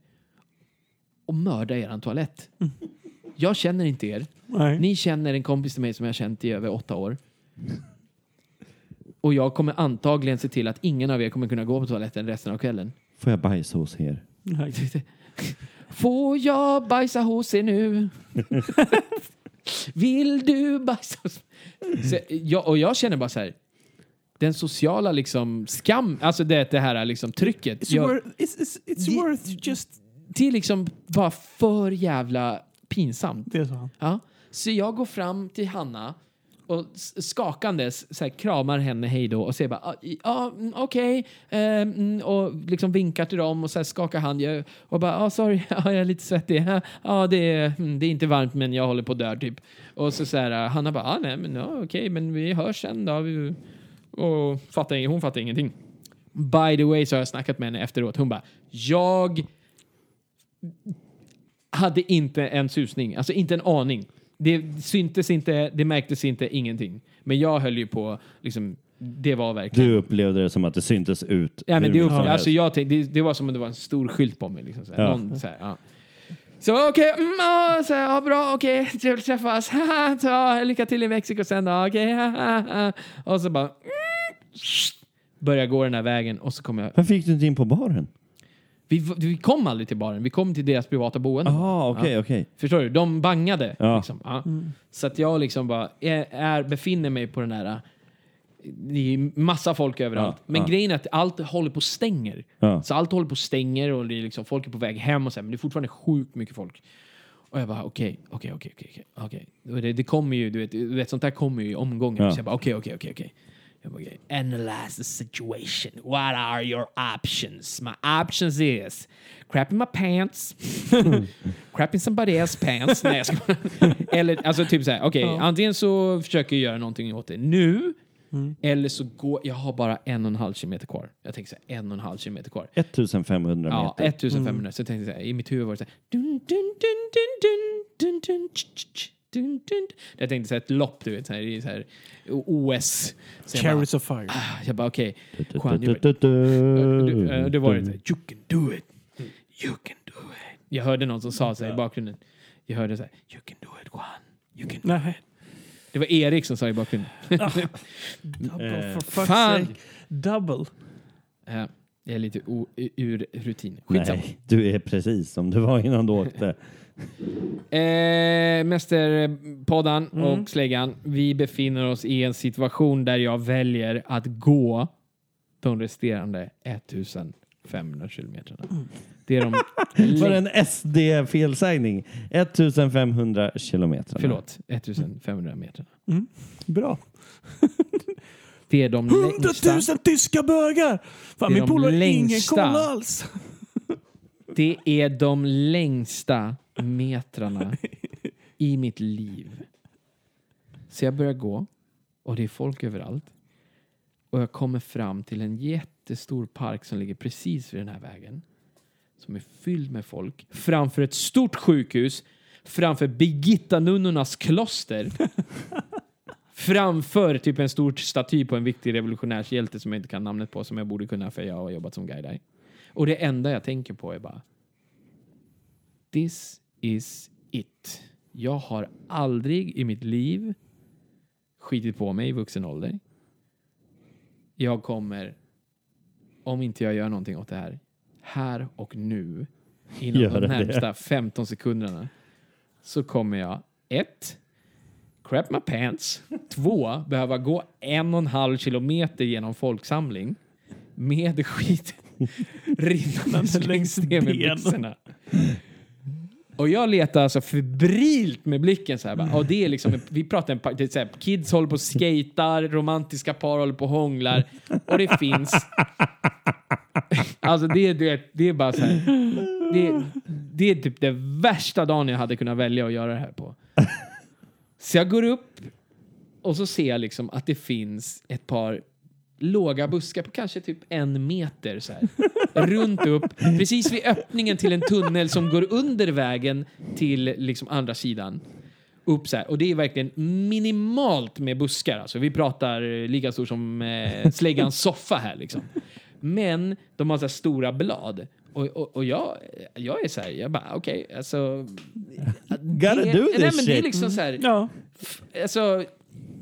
S5: Och mörda er toalett? Jag känner inte er.
S1: Nej.
S5: Ni känner en kompis till mig som jag har känt i över åtta år. Och jag kommer antagligen se till att ingen av er kommer kunna gå på toaletten resten av kvällen.
S4: Får jag bajsa hos er?
S5: Får jag bajsa hos er nu? Vill du bajsa hos så, jag, Och jag känner bara så här. Den sociala liksom skam, alltså det, det här liksom trycket.
S1: It's,
S5: Jag,
S1: worth, it's, it's, it's
S5: Det-
S1: worth just...
S5: det är liksom bara för jävla pinsamt.
S1: Det sa han.
S5: Ja. Så jag går fram till Hanna och s- skakandes så här, kramar henne hej då och säger bara "Ah, i- ja, mm, okej Ehm, mm, och liksom vinkar till dem och så här, skakar hand Jag- och bara ah, sorry, [LAUGHS] ja, jag är lite svettig. [LAUGHS] Ja, Ja, det, är- mm, det är inte varmt men jag håller på att dö typ. Och så, så här, Hanna bara ah, nej men ja, okej men vi hörs sen då. Vi- Och fattar, ing- hon fattar ingenting. By the way så har jag snackat med henne efteråt. Hon bara jag hade inte en susning, alltså inte en aning. Det syntes inte, det märktes inte, ingenting. Men jag höll ju på, liksom, det var verkligen...
S4: Du upplevde det som att det syntes ut.
S5: ja, men
S4: hur
S5: det,
S4: mycket som helst.
S5: alltså, jag tänkte, det, det var som om det var en stor skylt på mig. Liksom, såhär.
S4: Ja.
S5: Någon, såhär, ja. Så okej, mm, ja, så, ja, bra, okej, trevligt att träffas. [LAUGHS] Haha, så, ja, lycka till i Mexiko sen då, okej. haha, haha. och så bara... Mm, börjar gå den här vägen och så kommer jag...
S4: Varför fick du inte in på baren?
S5: Mm. Vi, vi kom aldrig till baren, vi kom till deras privata boende.
S4: Jaha, Ah, okej,
S5: Ja.
S4: okej.
S5: Förstår du? De bangade.
S4: Ja.
S5: Liksom. Ja. Så att jag liksom bara är, är, befinner mig på den här... Det är massa folk överallt.
S4: Ja,
S5: Men
S4: ja.
S5: grejen är att allt håller på och stänger.
S4: Ja.
S5: Så allt håller på och stänger och det är liksom, folk är på väg hem och så här, men det är fortfarande sjukt mycket folk. Och jag bara okej, okej, okej, okej, okej, okej. Och Det, det kommer ju, du vet, du vet, sånt där kommer ju i omgångar.
S4: Ja.
S5: Så jag bara okej, okej, okej, okej. Jag bara, okej. Analyze the situation. What are your options? My options is crap in my pants. crap in somebody else's pants. Nej, jag skojar. Eller alltså typ så här, okej, antingen så försöker jag göra någonting åt det nu. Eller så går, jag har bara en och en halv kilometer kvar. Jag tänker så här, en och en halv kilometer kvar.
S4: 1500
S5: Ja,
S4: meter.
S5: 1500. Så jag tänkte så här, i mitt huvud var det så här... Dun, dun, dun, dun, dun, dun, dun, tsch, tsch, tsch, dun, dun. Jag tänkte så här, ett lopp, du vet, så här, i så här O- OS. Så jag bara, ah,
S1: Chariots of Fire.
S5: jag bara okej.
S4: Du,
S5: Juan,
S4: du,
S5: du-
S4: du,
S5: du- eh,
S4: du.
S5: Det var det så här, you can do it. You can do it. Jag hörde någon som sa så här i bakgrunden. Jag hörde så här, you can do it Juan. You can do it.
S1: Nej.
S5: Det var Erik som sa i bakgrunden. [LAUGHS]
S4: Eh,
S1: Double for fuck's
S5: fan.
S1: sake. Double.
S5: Eh, Jag är lite o- ur rutin. Skitsamma.
S4: Nej, du är precis som du var innan du åkte.
S5: Eh, Mästerpodden
S4: Mm.
S5: och släggan. Vi befinner oss i en situation där jag väljer att gå de resterande 1500 kilometerna. Det
S4: [LAUGHS]
S5: är de...
S4: Mm. Var det
S5: läng-
S4: en SD-felsägning? 1500 kilometer.
S5: Förlåt, 1500 meterna.
S1: Bra.
S5: Det är de
S1: 100 000
S5: längsta.
S1: tyska bögar! Fan,
S5: Det är
S1: min
S5: de
S1: polare har ingen
S5: längsta.
S1: koll alls.
S5: Det är de längsta metrarna i mitt liv. Så jag börjar gå och det är folk överallt. Och jag kommer fram till en jättestor park som ligger precis vid den här vägen. Som är fylld med folk. Framför ett stort sjukhus. Framför Birgittanunnornas kloster. framför typ en stor staty på en viktig revolutionärshjälte som jag inte kan namnet på som jag borde kunna för jag har jobbat som guide där. Och det enda jag tänker på är bara This is it. Jag har aldrig i mitt liv skitit på mig i vuxen ålder. Jag kommer, om inte jag gör någonting åt det här, här och nu, inom
S4: Göra det.
S5: de närmsta 15 sekunderna, så kommer jag ett, crap my pants. Två, behöva gå en och en halv kilometer genom folksamling med skit rinnandes längs ner med
S3: benen.
S5: byxorna. Och jag letar alltså febrilt med blicken så här. Bara. Och det är liksom, vi pratar en, pa- det är så här, kids håller på och skatar, romantiska par håller på och hånglar och det finns Alltså det, är- det, är- det är bara så här. Det, det är typ den värsta dagen jag hade kunnat välja att göra det här på. Så jag går upp och så ser jag liksom att det finns ett par låga buskar på kanske typ en meter så här. Runt upp, precis vid öppningen till en tunnel som går under vägen till liksom andra sidan. Upp så här. Och det är verkligen minimalt med buskar. Alltså, vi pratar eh, lika stor som
S4: [LAUGHS]
S5: eh, släggans soffa här liksom. Men de har så här stora blad. Och, och, och jag, jag är så här, jag bara okej, alltså...
S4: Gotta
S5: det,
S4: do this
S5: nej, men det är
S4: shit.
S5: liksom så här,
S3: Ja.
S5: alltså,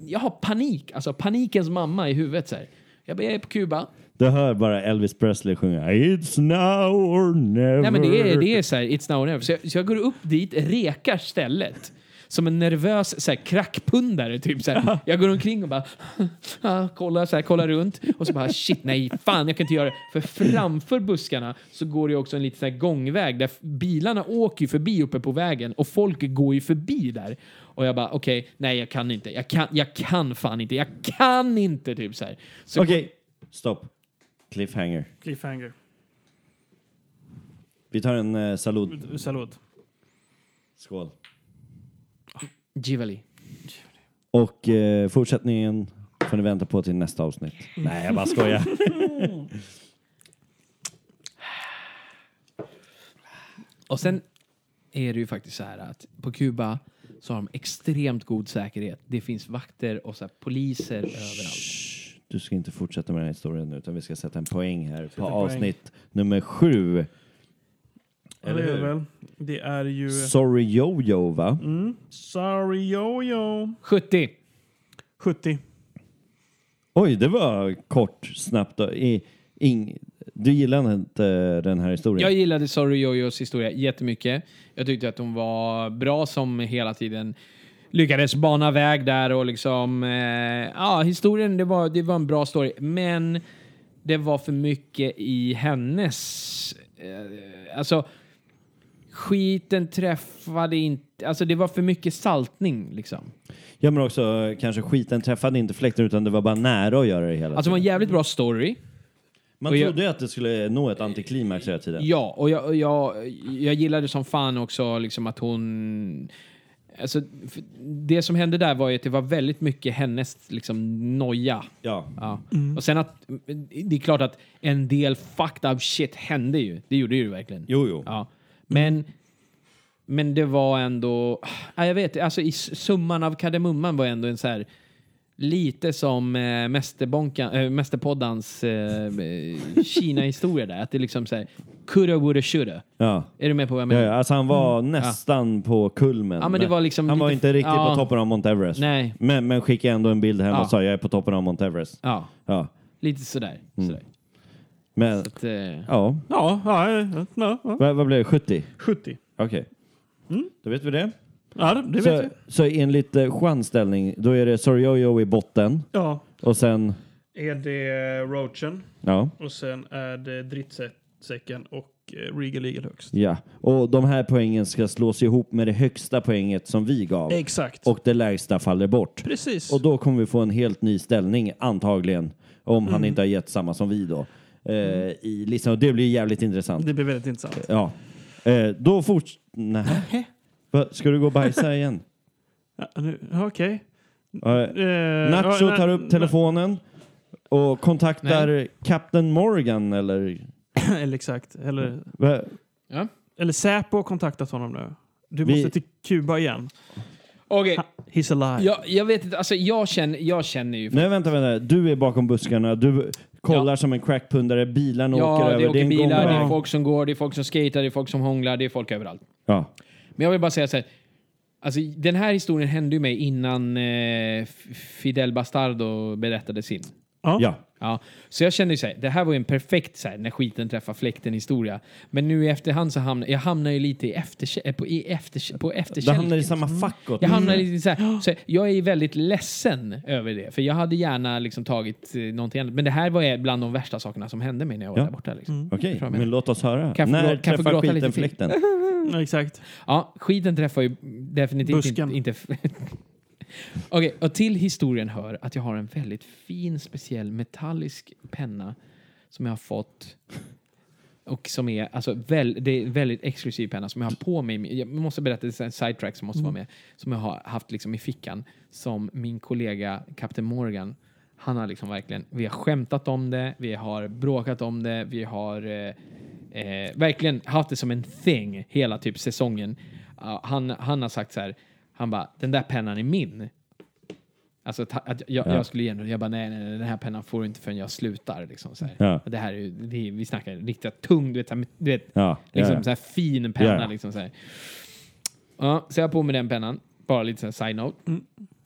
S5: jag har panik, alltså panikens mamma i huvudet så här. Jag bara, jag är på Kuba.
S4: Du hör bara Elvis Presley sjunga It's now or never.
S5: Nej men det är, det är så här, it's now or never. Så jag, så jag går upp dit, rekar stället. Som en nervös så här, krackpundare typ. Så här. Jag går omkring och bara [LAUGHS] ah, kollar, så här, kollar runt. Och så bara shit, nej fan jag kan inte göra det. För framför buskarna så går det ju också en liten så här, gångväg där f- bilarna åker ju förbi uppe på vägen och folk går ju förbi där. Och jag bara okej, nej jag kan inte. Jag kan, jag kan fan inte. Jag kan inte typ så här. Så
S4: Okej, stopp. Cliffhanger.
S3: Cliffhanger.
S4: Vi tar en eh, salut.
S3: Salut.
S4: Skål.
S5: Givali.
S4: Och eh, fortsättningen får ni vänta på till nästa avsnitt. Nej, jag bara skojar.
S5: Och sen är det ju faktiskt så här att på Kuba så har de extremt god säkerhet. Det finns vakter och så här poliser överallt.
S4: Shh, Du ska inte fortsätta med den här historien nu, utan vi ska sätta en poäng här på avsnitt nummer sju. Eller
S3: det är
S4: hur?
S3: väl. Det är ju...
S4: Sorry Jojo, va?
S5: Mm.
S3: Sorry Jojo.
S5: 70.
S3: 70.
S4: Oj, det var kort, snabbt. och I, ing, du gillar inte den här historien?
S5: Jag gillade Sorry Jojos historia jättemycket. Jag tyckte att hon var bra som hela tiden lyckades bana väg där och liksom... Eh, ja, historien, det var, det var en bra story. Men det var för mycket i hennes... Eh, alltså, skiten träffade inte... Alltså, det var för mycket saltning liksom.
S4: Ja, men också eh, kanske skiten träffade inte fläkten utan det var bara nära att göra det hela
S5: Alltså, det var
S4: tiden.
S5: en jävligt bra story.
S4: Man
S5: och jag-
S4: trodde ju att det skulle nå ett antiklimax hela tiden.
S5: Ja, och jag, och jag, jag gillade som fan också liksom att hon... Alltså, f- det som hände där var ju att det var väldigt mycket hennes liksom, noja.
S4: Ja.
S5: Ja. Och sen att... Det är klart att en del fucked up shit hände ju. Det gjorde ju verkligen.
S4: Jo, jo.
S5: Ja. Men, men det var ändå... Ja, jag vet, alltså i s- summan av kardemumman var ändå en så här... Lite som eh, mästerbonkan, eh, Mästerpoddans eh, eh, Kina-historia där. Att det liksom så här... Coulda, woulda, shoulda.
S4: ja.
S5: Är du med på vad jag
S4: Ja,
S5: menar?
S4: ja, alltså han var nästan på kulmen.
S5: Mm. Ja, men det var liksom
S4: han var
S5: lite-
S4: inte riktigt
S5: ja.
S4: på toppen av Mount Everest.
S5: Nej.
S4: Men, men skickade ändå en bild hem
S5: Ja.
S4: och sa jag är på toppen av Mount Everest.
S5: Ja,
S4: Ja.
S5: lite sådär.
S4: Mm.
S5: sådär.
S4: Men,
S5: Att, eh,
S4: ja.
S3: Ja, ja, ja, ja, ja.
S4: Vad, vad blev det? 70?
S3: 70.
S4: Okej. Då vet vi det.
S3: Ja, det det vet
S4: Så,
S3: jag.
S4: så enligt eh, Juans ställning, då är det Soryoyo i botten
S3: Ja.
S4: och sen,
S3: Är det Roachen
S4: ja.
S3: och sen är det Drittsäcken och eh, Regal Eagle högst.
S4: Ja, och de här poängen ska slås ihop med det högsta poänget som vi gav
S3: Exakt.
S4: och det lägsta faller bort.
S3: Precis.
S4: Och då kommer vi få en helt ny ställning antagligen om han inte har gett samma som vi då. Eh, I listan. Och det blir jävligt intressant.
S3: det blir väldigt intressant.
S4: Ja. Eh, då forts... Nej. Va, Ska du gå och bajsa
S5: [LAUGHS]
S4: igen?
S3: Ja, nu- ja, Okej.
S4: Eh,
S3: Eh,
S4: Nacho
S3: ja,
S4: tar
S3: na-
S4: upp telefonen och kontaktar Captain Morgan eller...
S3: [LAUGHS] Eller exakt. Eller,
S4: Va?
S3: eller Säpo har kontaktat honom nu. Du
S4: Vi-
S3: måste till Kuba igen.
S5: Okej,
S3: Ha- He's alive.
S5: jag, jag vet inte. Alltså, jag känner, jag känner ju...
S4: Nej, vänta, vänta. Du är bakom buskarna. Du kollar som en crackpundare. Bilarna åker
S5: Ja,
S4: över.
S5: det åker
S4: en
S5: bilar, det är
S4: gångväg.
S5: folk som går, det är folk som skater, det är folk som hånglar, det är folk överallt.
S4: Ja.
S5: Men jag vill bara säga så här. Alltså, den här historien hände ju mig innan eh, F- Fidel Bastardo berättade sin.
S3: Ja.
S4: Ja.
S5: Ja, så jag kände ju såhär, det här var ju en perfekt såhär, när skiten träffar fläkten historia. Men nu i efterhand så hamnar jag hamnar ju lite i efter, på, i efter, på
S4: Du
S5: efterkälken.
S4: hamnar i samma fack åt
S5: jag hamnar lite så här, så jag är väldigt ledsen över det, för jag hade gärna liksom tagit eh, någonting annat. Men det här var eh, bland de värsta sakerna som hände mig när jag var
S4: Ja.
S5: där borta. Liksom.
S4: Okej,
S5: Fram med.
S4: men låt oss höra.
S5: Kan jag få
S4: När
S5: grå- kan jag få
S4: träffar
S5: gråta lite
S4: skiten
S5: till?
S4: fläkten?
S3: Ja, Exakt.
S5: Ja, skiten träffar ju definitivt
S3: Busken.
S5: inte... inte [LAUGHS] Okej, och till historien hör att jag har en väldigt fin, speciell metallisk penna som jag har fått. Och som är, alltså, väl, det är en väldigt exklusiv penna som jag har på mig. Jag måste berätta, det är en sidetrack som måste vara med. Som jag har haft liksom i fickan. Som min kollega Kapten Morgan, han har liksom verkligen, vi har skämtat om det, vi har bråkat om det, vi har eh, eh, verkligen haft det som en thing hela typ säsongen. Ja, han, han har sagt så här, han bara, den där pennan är min. Alltså ta, att jag, jag skulle ge den, jag bara nej, nej, nej, den här pennan får du inte förrän jag slutar. Liksom, så här.
S4: Ja.
S5: Och Det här är ju, det är, vi snackar riktigt tung, du vet, så här, du vet
S4: Ja,
S5: liksom
S4: ja,
S5: så
S4: ja.
S5: här fin penna.
S4: Ja, ja.
S5: Liksom, så, här. Ja, så jag har på mig den pennan, bara lite så här side-note.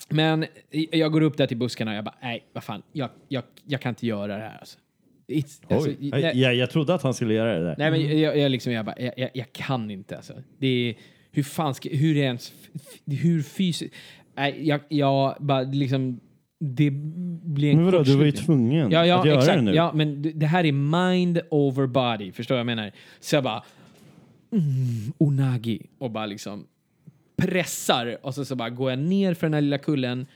S5: Men i- jag går upp där till buskarna och jag bara, nej, vad fan, jag, jag, jag kan inte göra det här. Alltså. It's, alltså,
S4: Oj.
S5: i-
S4: Jag, jag, jag trodde att han skulle göra det där.
S5: Nej, men jag, jag, liksom, jag bara, jag, jag, jag kan inte alltså. Det är, hur fan ska, hur är ens, hur fysiskt, nej, jag, jag bara liksom, det blir en
S4: Men vadå, du var ju
S5: kortslutning.
S4: [LAUGHS] tvungen
S5: Ja, ja,
S4: att göra
S5: exakt.
S4: det nu.
S5: Ja, men d- det här är mind over body. Förstår jag vad jag menar? Så jag bara... Mm, onagi. Och bara liksom pressar. Och så, så bara går jag ner för den här lilla kullen.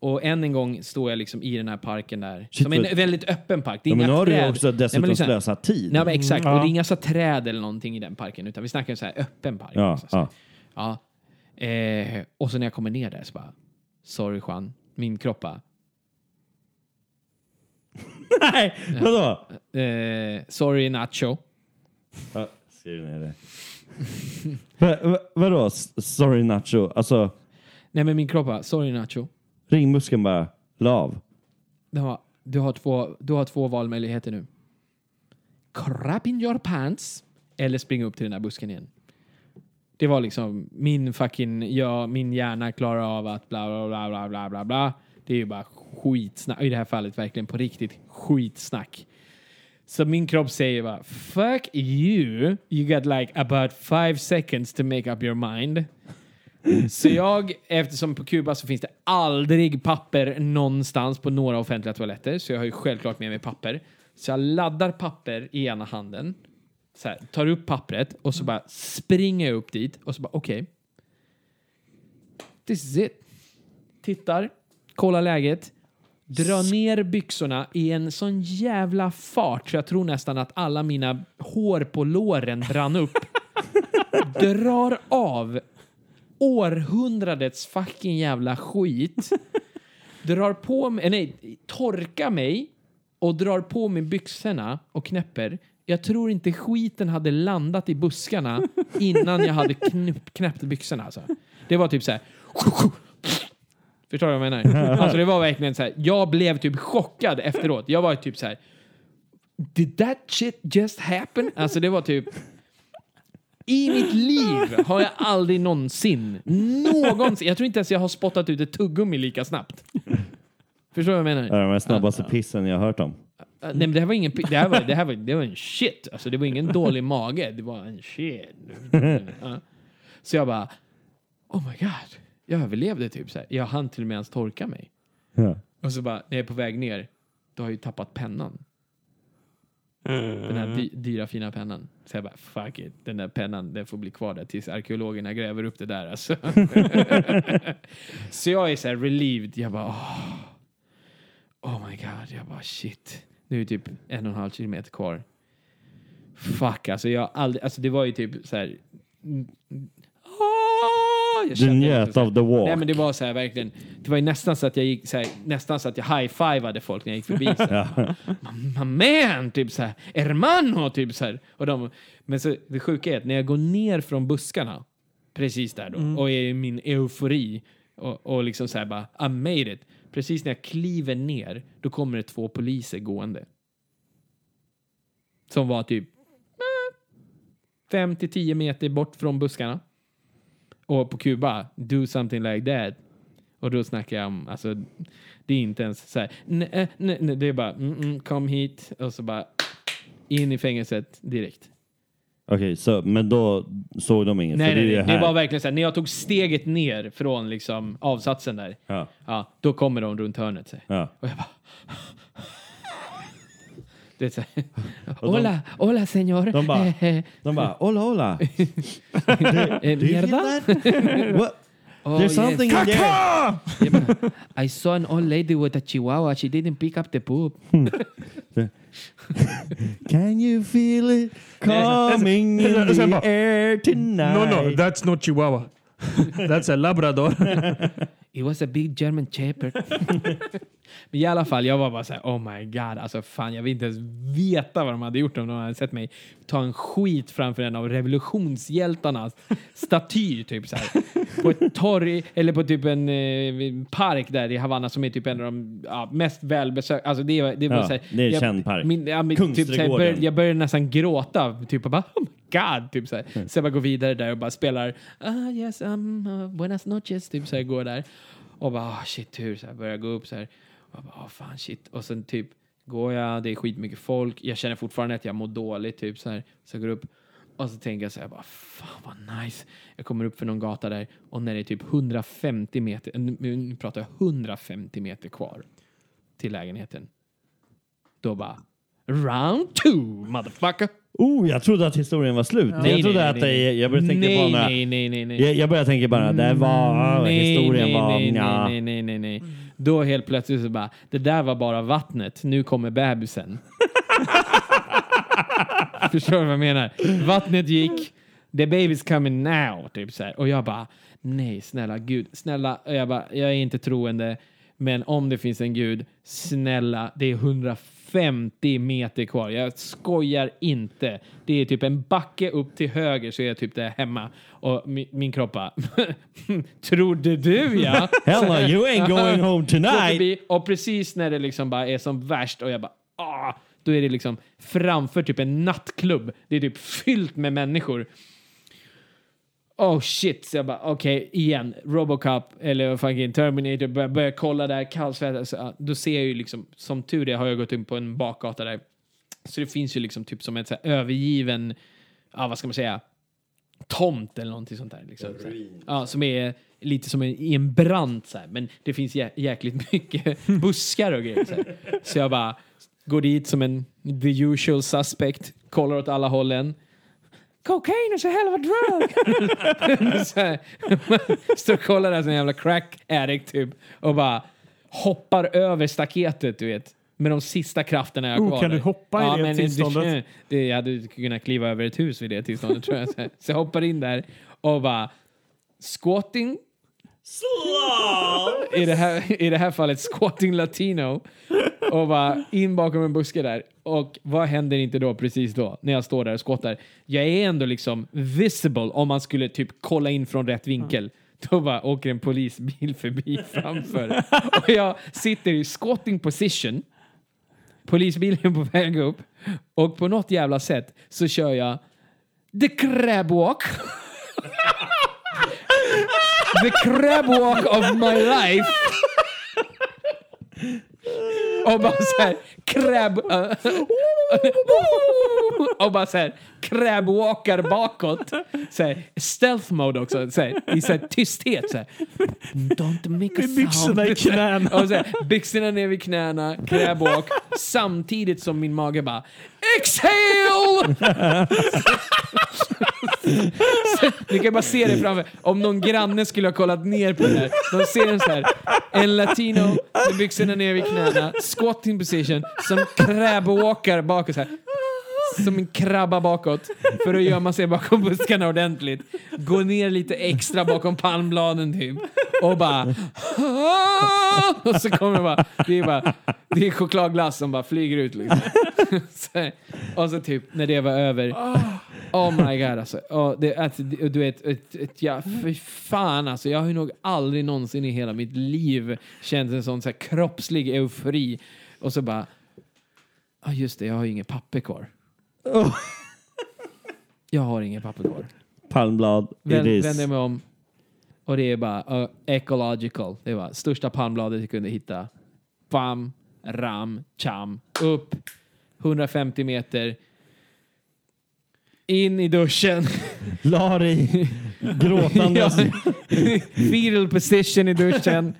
S5: Och än en gång står jag liksom i den här parken där.
S4: Shit,
S5: som är en
S4: vad-
S5: väldigt öppen park. Det är
S4: Ja, men
S5: inga
S4: nu har du ju
S5: träd.
S4: också
S5: Nej, men
S4: dessutom
S5: lyssna.
S4: slösat tid.
S5: Nej, men exakt.
S3: Mm,
S5: Och det
S3: ja.
S5: är inga så här träd eller någonting i den parken. Utan vi snackar en så här öppen park.
S4: Ja,
S5: också, så här.
S4: ja.
S5: Ja. Eh, och så när jag kommer ner där så bara, sorry Juan, min kropp bara,
S4: Nej, vadå?
S5: eh, sorry Nacho.
S4: Ja, skriv ner
S5: [LAUGHS]
S4: det. va, va, vadå? S- Sorry Nacho. Alltså,
S5: Nej men min kropp bara, sorry Nacho.
S4: ringmuskeln bara la av.
S5: Den var, du, har två, du har två valmöjligheter nu. Crap in your pants eller springa upp till den där busken igen. Det var liksom min fucking, ja, min hjärna klarar av att bla bla bla bla bla bla bla. Det är ju bara skitsnack. I det här fallet verkligen på riktigt skitsnack. Så min kropp säger bara fuck you. You got like about five seconds to make up your mind. Så jag, eftersom på Kuba så finns det aldrig papper någonstans på några offentliga toaletter, så jag har ju självklart med mig papper. Så jag laddar papper i ena handen, så här, tar upp pappret och så bara springer jag upp dit och så bara okej. This is it. Tittar, kollar läget, drar ner byxorna i en sån jävla fart så jag tror nästan att alla mina hår på låren brann upp. drar av århundradets fucking jävla skit. drar på mig, nej, torkar mig och drar på mig byxorna och knäpper. Jag tror inte skiten hade landat i buskarna innan jag hade knäpp, knäppt byxorna. Alltså. Det var typ så här. [LAUGHS] Förstår du vad jag menar? Alltså det var verkligen så här. Jag blev typ chockad efteråt. Jag var typ så här. Did that shit just happen? Alltså det var typ... I mitt liv har jag aldrig någonsin, någonsin, jag tror inte ens jag har spottat ut ett tuggummi lika snabbt. Förstår du vad jag menar?
S4: Det är den snabbaste pissen jag har hört om.
S5: Uh, Nej, men det här var ingen... pi- Det här var, det här var, det var en shit. Alltså, det var ingen dålig mage. Det var en shit. Ja. Så jag bara... Oh my god. Jag överlevde typ så här. Jag hann till och med ens torka mig.
S4: Ja.
S5: Och så bara, när jag är på väg ner, då har jag ju tappat pennan. Den
S4: Mm.
S5: här dy, dyra fina pennan. Så jag bara, fuck it. Den där pennan, den får bli kvar där tills arkeologerna gräver upp det där
S4: [LAUGHS]
S5: alltså. så jag är så här relieved. Jag bara, åh. Oh my god, jag bara shit. Nu är det typ en och en halv kilometer kvar. Fuck alltså, jag har aldrig, alltså det var ju typ så här. Mm, mm, ah, jag
S4: Du
S5: kände
S4: njöt
S5: liksom så
S4: av the
S5: här-
S4: walk.
S5: Nej men det var så här verkligen. Det var ju nästan så att jag gick så här, nästan så att jag high-fivade folk när jag gick förbi. Så här. "Ma- Man, typ så här. Hermano, typ så här. Och de, men så, det sjuka är att när jag går ner från buskarna precis där då och är i min eufori och, och liksom så här bara I made it. Precis när jag kliver ner då kommer det två poliser gående. Som var typ 5 till 10 meter bort från buskarna. Och på Kuba, do something like that. Och då snackar jag om, alltså, det är inte ens så här, nej, eh, nej, nej, det är bara, mm, mm, kom hit och så bara in i fängelset direkt.
S4: Okej, så men då såg de inget?
S5: Nej,
S4: för
S5: nej,
S4: det är
S5: nej,
S4: ju
S5: det
S4: här.
S5: var verkligen så här, när jag tog steget ner från liksom avsatsen där,
S4: Ja,
S5: ja, då kommer de runt hörnet. Så. här.
S4: ja.
S5: Och jag bara... Det är så
S4: [LAUGHS]
S5: här,
S4: de-
S5: hola, hola señor.
S4: De bara-
S5: [LAUGHS] Eh, eh,
S4: De bara, hola,
S5: [LAUGHS]
S4: hola.
S5: eh,
S4: Do you feel
S5: mierda? [LAUGHS]
S4: that? What?
S5: Oh,
S4: There's
S5: yes.
S4: something in there.
S5: Jag bara, I saw an old lady with a chihuahua. She didn't pick up the poop.
S4: Can you feel it
S5: [LAUGHS]
S4: coming in
S3: Sen- sen
S4: the
S3: bara,
S4: air
S3: No,
S4: tonight?
S3: no, that's not chihuahua. [LAUGHS] That's a labrador.
S5: It was a big German shepherd. [LAUGHS] Men i alla fall, jag var bara så här, oh my god, alltså fan, jag vill inte ens veta vad de hade gjort om de hade sett mig ta en skit framför en av revolutionshjältarnas staty, typ så här. På ett torg, eller på typ en eh, park där i Havanna som är typ en av de ja, mest välbesökta, alltså det, var- det var
S4: Ja,
S5: så här,
S4: det är en
S5: jag-
S4: känd park.
S5: Min, ja, men, typ, så här, jag,
S4: Kungsträdgården.
S5: började, jag började nästan gråta, typ och bara oh my god, typ så här. Så jag bara går vidare där och bara spelar ah yes, um, uh, buenas noches, typ så här, går där. Och bara ah shit, tur, så här, börjar gå upp så här. Och jag bara ah fan shit. Och sen typ går jag, det är skitmycket folk, jag känner fortfarande att jag mår dåligt, typ så här. Så jag går upp. Och så tänker jag så här, bara, fan vad nice. Jag kommer upp för någon gata där och när det är typ 150 meter, nu- nu pratar jag 150 meter kvar till lägenheten. Då bara Round two, motherfucker!
S4: Oh, jag trodde att historien var slut. jag trodde att det, jag började tänka
S5: nej,
S4: bara...
S5: Nej, nej, nej, nej.
S4: Jag, jag började tänka bara, det var... ah, historien
S5: Mm, nej,
S4: var...
S5: Nej,
S4: nja.
S5: nej, nej, nej, nej. Då helt plötsligt så bara, det där var bara vattnet, nu kommer bebisen. [LAUGHS] Förstår du vad jag menar? Vattnet gick, the baby's coming now, typ så här. Och jag bara, nej, snälla gud, snälla. Och jag bara, jag är inte troende, men om det finns en gud, snälla, det är 150 meter kvar. Jag skojar inte. Det är typ en backe upp till höger så är jag typ där hemma. Och min, min kropp bara, [LAUGHS] trodde du ja?
S4: Hello, you
S5: [LAUGHS]
S4: ain't going home
S5: Går
S4: tonight!
S5: förbi, och precis när det liksom bara är som värst och jag bara ah, då är det liksom framför typ en nattklubb. Det är typ fyllt med människor. Oh shit, så jag bara okej igen, Robocop eller fucking Terminator börjar, börjar kolla där, kallsvettas. Så, ja, Då ser jag ju liksom, som tur är har jag gått in på en bakgata där. Så det finns ju liksom typ som en så här övergiven, ja vad ska man säga, tomt eller någonting sånt där. Liksom, så här. Ja, som är lite som en, i en brant så här. Men det finns jä jäkligt mycket [LAUGHS] buskar och grejer. Så, här. så jag bara går dit som en the usual suspect, kollar åt alla hållen. Cocaine is a hell of a drug! [LAUGHS] så här. [LAUGHS] Står och kollar där som en jävla crack addict typ och bara hoppar över staketet, du vet. Med de sista krafterna jag har
S1: Oh,
S5: kvar.
S1: kan du
S5: där.
S1: hoppa i det
S5: men
S1: tillståndet?
S5: [LAUGHS] det, jag hade kunnat kliva över ett hus vid det tillståndet tror jag. Så- Så jag hoppar in där och bara squatting. I det, här, I det här fallet squatting latino. Och bara in bakom en buske där. Och vad händer inte då precis då när jag står där och squattar? Jag är ändå liksom visible om man skulle typ kolla in från rätt vinkel. Då bara åker en polisbil förbi [LAUGHS] framför. Och jag sitter i squatting position polisbilen på väg upp och på något jävla sätt så kör jag the crab walk. [LAUGHS] the crab walk of my life. Och bara såhär, crab... eh, och bara såhär, crab-walkar bakåt. Såhär, stealth mode också, såhär, i såhär, tysthet. Såhär. Don't make a
S1: Med byxorna i
S5: sound.
S1: knäna.
S5: Och så här, byxorna ner vid knäna, kräbåk, samtidigt som min mage bara Exhale! så, ni kan bara se det framför Om någon granne skulle ha kollat ner på det här. De ser en så här, en latino med byxorna ner vid knäna, squatting position, som kräbåkar bakåt så här. Som en krabba bakåt för att gömma sig bakom buskarna ordentligt. Gå ner lite extra bakom palmbladen typ. Och bara... [LAUGHS] Och så kommer det bara... Det är bara... Det är chokladglass som bara flyger ut liksom. [LAUGHS] Så, här. och så typ när det var över. Oh my god alltså. Och det, alltså det- du vet, ett, ett, ja, fy fan alltså. Jag har ju nog aldrig någonsin i hela mitt liv känt en sån så här, kroppslig eufori. Och så bara... Ja just det, jag har ju inget papper kvar. Jag har inget papper kvar.
S4: Palmblad,
S5: Vänd,
S4: it is.
S5: vänder jag mig om. Och det är bara uh, ecological. Det var största palmbladet jag kunde hitta. Bam, ram, cham, upp, 150 meter. In i duschen.
S4: La
S5: [LAUGHS]
S4: dig gråtandes.
S5: Fetal position i duschen.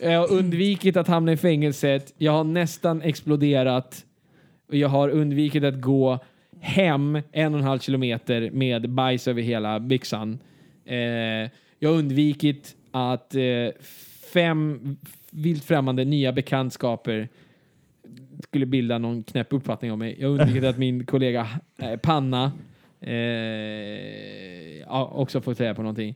S5: Jag har undvikit att hamna i fängelset. Jag har nästan exploderat. Och jag har undvikit att gå hem en och en halv kilometer med bajs över hela byxan. Eh, jag har undvikit att eh, fem vilt främmande nya bekantskaper skulle bilda någon knäpp uppfattning om mig. Jag har undvikit att min kollega eh, Panna eh, ja, också fått reda på någonting.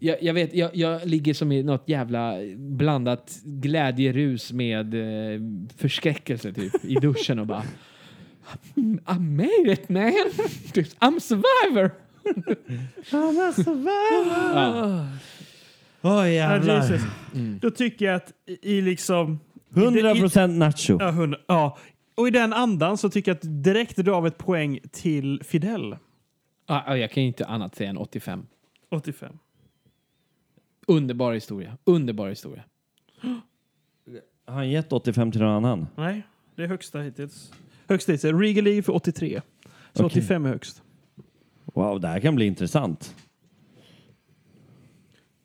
S5: Jag, jag vet, jag, jag ligger som i något jävla blandat glädjerus med eh, förskräckelse typ i duschen och bara I made it man! I'm a survivor! Ja.
S4: Åh
S3: Ja,
S4: jävlar.
S3: Jesus.
S4: Mm.
S3: Då tycker jag att i, i liksom... i det- i-
S4: 100% nacho.
S3: Ja, hund, ja. Och i den andan så tycker jag att direkt dra av ett poäng till Fidel.
S5: Ah, ah, jag kan ju inte annat säga än 85.
S3: 85.
S5: Underbar historia. Underbar historia.
S4: Har han gett 85 till någon annan?
S3: Nej, det är högsta hittills. Högsta hittills. Regal Eve för 83. Så
S4: Okej.
S3: 85 är högst.
S4: Wow, det här kan bli intressant.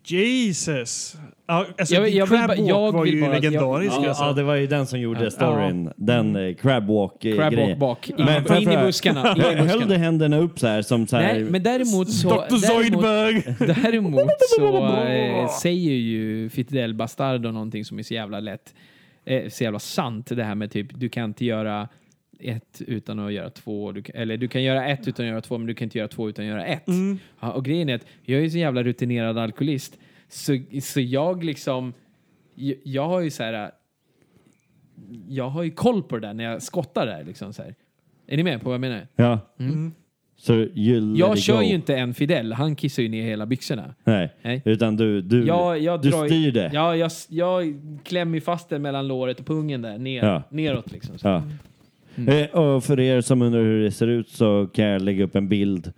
S3: Jesus! Ja, alltså,
S5: Jag-
S3: din
S5: jag vill
S3: crab
S5: bara-
S3: walk
S5: jag
S3: var
S5: vill
S3: ju
S5: bara-
S3: legendarisk.
S4: Ja,
S3: alltså.
S4: ja, det var ju den som gjorde
S5: Ja.
S4: storyn. Den eh, crab walk eh,
S5: Crab walk
S4: grejen.
S5: bak. In,
S4: Men får jag
S5: in i
S4: fråga-
S5: buskarna. In
S4: [LAUGHS]
S5: i
S4: Höll du
S5: buskarna.
S4: händerna upp så här som så här?
S5: Nej, men däremot så...
S3: Dr.
S5: däremot-
S3: Zoidberg!
S5: Däremot så eh, säger ju Fidel Bastardo någonting som är så jävla lätt, eh, så jävla sant det här med typ du kan inte göra ett utan att göra två, du, kan- eller du kan göra ett utan att göra två men du kan inte göra två utan att göra ett. Ja, och grejen är att jag är ju så jävla rutinerad alkoholist så, så jag liksom, jag, jag har ju så här, jag har ju koll på det där när jag skottar där liksom så här. Är ni med på vad jag menar?
S4: Ja. Så you let
S5: Mm. Jag
S4: it
S5: kör
S4: go.
S5: ju inte en Fidel, han kissar ju ner hela byxorna.
S4: Nej.
S5: Nej.
S4: utan du, du,
S5: Jag, jag
S4: du
S5: drar ju-
S4: styr det.
S5: Ja, jag, jag klämmer ju fast den mellan låret och pungen där, ner,
S4: Ja.
S5: neråt liksom. Så.
S4: Ja.
S5: Mm.
S4: Eh, Och för er som undrar hur det ser ut så kan jag lägga upp en bild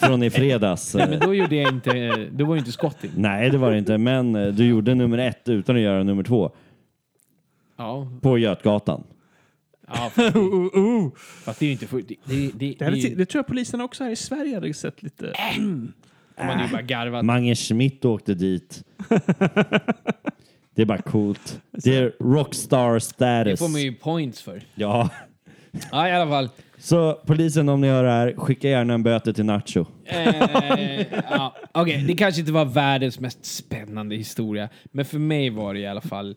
S4: från i
S5: [LAUGHS]
S4: fredags. Eh,
S5: Men då gjorde jag inte, eh, då var ju inte skott in.
S4: Nej, det var det inte. Men eh, du gjorde nummer ett utan att göra nummer två
S5: Ja,
S4: på Götgatan.
S5: ja fast, det,
S3: Oh, oh.
S5: fast det är ju inte fullt. Det, det, det,
S3: Det,
S5: det, är
S3: hade,
S5: ju-
S3: det tror jag polisen också här i Sverige hade sett lite.
S5: Äh. man hade ju bara garvat.
S4: Mange Schmidt åkte dit. Det är bara coolt. Det är rockstar
S5: Det
S4: status.
S5: får man ju points för.
S4: Ja.
S5: Ja, i alla fall.
S4: Så polisen, om ni hör det här, skicka gärna en böter till Nacho.
S5: Eh, ja, Okej, det kanske inte var världens mest spännande historia, men för mig var det i alla fall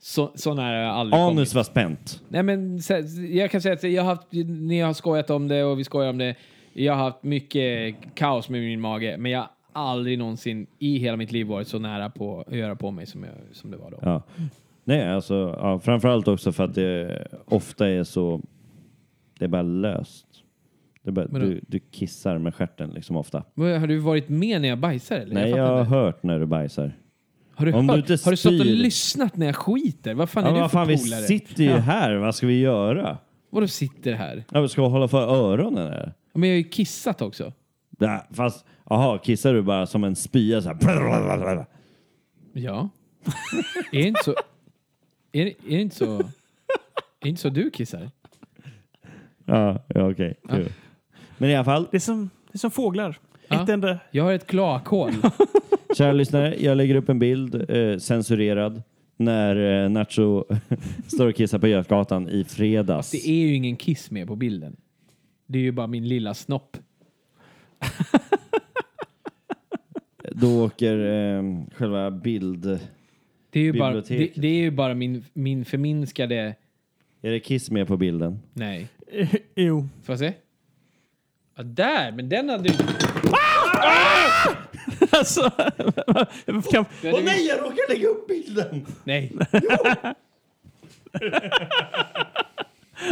S5: så, så nära jag aldrig kommit.
S4: Anus var spänt.
S5: Nej, men så, jag kan säga att jag har haft, ni har skojat om det och vi skojar om det. Jag har haft mycket kaos med min mage, men jag har aldrig någonsin i hela mitt liv varit så nära på att göra på mig som, jag, som det var då.
S4: Ja. Nej, alltså, ja, framförallt också för att det ofta är så... Det är bara löst. Det är bara,
S5: Vadå?
S4: du, du kissar med stjärten liksom ofta.
S5: Vad, Har du varit med när jag bajsar? Eller?
S4: Nej, jag
S5: fattar
S4: har
S5: inte.
S4: hört när du bajsar.
S5: har, du
S4: om du
S5: hört,
S4: inte
S5: har du stått och
S4: spyr-
S5: lyssnat när jag skiter? Vad fan
S4: Ja,
S5: är du
S4: vad fan,
S5: för
S4: vi
S5: polare?
S4: sitter ju här. Vad ska vi göra?
S5: Vadå sitter här?
S4: Ja, vi ska hålla för öronen här.
S5: Ja, Men jag har ju kissat också.
S4: Nej, fast, aha, kissar du bara som en spya så här?
S5: Ja. [LAUGHS] är det inte så... Är, det- är det inte så... Är det inte så du kissar?
S4: Ja, ja okej. Jo. Men i alla fall,
S3: Det är som, det är som fåglar.
S5: Ja.
S3: Ett enda...
S5: Jag har ett klakhål.
S4: Kära lyssnare, jag lägger upp en bild, eh, censurerad, när eh, Nacho [LAUGHS] står och kissar på Götgatan i fredags.
S5: Det är ju ingen kiss med på bilden. Det är ju bara min lilla snopp.
S4: Då åker eh, själva bild...
S5: Det är ju bara, det,
S4: Biblioteket.
S5: det är ju bara min, min förminskade...
S4: Är det kiss med på bilden?
S5: Nej.
S3: Jo.
S5: Får jag se? Ja, där! Men den hade du...
S3: Alltså, [LAUGHS] jag kan,
S5: du hade visst-
S4: jag råkar lägga upp bilden!
S5: nej!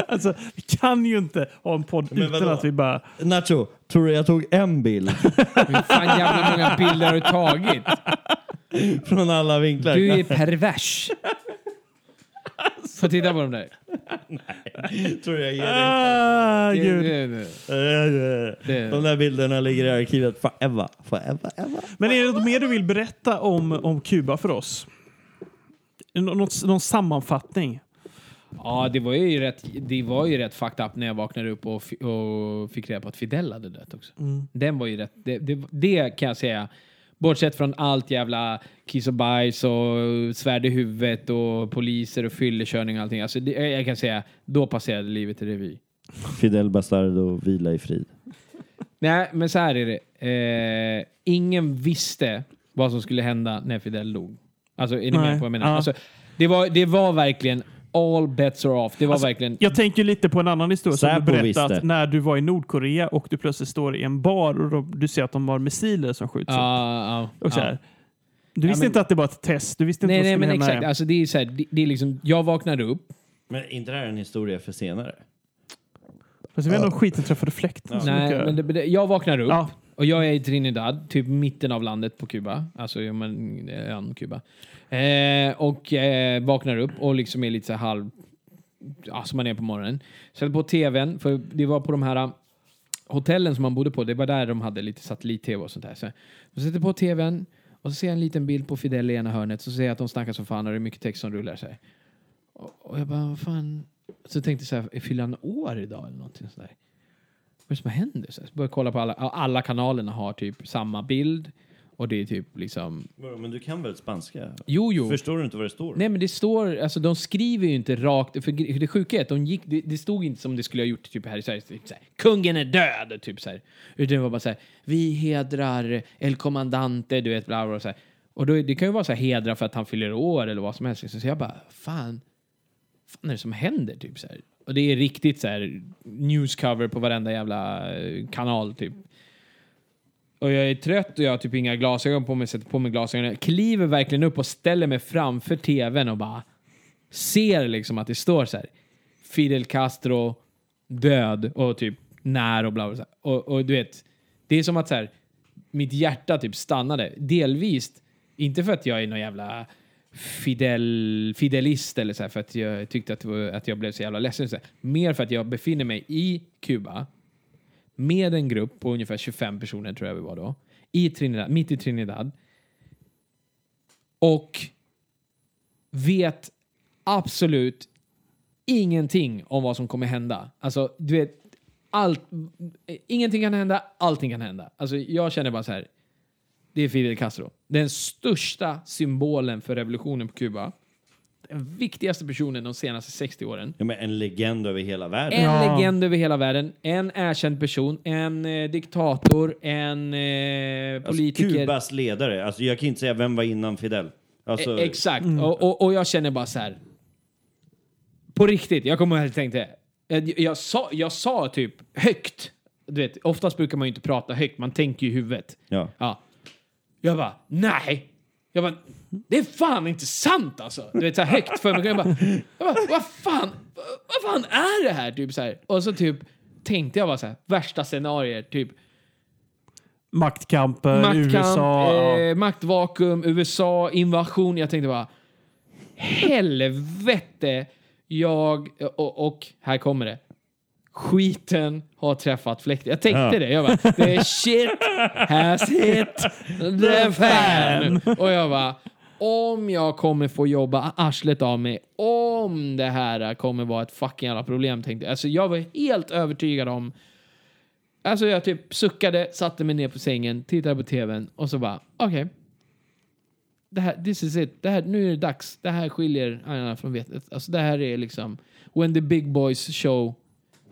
S3: alltså, vi kan ju inte ha en podd utan
S4: vadå?
S3: att vi bara...
S4: Nacho, tror du jag tog en bild [LAUGHS]
S5: Hur fan jävla många bilder har du tagit?
S4: från alla vinklar?
S5: Du är pervers. Få titta på dem där.
S4: Tror jag ger dig.
S3: Ah, gud.
S4: De där bilderna ligger i arkivet forever. forever ever.
S3: Men är det något mer du vill berätta om, om Kuba för oss? Nå- Något, någon sammanfattning?
S5: Ja, det var ju rätt, det var ju rätt fucked up när jag vaknade upp och, fi- och fick reda på att Fidel hade dött också.
S3: Mm.
S5: Den var ju rätt, det, det, det kan jag säga. Bortsett från allt jävla kiss och bajs och svärd i huvudet och poliser och fyllekörning och allting. Alltså det, jag kan säga, då passerade livet i revy.
S4: Fidel Bastardo, vila i frid.
S5: Nej, men så här är det. Eh, ingen visste vad som skulle hända när Fidel dog. Alltså, är ni
S3: Nej.
S5: med på vad jag menar?
S3: Ja.
S5: Alltså, det, var, det var verkligen all bets are off. Det var
S3: Alltså,
S5: verkligen...
S3: Jag tänker lite på en annan historia som du
S4: Säpo
S3: berättat
S4: visste.
S3: när du var i Nordkorea och du plötsligt står i en bar och de- du ser att de har missiler som skjuts upp.
S5: Ja, ja,
S3: Och så
S5: ja.
S3: här. Du visste
S5: men-
S3: inte att det var ett test. Du visste inte
S5: Nej,
S3: vad
S5: nej
S3: som
S5: men
S3: skulle hända.
S5: exakt. Alltså, det är så här, det, det är liksom, jag vaknade upp.
S4: Men inte det här en historia för senare?
S3: Fast jag vet inte om skiten träffade fläkten så
S5: nej,
S3: mycket.
S5: men det, det- jag vaknar upp
S3: Ja.
S5: och jag är i Trinidad, typ mitten av landet på Kuba. Alltså ja, men, ön Kuba. Eh, och eh, vaknar upp och liksom är lite så här halv... Ja, som man är på morgonen. Sätter på tvn, för det var på de här eh, hotellen som man bodde på, det var där de hade lite satellit-tv och sånt där. Så jag sätter på tvn och så ser jag en liten bild på Fidel i ena hörnet. Så ser jag att de snackar som fan och det är mycket text som rullar. Så här. Och, och jag bara, vad fan. Så tänkte jag så här, fyller han år idag eller någonting sånt där? Vad är det som händer? Så här, så började jag kolla på alla, alla kanalerna har typ samma bild. Och det är typ liksom,
S4: Men du kan väl spanska?
S5: jo jo.
S4: Förstår du inte vad det står?
S5: Nej men det står, alltså de skriver ju inte rakt, för gre- det sjuka är att de gick, det, det stod inte som det skulle ha gjort typ här i Sverige, typ såhär, kungen är död, typ såhär. Utan det var bara såhär, vi hedrar El Comandante, du vet, bla bla, bla såhär. Och då, det kan ju vara såhär hedra för att han fyller år eller vad som helst. liksom. Så jag bara, fan, fan är det som händer? Typ så här. Och det är riktigt så här newscover på varenda jävla eh, kanal typ. Och jag är trött och jag har typ inga glasögon på mig, sätter på mig glasögonen. Jag kliver verkligen upp och ställer mig framför tvn och bara ser liksom att det står så här. Fidel Castro död och typ när och bla bla. bla. Och, och du vet, det är som att så här, mitt hjärta typ stannade. Delvis, inte för att jag är någon jävla fidel, fidelist eller så här, för att jag tyckte att, det var- att jag blev så jävla ledsen. Så här. Mer för att jag befinner mig i Kuba med en grupp på ungefär 25 personer tror jag vi var då. I Trinidad, mitt i Trinidad. Och vet absolut ingenting om vad som kommer hända. Alltså, du vet, allt, ingenting kan hända, allting kan hända. Alltså, jag känner bara så här. Det är Fidel Castro. Den största symbolen för revolutionen på Kuba. Den viktigaste personen de senaste 60 åren.
S4: Ja, men en legend över hela världen.
S5: En legend över hela världen, en erkänd person, en eh, diktator, en eh, politiker.
S4: Alltså, Kubas ledare. Alltså, jag kan inte säga vem var innan Fidel. Alltså,
S5: E- Exakt. Och, och, och jag känner bara så här. På riktigt, jag kommer ihåg att jag tänkte. Jag, jag, sa, jag sa typ högt. Du vet, oftast brukar man ju inte prata högt, man tänker ju i huvudet.
S4: ja.
S5: Ja. Jag bara, nej! Jag bara, det är fan inte sant alltså! Du vet, så här högt för mig. Jag bara, jag bara vad, fan, vad fan är det här? Typ så här. Och så typ tänkte jag bara så här, värsta scenarier, typ
S3: Maktkamper, USA. ja.
S5: eh, maktvakuum, USA, invasion. Jag tänkte bara, helvete, jag, och, och här kommer det. Skiten har träffat fläkten. Jag tänkte det. Jag bara, the shit has hit the fan. Och jag bara, om jag kommer få jobba arslet av mig, om det här kommer vara ett fucking jävla problem, tänkte jag. Alltså jag var helt övertygad om Alltså jag typ suckade, satte mig ner på sängen, tittade på tvn och så bara, okej. Det här, this is it. Det här, nu är det dags. Det här skiljer agnarna från vetet. Alltså det här är liksom, when the big boys show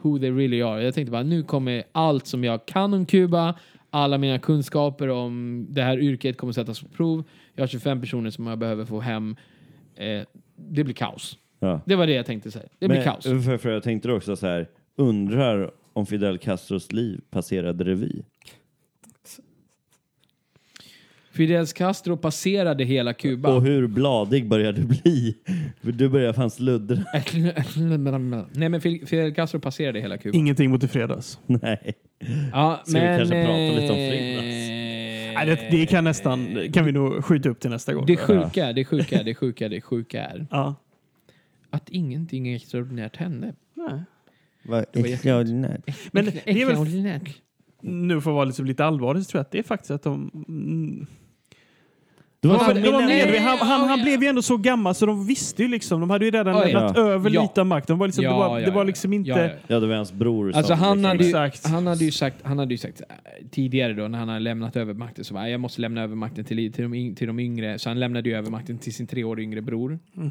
S5: who they really are. Jag tänkte bara, nu kommer allt som jag kan om Kuba, alla mina kunskaper om det här yrket kommer sättas på prov. Jag har 25 personer som jag behöver få hem. Eh, det blir kaos.
S4: Ja.
S5: Det var det jag tänkte säga. Det blir kaos.
S4: eh, För, för jag tänkte också så här, undrar om Fidel Castros liv passerade revy.
S5: Fidel Castro passerade hela Kuba.
S4: Och hur bladig började [LAUGHS] du bli? För du började fan sluddra. [LAUGHS]
S5: Nej men Fidel Fidel Castro passerade hela Kuba.
S3: Ingenting mot i fredags.
S4: Nej.
S5: Ja,
S4: Ska vi kanske
S5: eh,
S4: prata lite om Fridas?
S3: Nej, det, det kan nästan kan vi nog skjuta upp till nästa gång.
S5: eh, Det sjuka, det sjuka, det sjuka, det sjuka är
S3: ja.
S5: att ingenting extraordinärt hände.
S3: Nej.
S4: Vad
S5: var
S4: extraordinärt.
S3: Men det är väl
S5: Extraordinärt.
S3: nu för att vara liksom lite allvarlig så tror jag att det är faktiskt att de... Mm,
S4: Det var
S3: de var,
S4: som
S3: de var
S4: Millennium-
S3: medvetna. Han, han, han
S6: Ja.
S3: blev ju ändå så gammal så de visste ju liksom. De hade ju redan
S5: Oj.
S3: lämnat
S4: Ja.
S3: över
S5: Ja.
S3: lite av makten. De var liksom, det,
S5: Ja,
S3: var,
S5: ja,
S3: det var
S5: ja,
S3: liksom
S5: ja.
S3: inte...
S5: Ja, ja, ja.
S4: Ja, det var hans bror som...
S5: Alltså,
S4: liksom
S5: han hade ju-
S3: Exakt.
S5: Han hade ju sagt, han hade ju sagt äh, tidigare då när han hade lämnat över makten så bara, jag måste lämna över makten till, till, de, yng- till de yngre. Så han lämnade ju över makten till sin tre år yngre bror. [LAUGHS] till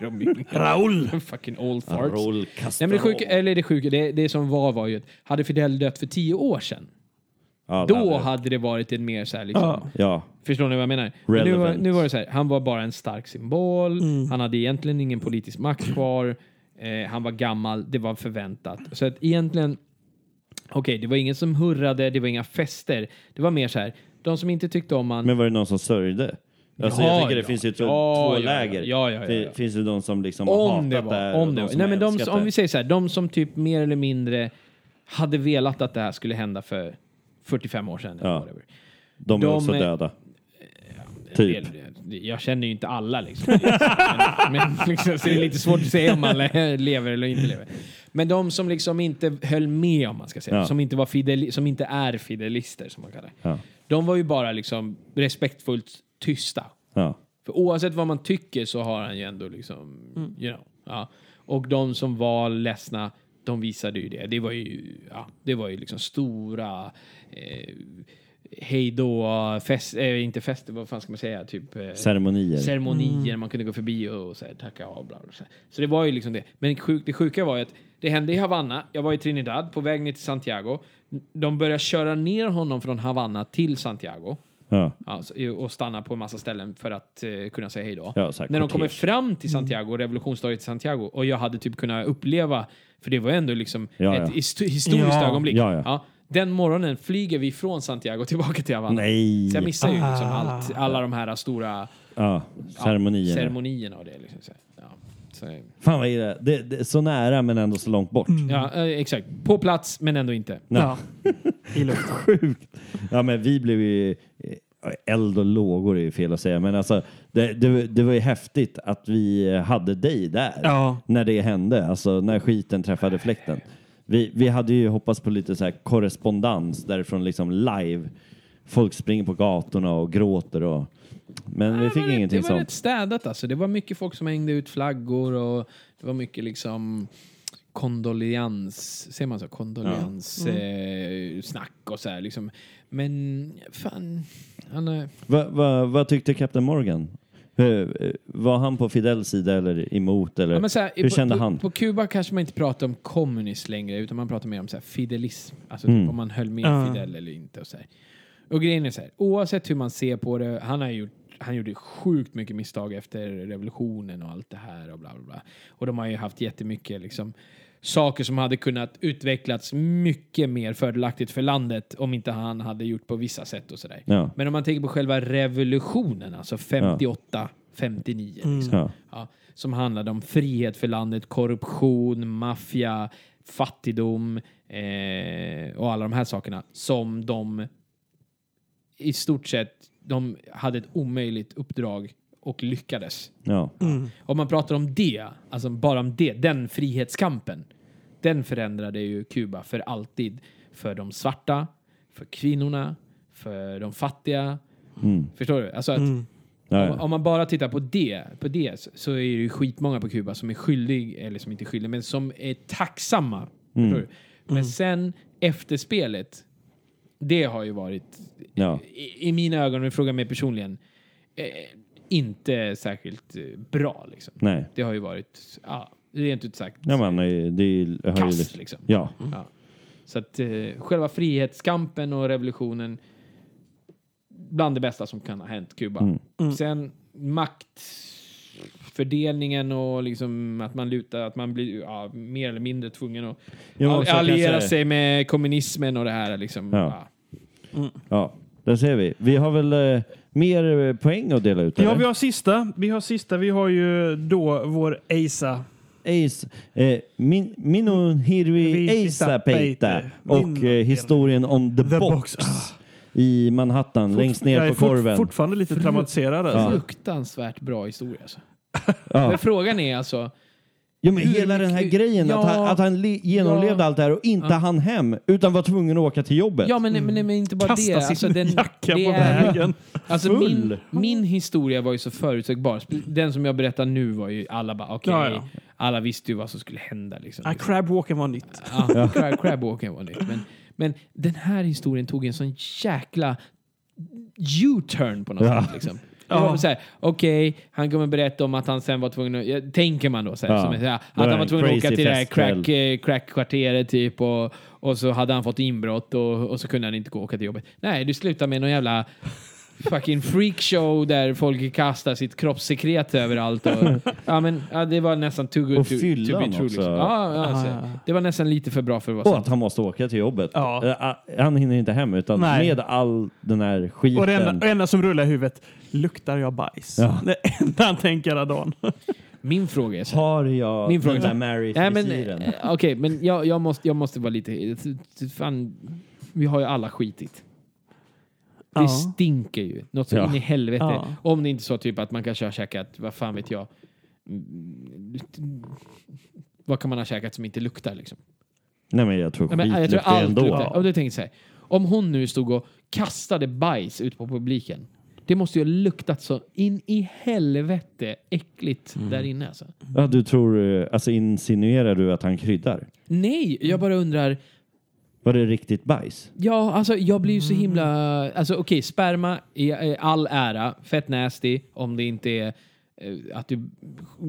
S5: de yngre.
S3: Raul!
S5: Fucking old farts.
S4: Raul
S5: Nej, men det sjuka,
S4: Castro.
S5: eller det sjuka, det, det som var var ju att hade Fidel dött för tio år sedan,
S4: Ja, det
S5: då
S4: hade-
S5: hade det varit en mer så här liksom,
S3: Ja.
S4: Ja.
S5: Förstår ni vad jag menar? Men Nu var,
S4: Relevant. Mm.
S5: nu var det så här, han var bara en stark symbol, han hade egentligen ingen politisk makt kvar, eh, han var gammal, det var förväntat. Så att egentligen, okej, det var ingen som hurrade, det var inga fester, det var mer så här, de som inte tyckte om han...
S4: Men var det någon som sörjde? Alltså,
S5: Ja,
S4: jag tänker det
S5: ja.
S4: finns ju två,
S5: Ja, ja,
S4: två
S5: ja.
S4: läger.
S5: Ja, ja, ja, ja.
S4: Det finns ju de som liksom har
S5: om
S4: hatat
S5: det
S4: här
S5: var,
S4: och
S5: om det var.
S4: som
S5: Nej, men de,
S4: älskat
S5: som-
S4: det.
S5: om vi säger så här, de som typ mer eller mindre hade velat att det här skulle hända för 45 år sedan. eller
S4: Ja.
S5: whatever.
S4: De är
S5: De
S4: också
S5: är-
S4: döda.
S5: En
S4: Typ.
S5: del- Jag känner ju inte alla liksom. men, men liksom så det är lite svårt att säga om alla [LAUGHS] lever eller inte lever. Men de som liksom inte höll med om man ska säga,
S4: Ja.
S5: som, inte var fideli- som inte är fidelister som man kallar det.
S4: Ja.
S5: De var ju bara liksom respektfullt tysta.
S4: Ja.
S5: För oavsett vad man tycker så har han ju ändå liksom, you know. Ja. Och de som var ledsna, de visade ju det. Det var ju, ja, det var ju liksom stora eh, hej då, fest, eh, inte fester, vad fan ska man säga, typ eh,
S4: Ceremonier.
S5: ceremonier, man kunde gå förbi och så här, tacka av. Bla bla, så, här. så det var ju liksom det. Men sjuk, det sjuka var ju att det hände i Havanna, jag var i Trinidad på väg ner till Santiago. De började köra ner honom från Havanna till Santiago.
S4: ja.
S5: Ja, så- och stanna på en massa ställen för att eh, kunna säga hej då.
S4: Ja, så här
S5: När de
S4: kortege.
S5: kommer fram till Santiago, revolutionsdagen till Santiago, och jag hade typ kunnat uppleva, för det var ändå liksom
S4: Ja,
S5: ett
S4: ja.
S5: hist- historiskt
S3: Ja.
S5: ögonblick.
S4: Ja, ja.
S5: den morgonen flyger vi från Santiago tillbaka till Havanna.
S4: Nej.
S5: Så jag missar ju liksom allt, alla de här stora
S4: Ja.
S5: ja,
S4: Ceremonier.
S5: ceremonierna och det. Liksom. så här. Ja. Så,
S4: Fan vad är det? Det, det? är Så nära men ändå så långt bort.
S5: ja, eh, exakt. På plats, men ändå inte.
S4: Nej.
S3: Ja. I luften.
S4: Sjukt. Ja men vi blev ju... eh, Eld och lågor är ju fel att säga men alltså det, det, det var ju häftigt att vi hade dig där.
S3: Ja.
S4: när det hände, alltså när skiten träffade fläkten. Vi, vi hade ju hoppats på lite så här korrespondens därifrån liksom live. Folk springer på gatorna och gråter och... Men vi
S5: Nej,
S4: fick
S5: men det-
S4: ingenting
S5: Det var
S4: sånt.
S5: rätt städat alltså. Det var mycket folk som hängde ut flaggor och det var mycket liksom kondoleans, säger man så? Kondoleans eh, snack och så här liksom. Men fan, han är...
S4: Vad va, vad tyckte Captain Morgan? Hur, eh, var han på Fidels sida eller emot? Eller?
S5: Ja, men så här,
S4: Hur
S5: på,
S4: kände
S5: på,
S4: han?
S5: På Kuba kanske man inte pratar om kommunism längre utan man pratar mer om så här fidelism. Alltså
S4: Mm.
S5: typ om man höll med
S3: Ja.
S5: Fidel eller inte. Och, så här. och grejen är så här, oavsett hur man ser på det, han har gjort han gjorde sjukt mycket misstag efter revolutionen och allt det här och bla bla bla. Och de har ju haft jättemycket liksom saker som hade kunnat utvecklats mycket mer fördelaktigt för landet om inte han hade gjort på vissa sätt och sådär.
S4: Ja.
S5: Men om man tänker på själva revolutionen, alltså 58, 59
S3: Mm.
S5: liksom.
S4: Ja.
S5: Ja, som handlade om frihet för landet, korruption, maffia, fattigdom eh, och alla de här sakerna som de i stort sett de hade ett omöjligt uppdrag och lyckades.
S4: Ja.
S5: Om man pratar om det, alltså bara om det, den frihetskampen, den förändrade ju Kuba för alltid. För de svarta, för kvinnorna, för de fattiga. Förstår du? Alltså att
S4: Ja,
S5: om,
S4: ja.
S5: om man bara tittar på det, på det så- så är det ju skitmånga på Kuba som är skyldig, eller som inte är skyldig, men som är tacksamma.
S4: Mm.
S5: Förstår du? Men sen efterspelet, det har ju varit,
S4: Ja.
S5: i, i mina ögon, om du frågar mig personligen, eh, inte särskilt eh, bra. Liksom.
S4: Nej.
S5: Det har ju varit, ja, rent ut sagt,
S4: Ja, men, eh, det är ju- har ju Mm.
S5: kass liksom.
S4: Ja.
S5: Ja. Så att eh, själva frihetskampen och revolutionen bland det bästa som kan ha hänt Kuba.
S4: Mm.
S1: Mm.
S5: Sen maktfördelningen och liksom att man lutar, att man blir ja, mer eller mindre tvungen att
S4: Jo,
S5: all-
S4: så kan jag
S5: alliera
S4: säga.
S5: sig med kommunismen och det här liksom.
S4: Ja.
S5: Ja.
S4: ja. Där ser vi. Vi har väl eh, mer eh, poäng att dela ut?
S3: Ja,
S4: eller?
S3: vi har sista. Vi har sista. Vi har ju då vår Eisa.
S4: Ace, eh, min, Minu Hirvi
S3: Vi-
S4: Eisa Peita
S3: Peite.
S4: och
S3: Minno-
S4: eh, historien om The,
S3: The
S4: Box,
S3: Box. Ah.
S4: i Manhattan längst
S3: Jag
S4: ner
S3: är
S4: på korven.
S3: Fort, fortfarande lite traumatiserad. Alltså.
S5: Fruktansvärt bra historia alltså.
S4: Ja.
S5: Men frågan är alltså,
S4: Ja, men hela den här
S5: mycket-
S4: grejen att
S5: Ja.
S4: han, att han le- genomlevde
S5: Ja.
S4: allt det här och inte
S5: Ja.
S4: hann hem utan var tvungen att åka till jobbet.
S5: Ja, men, men, men inte bara
S1: Kasta
S5: det.
S1: sin
S5: Alltså, den,
S1: jacka
S5: det
S1: på
S5: är-
S1: vägen.
S5: Alltså
S4: Full.
S5: min, min historia var ju så förutsägbar. Den som jag berättar nu var ju alla bara okej.
S1: Ja, ja.
S5: Alla visste ju vad som skulle hända. Liksom.
S3: Ah, crabwalken var nytt.
S5: Ja, crab, crabwalken var nytt. Men, men den här historien tog en sån jäkla U-turn på något sätt. Liksom. Det var
S3: Ja.
S5: så här, Okej, han kommer berätta om att han sen var tvungen att... ja, Tänker man då så här,
S4: Ja.
S5: som, en- ja,
S4: Det var
S5: Att han var
S4: en
S5: tvungen att åka
S4: crazy
S5: till det här
S4: festkväll.
S5: crack, eh, crackkvarteret typ och, och så hade han fått inbrott och, och så kunde han inte gå och åka till jobbet. Nej, du slutar med någon jävla fucking freakshow där folk kastar sitt kroppssekret
S4: [LAUGHS]
S5: överallt. Och, ja, men, ja, det var nästan too good
S4: Och
S5: to, to be
S4: fyllan
S5: true.
S4: också.
S5: Liksom. Ja, ja, alltså,
S3: Ah.
S5: Det var nästan lite för bra för att vara
S4: Och
S5: sant.
S4: att han måste åka till jobbet.
S3: Ja.
S4: Eh, Han hinner inte hem utan
S3: Nej.
S4: med all den här skiten.
S3: Och det enda, och enda som rullar i huvudet, luktar jag bajs?
S4: Ja.
S3: Det enda han tänker hela dagen.
S5: Min fråga är så här.
S4: Har jag
S5: Min fråga
S4: den
S5: är-
S4: där mary
S5: Nej, men,
S4: frisyren?
S5: eh, Okej, men jag, jag, måste, jag måste vara lite... Fan, vi har ju alla skitit. Det
S3: Ja.
S5: stinker ju. Något så
S4: Ja.
S5: in i helvete.
S3: Ja.
S5: Om det inte är så typ att man kanske har käkat, vad fan vet jag. Mm, Vad kan man ha käkat som inte luktar liksom?
S4: Nej men jag tror
S5: Nej, men, jag tror
S4: skitluktar
S5: allt
S4: ändå.
S5: luktar. Om du tänker så här. Om hon nu stod och kastade bajs ut på publiken. Det måste ju ha luktat så in i helvete äckligt
S4: Mm.
S5: där inne alltså.
S4: Ja, du tror, eh, alltså insinuerar du att han kryddar?
S5: Nej, jag bara undrar.
S4: Var det riktigt bajs?
S5: Ja, alltså jag blir ju så himla... Alltså okej, sperma i i all ära. Fett nasty om det inte är eh, att du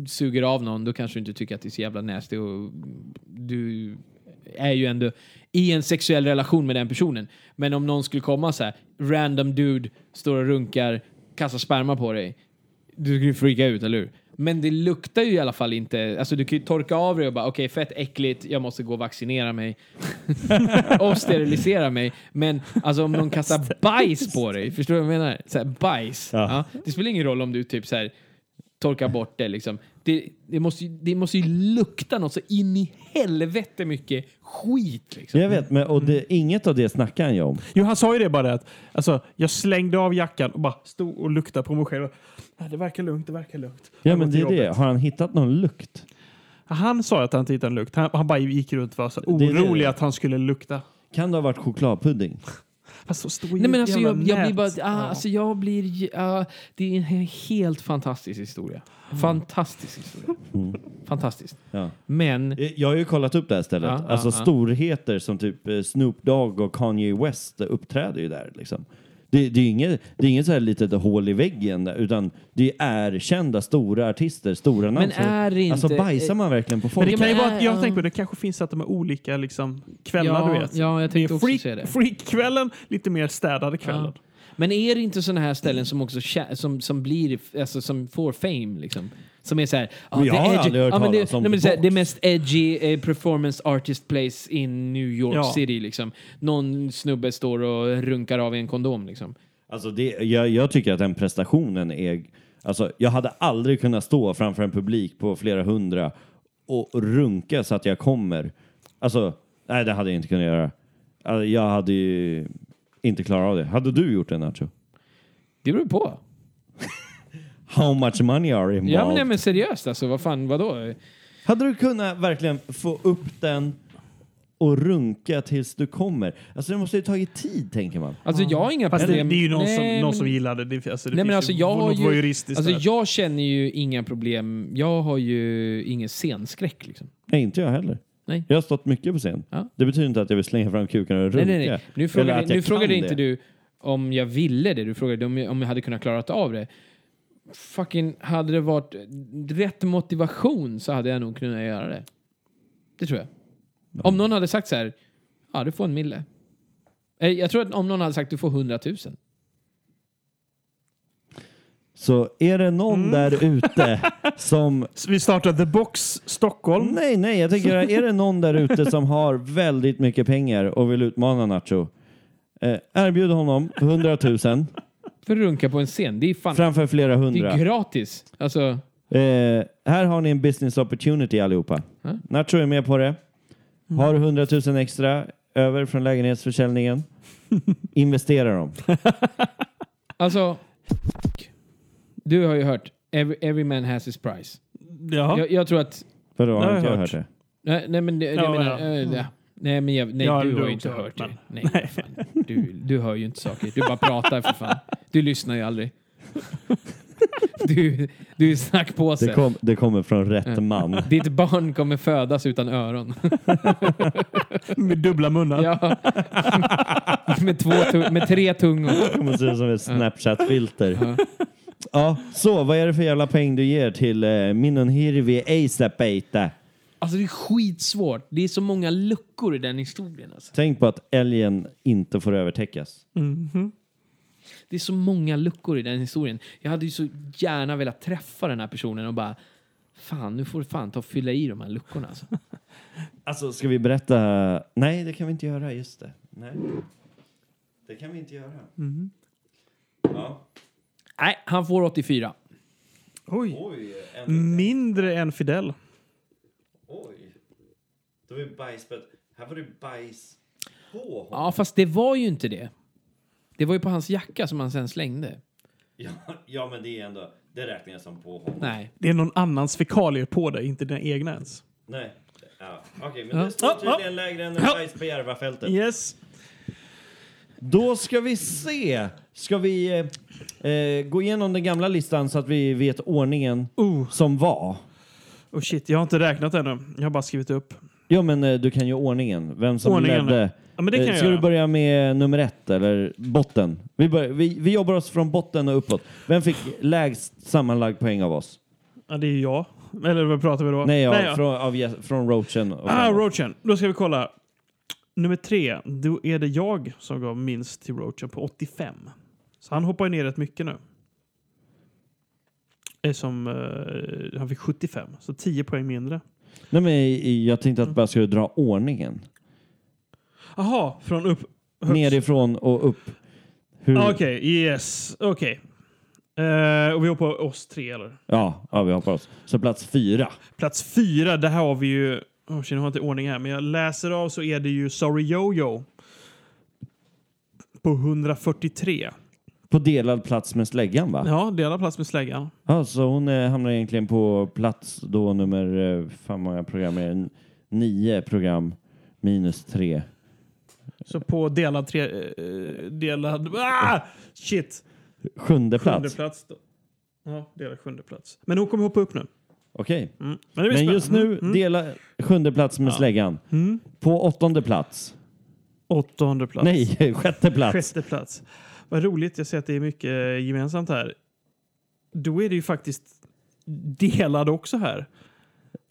S5: suger av någon. Då kanske du inte tycker att det är så jävla nasty. Och du är ju ändå i en sexuell relation med den personen. Men om någon skulle komma så här, random dude står och runkar, kastar sperma på dig. Du skulle ju freaka ut, eller hur? Men det luktar ju i alla fall inte. Alltså du kan ju torka av dig och bara okej, fett äckligt, jag måste gå och vaccinera mig [LAUGHS] och sterilisera mig. Men alltså om någon kastar bajs på dig, förstår du vad jag menar? Så här, bajs. Ja.
S4: Ja.
S5: det spelar ingen roll om du typ så här torkar bort det liksom. Det, det, måste, ju- det måste ju lukta något så in i helvete mycket skit liksom.
S4: Jag vet, men, och det, inget av det snackar han ju om.
S3: Jo, han sa ju det bara att alltså, jag slängde av jackan och bara stod och luktade på mig själv. Och, "Nej, det verkar lugnt, det verkar lugnt.
S4: Ja,
S3: Jag
S4: men det
S3: går till
S4: är det.
S3: jobbet.
S4: Har han hittat någon lukt?
S3: Han sa att han inte hittade en lukt. Han, han bara gick runt och var så
S4: är det.
S3: orolig att han skulle lukta.
S4: Kan det ha varit chokladpudding?
S3: Fast så stod ju
S5: Nej men alltså
S3: jävla
S5: jag, jag blir
S3: nät.
S5: bara... Ah,
S3: Ja.
S5: alltså, jag blir ju- ah, det är en he- helt fantastisk historia.
S3: Mm.
S5: Fantastisk historia. Fantastiskt.
S4: Ja.
S5: Men...
S4: Eh, Jag har ju kollat upp Mm. det här stället.
S5: Ja,
S4: alltså
S5: ja, ja.
S4: storheter som typ eh, Snoop Dogg och Kanye West uppträder ju där liksom. Det, det är ju inget, det är inget så här litet hål i väggen där, utan det är erkända stora artister, stora namn.
S5: Men
S4: som-
S5: är det inte-
S4: Alltså bajsar man verkligen på
S3: Men
S4: folk?
S3: det kan ju
S5: Ja, men-
S3: vara, jag
S5: ja.
S3: tänker på det kanske finns att de är olika liksom, kvällar
S5: Ja,
S3: du vet.
S5: ja, jag
S3: det
S5: tänkte
S3: är
S5: också
S3: freak,
S5: säga det.
S3: freakkvällen, lite mer städade kvällen.
S5: Ja. Men är det inte såna här ställen som också kä- som, som blir, alltså som får fame liksom? Som är ah, såhär...
S4: Men jag har aldrig hört
S5: men
S4: talas
S5: det,
S4: om
S5: nej, men så här,
S4: Box.
S5: det mest edgy eh, performance artist place in New York
S3: Ja.
S5: City liksom. Någon snubbe står och runkar av i en kondom liksom.
S4: Alltså det, jag, jag tycker att den prestationen är... Alltså jag hade aldrig kunnat stå framför en publik på flera hundra och runka så att jag kommer. Alltså, nej det hade jag inte kunnat göra. Alltså, jag hade ju inte klarat av det. Hade du gjort det Nacho?
S5: Det beror på.
S4: How much money are involved?
S5: Ja men, nej, men seriöst alltså, vad fan, vadå?
S4: Hade du kunnat verkligen få upp den och runka tills du kommer? Alltså det måste ju tagit tid tänker man.
S5: Alltså jag har inga
S3: Fast det,
S5: problem.
S3: det är ju någon,
S5: Nej,
S3: som,
S5: men-
S3: någon som gillar det. det alltså, det
S5: Nej,
S3: finns
S5: men alltså,
S3: ju
S5: jag har
S3: något
S5: ju-
S3: voyeuristiskt
S5: Alltså
S3: där.
S5: jag känner ju inga problem. Jag har ju ingen scenskräck liksom.
S4: Nej, inte jag heller.
S5: Nej.
S4: Jag har stått mycket på scen.
S5: Ja.
S4: Det betyder inte att jag vill slänga fram kuken och runka.
S5: Nej, nej, nej. Nu
S4: Eller
S5: frågade,
S4: att jag
S5: nu
S4: kan
S5: frågade
S4: det.
S5: inte du om jag ville det. Du frågade om jag, om jag hade kunnat klarat av det. Fucking, hade det varit rätt motivation så hade jag nog kunnat göra det. Det tror jag. Om någon hade sagt så här, ja du får en mille. Eh, Jag tror att om någon hade sagt du får hundratusen.
S4: Så är det någon
S5: Mm.
S4: där
S5: [LAUGHS]
S4: ute som...
S3: Så vi startar The Box Stockholm.
S4: Nej, nej, jag tänker är det någon där ute som har väldigt mycket pengar och vill utmana Nacho? Eh, erbjud honom 100 000
S5: För att runka på en scen. Det är fan,
S4: framför flera
S5: det
S4: hundra.
S5: är gratis. Alltså,
S4: Eh, här har ni en business opportunity allihopa.
S5: Ja.
S4: Nacho är med på det.
S5: Mm.
S4: Har 100 000 extra över från
S5: [LAUGHS]
S4: lägenhetsförsäljningen. Investera dem.
S5: alltså. Du har ju hört, every, every man has his price.
S3: Ja.
S5: Jag, jag tror att
S4: Vadå,
S3: Det
S4: har
S3: har
S4: inte
S3: jag
S4: jag hört det?
S5: Nej, nej men det, det
S3: Ja,
S5: jag menar...
S3: ja.
S5: eh, det- Nej, men jag, nej,
S3: Ja,
S5: du
S3: du
S5: har
S3: har
S5: ju inte
S3: också
S5: hört
S3: hört,
S5: det. Nej, fan. Du, du hör ju inte saker. Du bara pratar för fan. Du lyssnar ju [LAUGHS] aldrig. Du, du är
S4: Det,
S5: snackpåse.
S4: kom, det kommer från rätt
S5: Ja.
S4: man.
S5: Ditt barn kommer födas utan öron.
S3: Med dubbla munnar.
S5: Ja. [LAUGHS] Med, två, tu- med tre tungor.
S4: Det kommer se ut som ett Snapchat-filter. Ja, så vad är det för jävla poäng du ger till eh, Minnen Hirvi Eisapeita?
S5: Alltså det är skitsvårt. Det är så många luckor i den historien. Alltså.
S4: Tänk på att älgen inte får övertäckas.
S5: Det är så många luckor i den historien. Jag hade ju så gärna velat träffa den här personen och bara Fan, nu får du fan ta och fylla i de här luckorna.
S3: [LAUGHS]
S5: Alltså.
S4: Alltså, ska vi berätta? Nej, det kan vi inte göra. Just det. Nej. Det kan vi inte göra. Ja.
S5: Nej, han får 84.
S3: Oj.
S4: Oj, en,
S3: Mindre än Fidel.
S4: oj. Då är bajspett. Här var det bajs på honom.
S5: Ja, fast det var ju inte det. Det var ju på hans jacka som han sen slängde.
S4: Ja, ja, men det är ändå... Det räknar jag som på honom.
S5: Nej.
S3: Det är någon annans fekalier på dig, inte dina egna ens.
S4: Nej. Ja. Okej, men det står tydligen lägre än en bajs på Järvafältet.
S3: Yes.
S4: Då ska vi se. Ska vi eh, eh, gå igenom den gamla listan så att vi vet ordningen
S3: Oh,
S4: som var?
S3: oh shit, jag har inte räknat ännu. Jag har bara skrivit upp.
S4: Ja, men eh, du kan ju ordningen. Vem som
S3: Ordningen.
S4: ledde.
S3: Ja, men det kan
S4: Eh,
S3: jag
S4: Ska
S3: göra.
S4: du börja med nummer ett eller botten? Vi, börjar, vi, vi jobbar oss från botten och uppåt. Vem fick lägst sammanlagd poäng av oss?
S3: Ja, det är ju jag. Eller vad pratar vi då?
S4: Nej, ja,
S3: jag.
S4: Från, av, Jes- från Roachen. och
S3: Ah,
S4: framåt.
S3: Roachen. Då ska vi kolla. Nummer tre, då är det jag som gav minst till Roachen på 85. Så han hoppar ju ner rätt mycket nu. Eh, Som, eh, han fick 75, så 10 poäng mindre.
S4: Nej, men eh, jag tänkte att jag bara skulle dra ordningen.
S3: Aha, från upp... högst.
S4: Nerifrån och upp. Hur,
S3: Ah, Okej, yes. Okej. Eh, och vi hoppar oss tre, eller?
S4: ja, ja, vi hoppar oss. Så plats fyra.
S3: Plats fyra, där har vi ju... Oh, shit, jag har inte ordning här, men jag läser av så är det ju Sorry Jojo. På 143.
S4: På delad plats med släggan, va?
S3: Ja, dela plats med släggan.
S4: Ja, så hon eh, hamnar egentligen på plats då nummer, eh, fan många program är det? N- Nio program minus tre.
S3: Så på delad tre... eh, delad... Ah! Shit!
S4: Sjunde
S3: Sjunde
S4: plats.
S3: plats. då. Ja, delad sjunde plats. Men hon kommer hoppa upp nu.
S4: Okej.
S3: Mm. Men, det blir
S4: Men just
S3: spännande. Mm.
S4: nu, dela sjunde plats med släggan. På åttonde plats.
S3: Åttonde plats.
S4: Nej, [LAUGHS] sjätte plats.
S3: Sjätte plats. Vad roligt, jag ser att det är mycket eh, gemensamt här. Då är det ju faktiskt delad också här.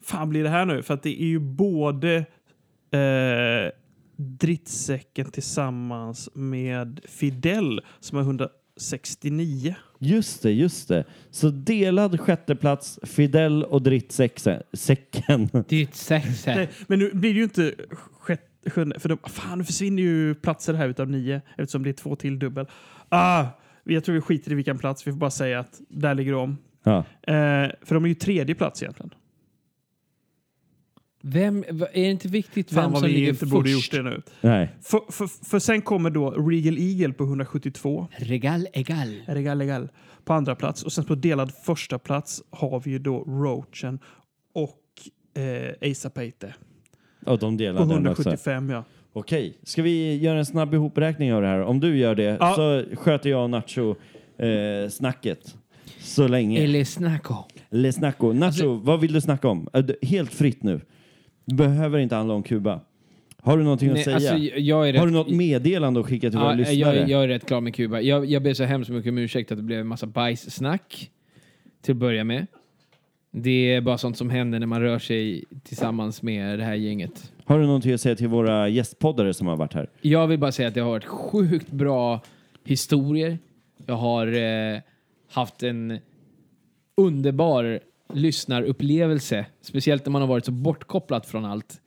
S3: Fan blir det här nu? För att det är ju både eh, Drittsäcken tillsammans med Fidel som är 169.
S4: Äh. Just det, just det. Så delad sjätte plats, Fidel och Drittsäcken. Säcken. [LAUGHS]
S5: Ditt sex
S3: Nej, men nu blir det ju inte sjätte, sjunde, för de, fan nu försvinner ju platser här utav nio eftersom det är två till dubbel. Ah, jag tror vi skiter i vilken plats, vi får bara säga att där ligger de.
S4: Ja.
S3: Eh, för de är ju tredje plats egentligen.
S5: Vem, va- är det inte viktigt vem
S3: Fan vad
S5: som
S3: vi
S5: ligger
S3: inte
S5: först?
S3: borde gjort det nu.
S4: Nej.
S3: För, för, för sen kommer då Regal Eagle på 172.
S8: Regal egal.
S3: Regal Egal på andra plats. Och sen på delad första plats har vi ju då Roachen och eh, Asa Peite
S4: Och de
S3: på
S4: delade den också.
S3: 175 ja.
S4: Okej, ska vi göra en snabb ihopräkning av det här? Om du gör det
S3: Ja.
S4: så sköter jag Nacho-snacket. så länge. Eller,
S5: Eller snacko.
S4: snacko. Nacho,
S5: Alltså-
S4: vad vill du snacka om? Äh, du- Helt fritt nu. Behöver inte handla om Kuba. Har du någonting att
S5: Nej,
S4: säga?
S5: alltså, jag är rätt,
S4: Har du något meddelande att skicka till våra
S5: ja,
S4: lyssnare?
S5: jag, jag är rätt klar med Kuba. Jag, jag ber så hemskt mycket om ursäkt att det blev en massa bajssnack till att börja med. Det är bara sånt som händer när man rör sig tillsammans med det här gänget.
S4: Har du någonting att säga till våra gästpoddare som har varit här?
S5: Jag vill bara säga att det har varit sjukt bra historier. Jag har eh, haft en underbar lyssnarupplevelse. Speciellt när man har varit så bortkopplad från allt.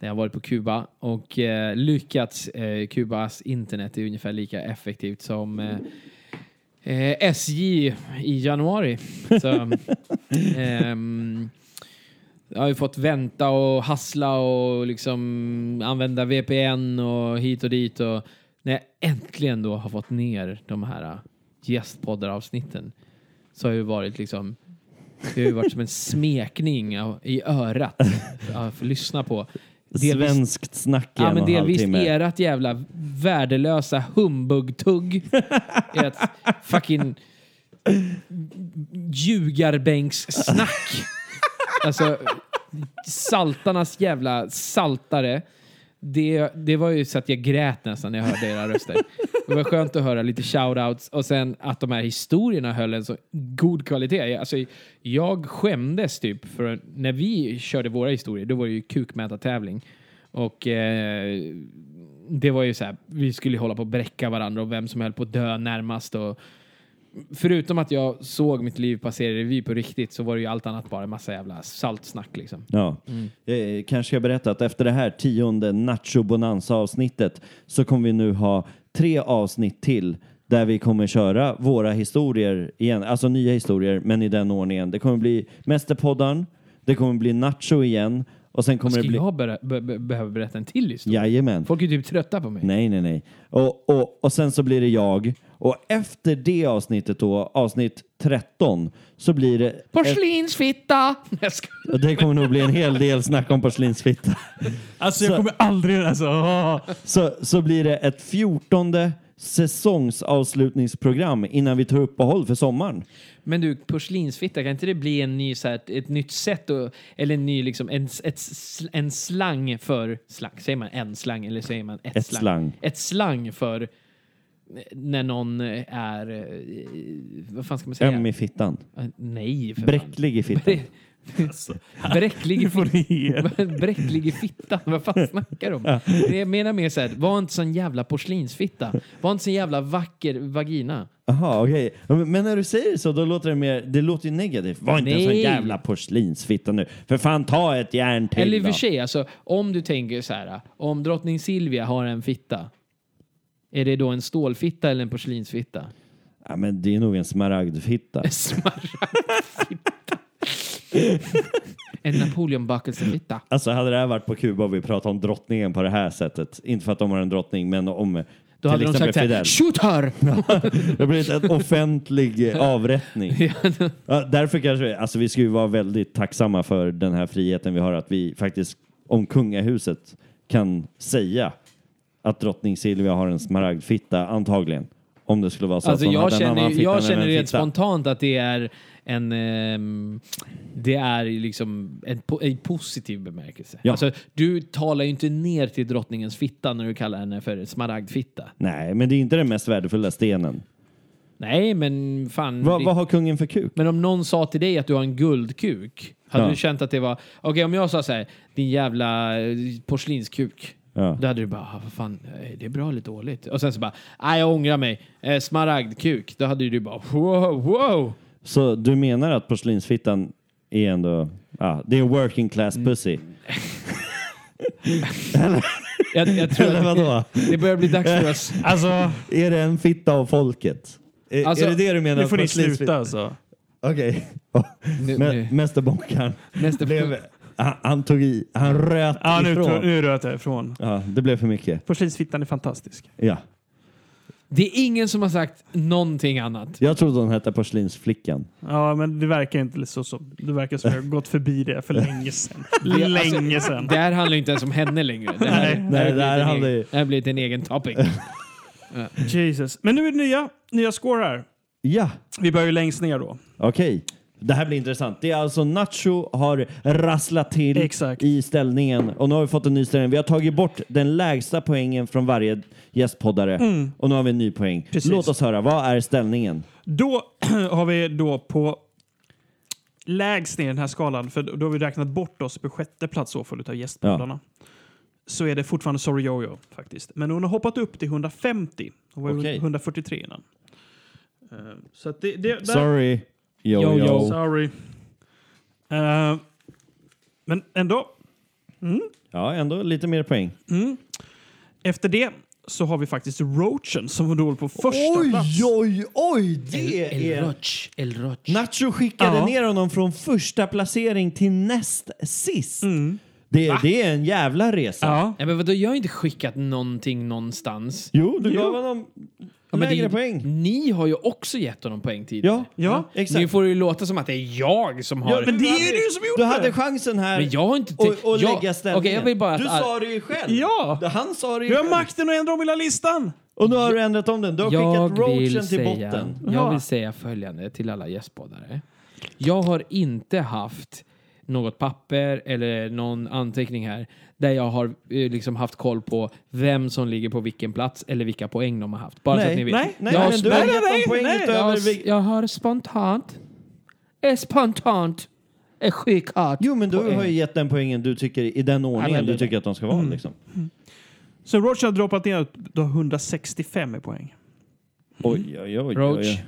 S5: När jag har varit på Kuba och eh, lyckats. Eh, Kubas internet är ungefär lika effektivt som eh, eh, SJ i januari. Så, ehm, jag har ju fått vänta och hassla och liksom använda VPN och hit och dit. Och när jag äntligen då har fått ner de här äh, gästpoddaravsnitten så har det ju varit liksom Det har ju varit som en smekning av, i örat att lyssna på. Delvis-
S4: Svenskt snack i
S5: Ja,
S4: en
S5: men
S4: och en halv
S5: delvis
S4: timme.
S5: erat jävla värdelösa
S4: [LAUGHS]
S5: humbugtugg. Ert fucking
S4: [LAUGHS]
S5: ljugarbänkssnack. alltså, saltarnas jävla saltare. Det, det var ju så att jag grät nästan när jag hörde era
S4: [LAUGHS]
S5: röster. Det var skönt att höra lite shoutouts och sen att de här historierna höll en så god kvalitet. Alltså, jag skämdes typ för när vi körde våra historier, då var det ju kukmätartävling. Och eh, det var ju så här, vi skulle ju hålla på att bräcka varandra och vem som höll på att dö närmast. Och, förutom att jag såg mitt liv passera i revy på riktigt så var det ju allt annat bara en massa jävla saltsnack liksom.
S4: Ja. Eh, kanske jag berättat att efter det här tionde Nacho Bonanza-avsnittet så kommer vi nu ha tre avsnitt till där vi kommer köra våra historier igen, alltså nya historier, men i den ordningen. Det kommer bli Mästerpoddaren, det kommer bli Nacho igen och sen kommer
S5: Ska
S4: det bli...
S5: jag börja- be, be, behöva berätta en till historia?
S4: Jajamän.
S5: Folk är ju typ trötta på mig.
S4: Nej, nej, nej. Och, och, och sen så blir det jag. Och efter det avsnittet då, avsnitt 13, så blir det... Eh,
S5: Porslinsfitta! [LAUGHS] Jag ska-
S4: Och det kommer nog bli en hel del snack om porslinsfitta.
S3: Alltså jag
S4: Så-
S3: kommer aldrig... Alltså, åh.
S4: så, så blir det ett fjortonde säsongsavslutningsprogram innan vi tar uppehåll för sommaren.
S5: Men du, porslinsfitta, kan inte det bli en ny, så här, ett, ett nytt sätt att, eller en ny liksom, en, ett, sl- en slang för slang? Säger man en slang eller säger man ett,
S4: Ett slang.
S5: Ett slang för eh, när någon eh, är, eh, vad fan ska man säga?
S4: Öm i fittan.
S5: Eh, Nej, för
S4: Bräcklig Alltså. i fittan.
S5: fan. [LAUGHS] Brä- Bräcklig
S4: [LAUGHS]
S5: i
S3: får
S5: fittan.
S3: ni ge
S5: [LAUGHS]
S3: er.
S5: Bräcklig i fittan, vad fan snackar de om? Det Jag menar mer såhär, var inte sån jävla porslinsfitta. Var inte sån jävla vacker vagina.
S4: Jaha, okej. Men när du säger så, då låter det mer... Det låter ju negativt. Var inte en sån
S5: Nej.
S4: jävla porslinsfitta nu. För fan, ta ett järn till
S5: Eller i och
S4: då.
S5: för sig, alltså, om du tänker så här, om drottning Silvia har en fitta, är det då en stålfitta eller en porslinsfitta? [LAUGHS]
S4: Ja, men det är nog en smaragdfitta.
S5: En smaragdfitta. en Napoleonbakelsefitta.
S4: Alltså hade det här varit på Kuba och vi pratat om drottningen på det här sättet, inte för att de har en drottning, men om
S5: Då hade de sagt så här,
S4: Fidel.
S5: shoot her!
S4: Det blir en offentlig eh,
S5: [LAUGHS]
S4: avrättning. Ja, därför kanske, vi- alltså vi ska ju vara väldigt tacksamma för den här friheten vi har, att vi faktiskt om kungahuset kan säga att drottning Silvia har en smaragdfitta, antagligen. Om det skulle vara så att
S5: Alltså,
S4: hon
S5: jag
S4: hade en
S5: känner,
S4: annan fitta
S5: jag
S4: än en
S5: känner rent
S4: fitta.
S5: spontant att det är en... ehm, det är ju liksom en, po- en positiv bemärkelse.
S4: Ja.
S5: Alltså, du talar ju inte ner till drottningens fitta när du kallar henne för smaragdfitta.
S4: Nej, men det är inte den mest värdefulla stenen.
S5: Nej, men fan.
S4: Vad-
S5: Mm, det-
S4: vad har kungen för kuk?
S5: Men om någon sa till dig att du har en guldkuk, hade
S4: Ja.
S5: du känt att det var... Okej, om jag sa så här, din jävla eh, porslinskuk.
S4: Ja.
S5: Då hade du bara, "Ah, vad fan, eh, det är bra eller dåligt? Och sen så bara, nej jag ångrar mig, eh, smaragdkuk. Då hade du bara, wow, wow.
S4: Så du menar att porslinsfittan är ändå... Ja, det är working class
S5: Mm.
S4: pussy.
S5: Jag, jag tror
S4: Eller [LAUGHS]
S5: att
S4: vadå?
S5: det börjar bli dags för oss.
S3: alltså,
S4: Är det en fitta av folket? Är,
S5: Alltså,
S4: är det det du menar?
S3: nu får ni
S4: porslinsfitta-
S3: sluta alltså.
S4: Okej.
S5: Nu- nu.
S4: Okay. Mästerbonkaren
S5: Nästa
S4: blev... Han, han tog i. Han röt
S3: Ja, nu,
S4: ifrån.
S3: tror- nu röt jag ifrån.
S4: Ja, det blev för mycket.
S3: Porslinsfittan är fantastisk.
S4: Ja.
S5: Det är ingen som har sagt någonting annat.
S4: Jag trodde hon hette porslinsflickan.
S3: Ja, men det verkar inte så. så. Det verkar som att jag har gått förbi det för länge sedan.
S5: alltså-
S3: Länge sedan.
S5: Det här handlar ju inte ens om henne längre. Det här,
S3: Nej,
S4: nej, det
S5: har
S4: här
S5: blivit en
S4: handlar
S5: egen-
S4: ju-
S5: det här har blivit en egen topic.
S3: Jesus. Men nu är det nya, nya score här.
S4: Ja,
S3: Vi börjar ju längst ner då.
S4: okej. Det här blir intressant. Det är alltså Nacho har rasslat till
S3: Exakt.
S4: i ställningen och nu har vi fått en ny ställning. Vi har tagit bort den lägsta poängen från varje gästpoddare och nu har vi en ny poäng.
S3: Mm. Precis.
S4: Låt oss höra, vad är ställningen?
S3: Då [CLEARS THROAT] har vi då på lägst ner i den här skalan, för då har vi räknat bort oss på sjätte plats så full av gästpoddarna. Så är det fortfarande Sorry Jojo faktiskt. Men hon har hoppat upp till 150. Hon var ju
S4: Okej.
S3: 143 innan. Eh, Så att det, det, där-
S4: Sorry. Yo, yo.
S3: Sorry. Eh, men ändå,
S4: Ja, ändå lite mer poäng.
S3: Mm. efter det så har vi faktiskt Roachen som då på första plats.
S4: oj, oj! E-
S8: El, el Roch, El Roch.
S4: Nacho skickade
S3: Ja.
S4: ner honom från första placering till näst sist.
S5: Mm.
S4: Det, det är en jävla resa.
S3: Ja.
S5: Nej, men vadå, jag har inte skickat någonting någonstans.
S4: Jo, du gav honom...
S5: Ja, men
S4: lägre
S5: det-
S4: poäng.
S5: Ni har ju också gett honom poäng tidigare.
S4: Ja, ja, exakt.
S5: Nu får det ju låta som att det är jag som har...
S4: Ja,
S5: men,
S4: men det är du som gjorde Du hade chansen här
S5: jag har inte
S4: och, och
S5: jag,
S4: lägga ställningen.
S5: Okej, jag vill bara att...
S4: du sa det ju själv.
S3: Ja!
S4: Han sa det ju
S3: Du har
S4: själv.
S3: makten att ändra om hela listan!
S4: Och nu har du ändrat om den. Du har skickat
S5: jag
S4: roachen
S5: vill,
S4: till
S5: säga,
S4: botten.
S3: Ja.
S5: jag vill säga följande till alla gästpoddare. Jag har inte haft något papper eller någon anteckning här där jag har eh, liksom haft koll på vem som ligger på vilken plats eller vilka poäng de har haft. Bara så att ni vet.
S4: nej, nej,
S5: jag, har
S4: men du har
S5: spontant-
S4: gett dem
S3: nej,
S4: poäng
S3: nej.
S5: jag,
S4: utöver...
S5: har,
S4: vil-
S5: jag har spontant... eh, Spontant. eh, Skickat.
S4: Jo, men du
S5: poäng.
S4: har ju gett den poängen du tycker i den ordningen
S5: men det- Mm.
S4: du tycker att de ska vara. Liksom.
S3: Så Roach har droppat ner att du har 165 i poäng.
S4: Oj, oj, oj.
S5: Roach.
S4: oj.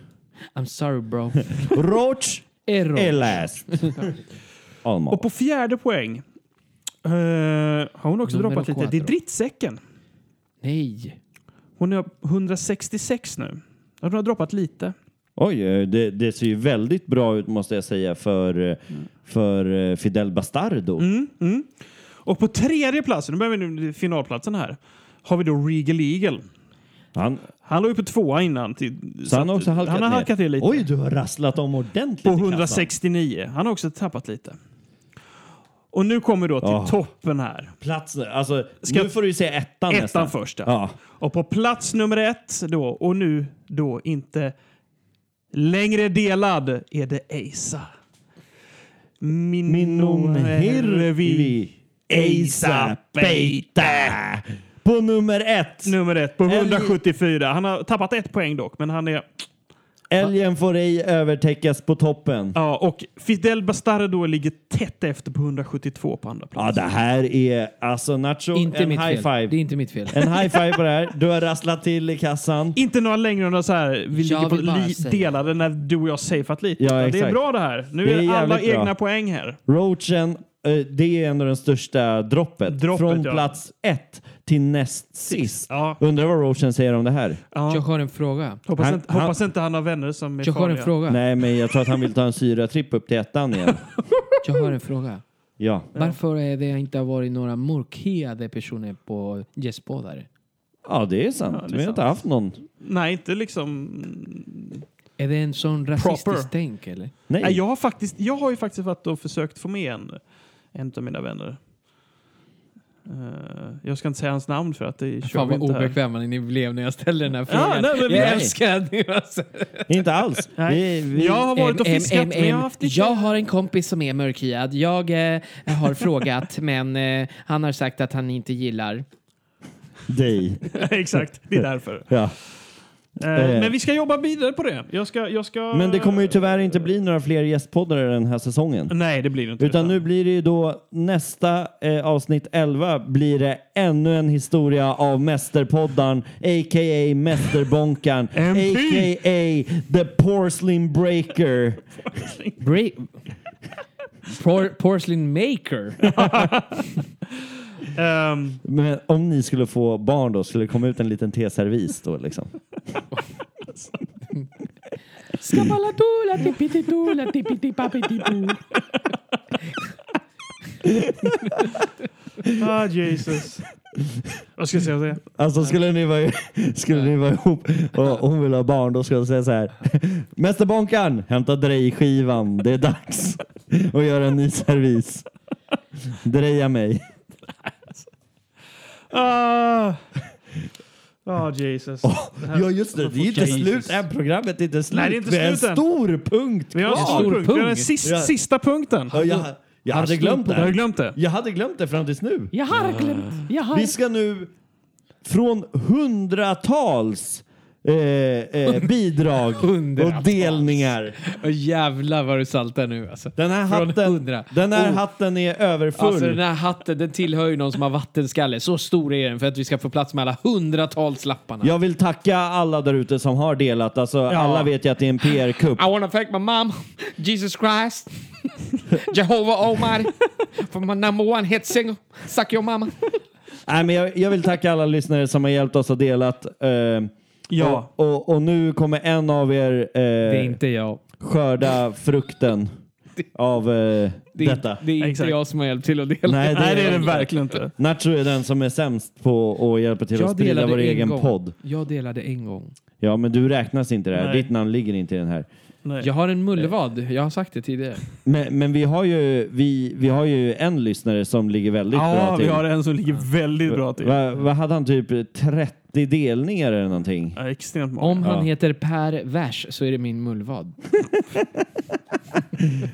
S5: I'm sorry bro. [LAUGHS]
S4: Roach
S5: Error.
S4: är last.
S3: Och
S4: Almost.
S3: på fjärde poäng eh, har hon också
S5: Numero
S3: droppat lite. Det är
S5: quattro.
S3: drittsäcken.
S5: Nej.
S3: Hon är på 166 nu. Hon har droppat lite.
S4: Oj, eh, det, det ser ju väldigt bra ut måste jag säga för, eh, för eh, Fidel Bastardo.
S3: Mm, Och på tredje platsen, nu börjar vi nu finalplatsen här, har vi då Regal Eagle.
S4: Han,
S3: Han låg ju på tvåa innan. Till,
S4: så han har
S3: att-
S4: också halkat
S3: han har
S4: ner.
S3: halkat ner lite.
S4: Oj, du har rasslat om ordentligt
S3: på
S4: i kassan.
S3: 169. Han har också tappat lite. Och nu kommer vi då till
S4: Ja.
S3: toppen här.
S4: Plats, alltså,
S3: Ska-
S4: nu får du ju säga ettan
S3: Ettan
S4: nästan.
S3: först. ja.
S4: Ja.
S3: Och på plats nummer ett då, och nu då inte längre delad, är det Eisa.
S4: Minon
S3: Hirvi
S4: Hirvi Eisa Peita. På nummer ett.
S3: nummer ett på
S4: Älg-
S3: 174. Han har tappat ett poäng dock, men han är...
S4: Älgen får ej övertäckas på toppen.
S3: Ja, och Fidel Bastardo ligger tätt efter på 172 på andra plats.
S4: Ja, det här är alltså Nacho,
S5: Inte
S4: en
S5: mitt
S4: high
S5: fel. Det är
S4: five.
S5: inte mitt fel.
S4: En high five på det här. Du har rasslat till i kassan.
S3: Inte några längre än att så här, vi ligger på
S8: vill bara
S3: li-
S8: säga-
S3: delade när du och jag safeat lite.
S4: Ja,
S3: Utan det är
S4: exakt.
S3: bra det här. Nu
S4: Det
S3: är,
S4: är
S3: alla
S4: jävligt bra.
S3: egna poäng här.
S4: Roachen, eh, det är en av de största droppet.
S3: Droppet,
S4: Från
S3: ja.
S4: plats ett till näst sist.
S3: Ja.
S4: Undrar vad Roachen säger om det här.
S5: Jag
S3: Ja.
S5: har en fråga.
S3: Hoppas,
S4: Han-
S3: inte,
S4: han-
S3: hoppas inte han har vänner som är
S5: Jag har en
S3: farliga.
S5: fråga.
S4: Nej, men jag tror att han vill ta en syratripp upp till ettan
S3: [LAUGHS]
S4: igen.
S5: Jag har en [LAUGHS] fråga.
S4: Ja.
S5: Varför är det inte har varit några mörkhyade personer på gästpoddare?
S4: Ja, det är sant.
S3: Ja, det är
S4: Vi har inte
S3: sant.
S4: haft någon.
S3: Nej, inte liksom...
S5: Är det en sån
S3: Proper.
S5: rasistisk tänk eller?
S4: Nej.
S3: Nej, jag, har faktiskt, jag har ju faktiskt varit och försökt få med en, en av mina vänner. Eh, jag ska inte säga hans namn för att det kör
S5: Fan
S3: vi
S5: vad
S3: inte här.
S5: obekväma ni blev när jag ställde den här
S3: Ja,
S5: frågan.
S3: nej, men vi-
S5: jag älskar att ni var så...
S4: Inte alls.
S3: [LAUGHS] Nej.
S4: Vi, vi,
S3: Jag har varit och
S5: Em, em,
S3: fiskat,
S5: em,
S3: men jag har
S5: em.
S3: haft lite...
S5: jag har en kompis som är mörkhyad. Jag eh, har
S3: [LAUGHS]
S5: frågat, men eh, han har sagt att han inte gillar.
S4: Dig.
S3: [LAUGHS] Exakt, det är därför.
S4: Ja.
S3: Eh,
S4: Eh.
S3: Men vi ska jobba vidare på det. Jag ska... Jag ska
S4: Men det kommer ju tyvärr inte bli några fler gästpoddare den här säsongen.
S3: Nej, det blir det inte.
S4: Utan nu blir det ju då nästa eh, avsnitt 11 blir det ännu en historia av Mästerpoddaren, a.k.a. Mästerbonkan,
S3: MP.
S4: a.k.a. The Porcelain Breaker.
S5: Bra- Por
S4: [LAUGHS]
S5: porcelain maker.
S3: Ehm,
S4: Men om ni skulle få barn då, skulle det komma ut en liten teservis då liksom?
S5: Skabaladoola, tippititoola, tippitipappitipo.
S4: [LAUGHS]
S3: ah, Jesus. Vad ska jag säga om det?
S4: Alltså skulle ni vara, [LAUGHS] skulle ni vara ihop och hon vill ha barn då skulle jag säga så här. [LAUGHS] Mästerbonkan, hämta drejskivan. Det är dags att göra en ny servis. Dreja mig.
S3: Ah, ah, Jesus. Det här-
S4: Ja just det, det är inte
S3: Jesus.
S4: slut än. Programmet är inte slut.
S3: Nej, det är inte
S4: Vi har
S3: slut än.
S4: en stor punkt
S3: Vi har en
S4: kvar.
S3: stor punkt. Vi har den
S5: punkt.
S3: sist,
S4: Ja.
S3: sista punkten.
S4: Ja, jag, jag hade glömt
S3: Jag har
S4: det.
S3: glömt det.
S4: Jag hade glömt det fram tills nu.
S5: Jag har glömt. Jag har
S4: Vi ska nu från hundratals eh, eh, bidrag och
S5: Hundratals.
S4: delningar.
S5: Och jävlar vad du saltar nu alltså.
S4: Den här
S5: Från
S4: hatten,
S5: hundra.
S4: den här
S5: Oh.
S4: hatten är överfull.
S5: Alltså den här hatten, den tillhör ju någon som har vattenskalle. Så stor är den för att vi ska få plats med alla hundratals lapparna.
S4: Jag vill tacka alla där ute som har delat. Alltså, Alla vet ju att det är en PR-kupp.
S5: I wanna thank my mom, Jesus Christ, Jehovah Almighty, for my number one hit single, Suck your
S4: Eh,
S5: mama.
S4: Nej, men jag, jag vill tacka alla lyssnare som har hjälpt oss och delat. Eh,
S3: Ja.
S4: och, och, och nu kommer en av er eh,
S5: jag.
S4: skörda frukten. av eh,
S5: Det är,
S4: detta.
S5: det är inte
S3: Exakt.
S5: jag som har hjälpt till att dela.
S4: Nej,
S3: Nej, det är det
S4: inte.
S3: verkligen inte.
S4: Nacho är den som är sämst på att hjälpa till
S5: Jag
S4: att sprida
S5: delade
S4: vår
S5: en
S4: egen
S5: gång.
S4: podd.
S5: Jag delade en gång.
S4: Ja, men du räknas inte där.
S3: Nej.
S4: Ditt namn ligger inte i den här.
S3: Nej.
S5: Jag har en mullvad. Jag har sagt det tidigare.
S4: Men, men vi, har ju, vi, vi har ju en lyssnare som ligger väldigt
S3: Ja,
S4: bra till.
S3: vi har en som ligger väldigt bra till.
S4: Vad vad hade han? Typ 30 delningar eller
S3: [LAUGHS]
S4: någonting?
S3: Ja, extremt många.
S5: Om han
S4: Ja.
S5: heter Per Vers så är det min mullvad.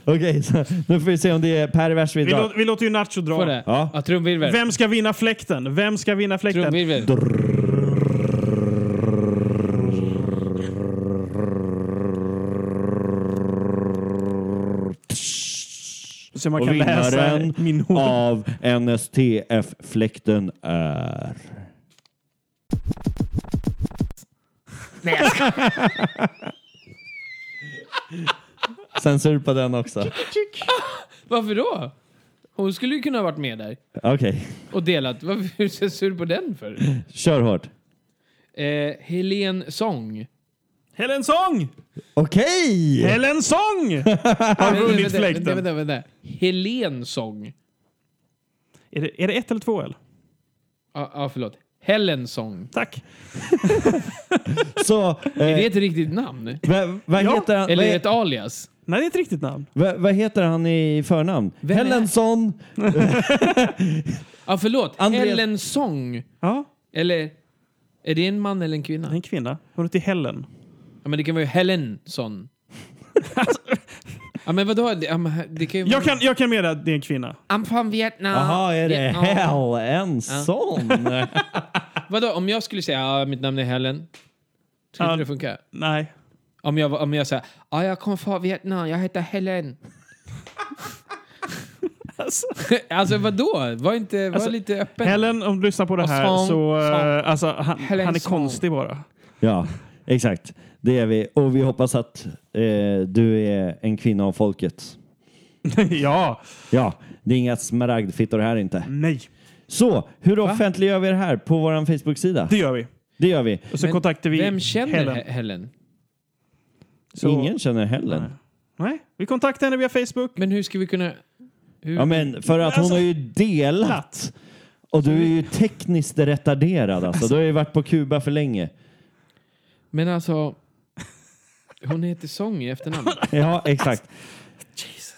S4: Okej, så nu får vi se om det är pervers vi
S3: Vi,
S4: drar.
S3: låter, vi låter ju Nacho dra.
S5: Får det?
S4: Ja.
S5: Ja, trumvirvel.
S3: Vem ska vinna fläkten? Vem ska vinna fläkten?
S5: Trumvirvel.
S3: Så man
S4: Och
S3: kan läsa
S4: vinnaren
S3: min ord.
S4: Av NSTF-fläkten är...
S5: Nej, jag ska-
S4: [LAUGHS] Censur på den också.
S5: Varför då? Hon skulle ju kunna ha varit med där
S4: Okej,
S5: och delat. Varför är du så sur på den för?
S4: kör hårt.
S5: Eh, Helen Song.
S3: Helen Song!
S4: Okej!
S3: Helen Song! Har vunnit
S5: Vänta, vänta,
S3: fläkten.
S5: vänta, vänta. Helen Song.
S3: Är det, är det ett eller två L?
S5: Ja, ja, förlåt. Helen Song.
S3: Tack.
S4: Så,
S5: Det är
S4: eh,
S5: ett riktigt namn.
S4: vad, vad,
S3: Ja,
S4: heter han,
S5: Eller
S4: vad,
S5: är det ett alias?
S3: Nej, det är ett riktigt namn.
S4: vad, vad heter han i förnamn?
S5: Vem är-
S4: Helensson!
S5: Ja, förlåt.
S4: Andreas-
S5: Helen Song.
S3: Ja,
S5: Eller... Är det en man eller en
S3: det är
S5: kvinna?
S3: en kvinna. Hon heter Helen.
S5: Ja, men det kan vara ju Helen
S3: [LAUGHS]
S5: Song. ja, men vadå? Det, ja, men det kan ju vara...
S3: Jag kan, jag kan med att det är en kvinna.
S5: I'm from Vietnam.
S4: Jaha, är det
S3: [LAUGHS]
S5: Vietnam.
S4: Helensson?
S5: Vadå, om jag skulle säga ja, mitt namn är Helen? Skulle
S3: Ja.
S5: inte det funka?
S3: Nej.
S5: Om jag, var- om jag säger ja, jag kommer från Vietnam, jag heter Helen.
S3: [LAUGHS] Alltså,
S5: alltså vadå? Var inte, var lite öppen.
S3: Helen, om du lyssnar på det här
S5: Song,
S3: så... eh,
S5: Song.
S3: Alltså, han,
S5: Helen
S3: han är
S5: Song.
S3: konstig bara. [LAUGHS]
S4: Ja, exakt. Det är vi. Och vi hoppas att eh, du är en kvinna av folket.
S3: ja.
S4: Ja, det är inga smaragdfittor här inte.
S3: Nej.
S4: Så, hur offentliggör vi det här på vår Facebook-sida?
S3: Det gör vi.
S4: Det gör vi.
S3: Och så
S5: Men
S3: kontaktar vi
S5: Vem känner
S3: Helen.
S5: Helen? Helen?
S3: Så-
S4: Ingen känner Helen.
S3: Nej, vi kontaktar henne via Facebook. [LAUGHS]
S5: Men hur ska vi kunna... Hur?
S4: Ja, men för att hon
S3: Alltså-
S4: har ju delat. Och du är ju tekniskt retarderad alltså. Du har ju varit på Kuba för länge.
S5: Men alltså... Hon heter Song i efternamn.
S4: Ja, exakt.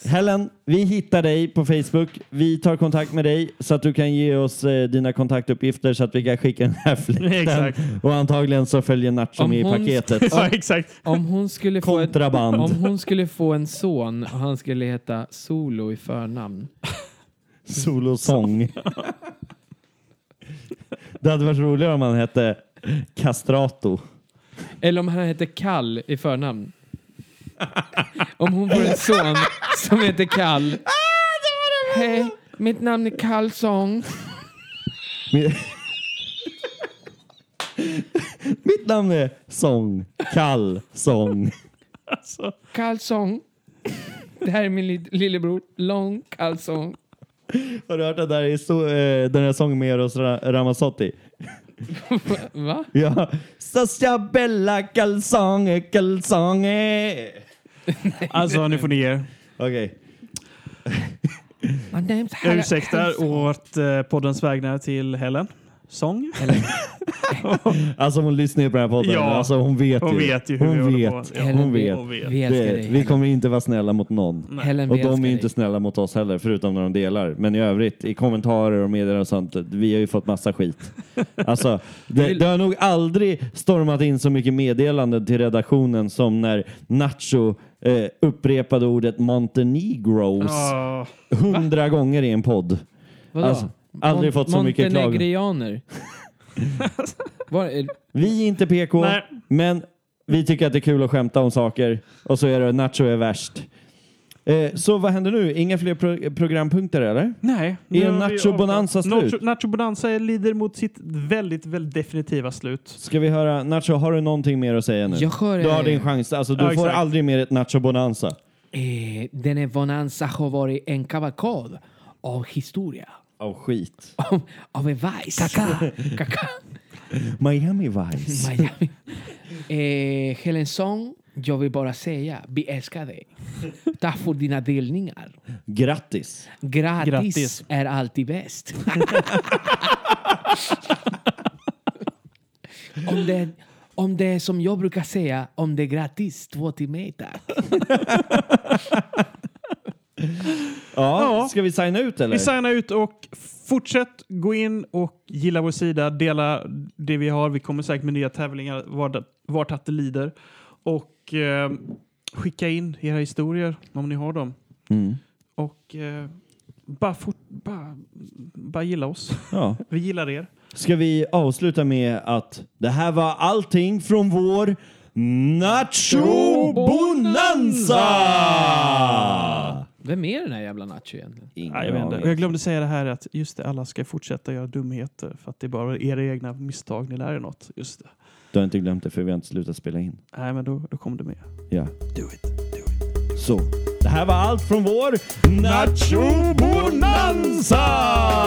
S4: Helen, vi hittar dig på Facebook. Vi tar kontakt med dig så att du kan ge oss eh, dina kontaktuppgifter så att vi kan skicka den här fläkten.
S3: Exakt.
S4: Och antagligen så följer Nacho
S5: Om
S4: med i
S5: hon-
S4: paketet.
S3: Ja, exakt.
S5: Om hon skulle få... Ett, om
S4: Kontraband.
S5: hon skulle få en son och han skulle heta Solo i förnamn.
S4: Solosång. [LAUGHS] Det hade varit roligare om han hette Castrato.
S5: Eller om han hette Kall i förnamn. Om hon får en son som heter Kall. Hej, mitt namn är Kall Song.
S4: Mi- Mitt namn är Sång. Kall Sång.
S3: Alltså,
S5: Kall Song. Det här är min li- lillebror, Lång Kall Song.
S4: Har du hört det där i so- eh, den här sången med Eros Ra- Ramazzotti?
S5: Va?
S4: Ja. Sasha Bella kalsonge, kalsonge.
S3: alltså nu får ni ge er.
S4: Okej.
S5: My name's
S3: Jag
S5: Hal-
S3: ursäktar åt eh, poddens vägnar till Helen. Sång.
S4: Alltså hon lyssnar ju på den här podden.
S3: Ja.
S4: Alltså hon vet
S3: Hon
S4: ju.
S3: vet ju hur
S4: hon
S3: vi
S4: vet.
S3: håller på. Ja,
S4: Hon vet.
S3: hon vet.
S5: Vi älskar
S4: Det,
S5: dig.
S4: vi kommer inte vara snälla mot någon.
S5: Helen,
S4: Och
S5: vi
S4: de
S5: älskar
S4: är inte
S5: dig.
S4: snälla mot oss heller, förutom när de delar. Men i övrigt, i kommentarer och medier och sånt, vi har ju fått massa
S5: [LAUGHS]
S4: skit. Alltså, det, det har nog aldrig stormat in så mycket meddelanden till redaktionen som när Nacho eh, upprepade ordet Montenegros
S3: Ja.
S4: hundra gånger i en podd.
S5: Ah, Vadå?
S4: Alltså, aldrig fått så mycket klagomål.
S5: Montenegrianer. Var, eh, är,
S4: Vi är inte PK,
S3: Nej.
S4: men vi tycker att det är kul att skämta om saker. Och så är det Nacho är värst. Eh, så vad händer nu? Inga fler pro- programpunkter eller?
S3: Nej.
S4: Är
S3: nu har vi
S4: Nacho
S3: avklarat.
S4: Bonanza slut?
S3: Nacho, Nacho Bonanza är- lider mot sitt väldigt, väldigt definitiva slut.
S4: Ska vi höra, Nacho, har du någonting mer att säga nu?
S5: jag hör,
S4: Du har
S5: eh,
S4: din chans. Alltså, du
S3: Ja,
S4: får
S3: exakt.
S4: aldrig mer ett Nacho Bonanza.
S5: eh, den här Bonanza har varit en kavalkad av historia.
S4: Åh skit.
S5: Av, av en vice. Kaka. Kaka.
S4: Miami Vice.
S5: Miami. Eh, Helen Song Jag vill bara säga, vi älskar dig. Tack för dina delningar.
S4: Grattis!
S5: Gratis,
S3: Grattis.
S5: är alltid [LAUGHS] bäst. om, det, om det är som jag brukar säga, om det är gratis, två till mig tack.
S4: Ja,
S3: Ja.
S4: ska vi signa ut eller?
S3: Vi signar ut och fortsätt gå in och gilla vår sida, dela det vi har. Vi kommer säkert med nya tävlingar vart- vartåt det lider. Och eh, skicka in era historier om ni har dem.
S4: Mm.
S3: Och eh, bara, fort, bara, bara gilla oss.
S4: Ja.
S3: Vi gillar er.
S4: Ska vi avsluta med att det här var allting från vår Nacho Bonanza!
S5: Vem är den här jävla Nacho egentligen?
S4: Ingen
S3: Ja, jag, vet inte.
S4: aning.
S3: jag glömde säga det här att just det, alla ska fortsätta göra dumheter för att det är bara era egna misstag ni lär er något. Just det.
S4: Du har inte glömt det för vi har inte slutat spela in.
S3: Nej, men då, då kom det med.
S4: Ja. Do it. Så. Det här var allt från vår Nacho Bonanza!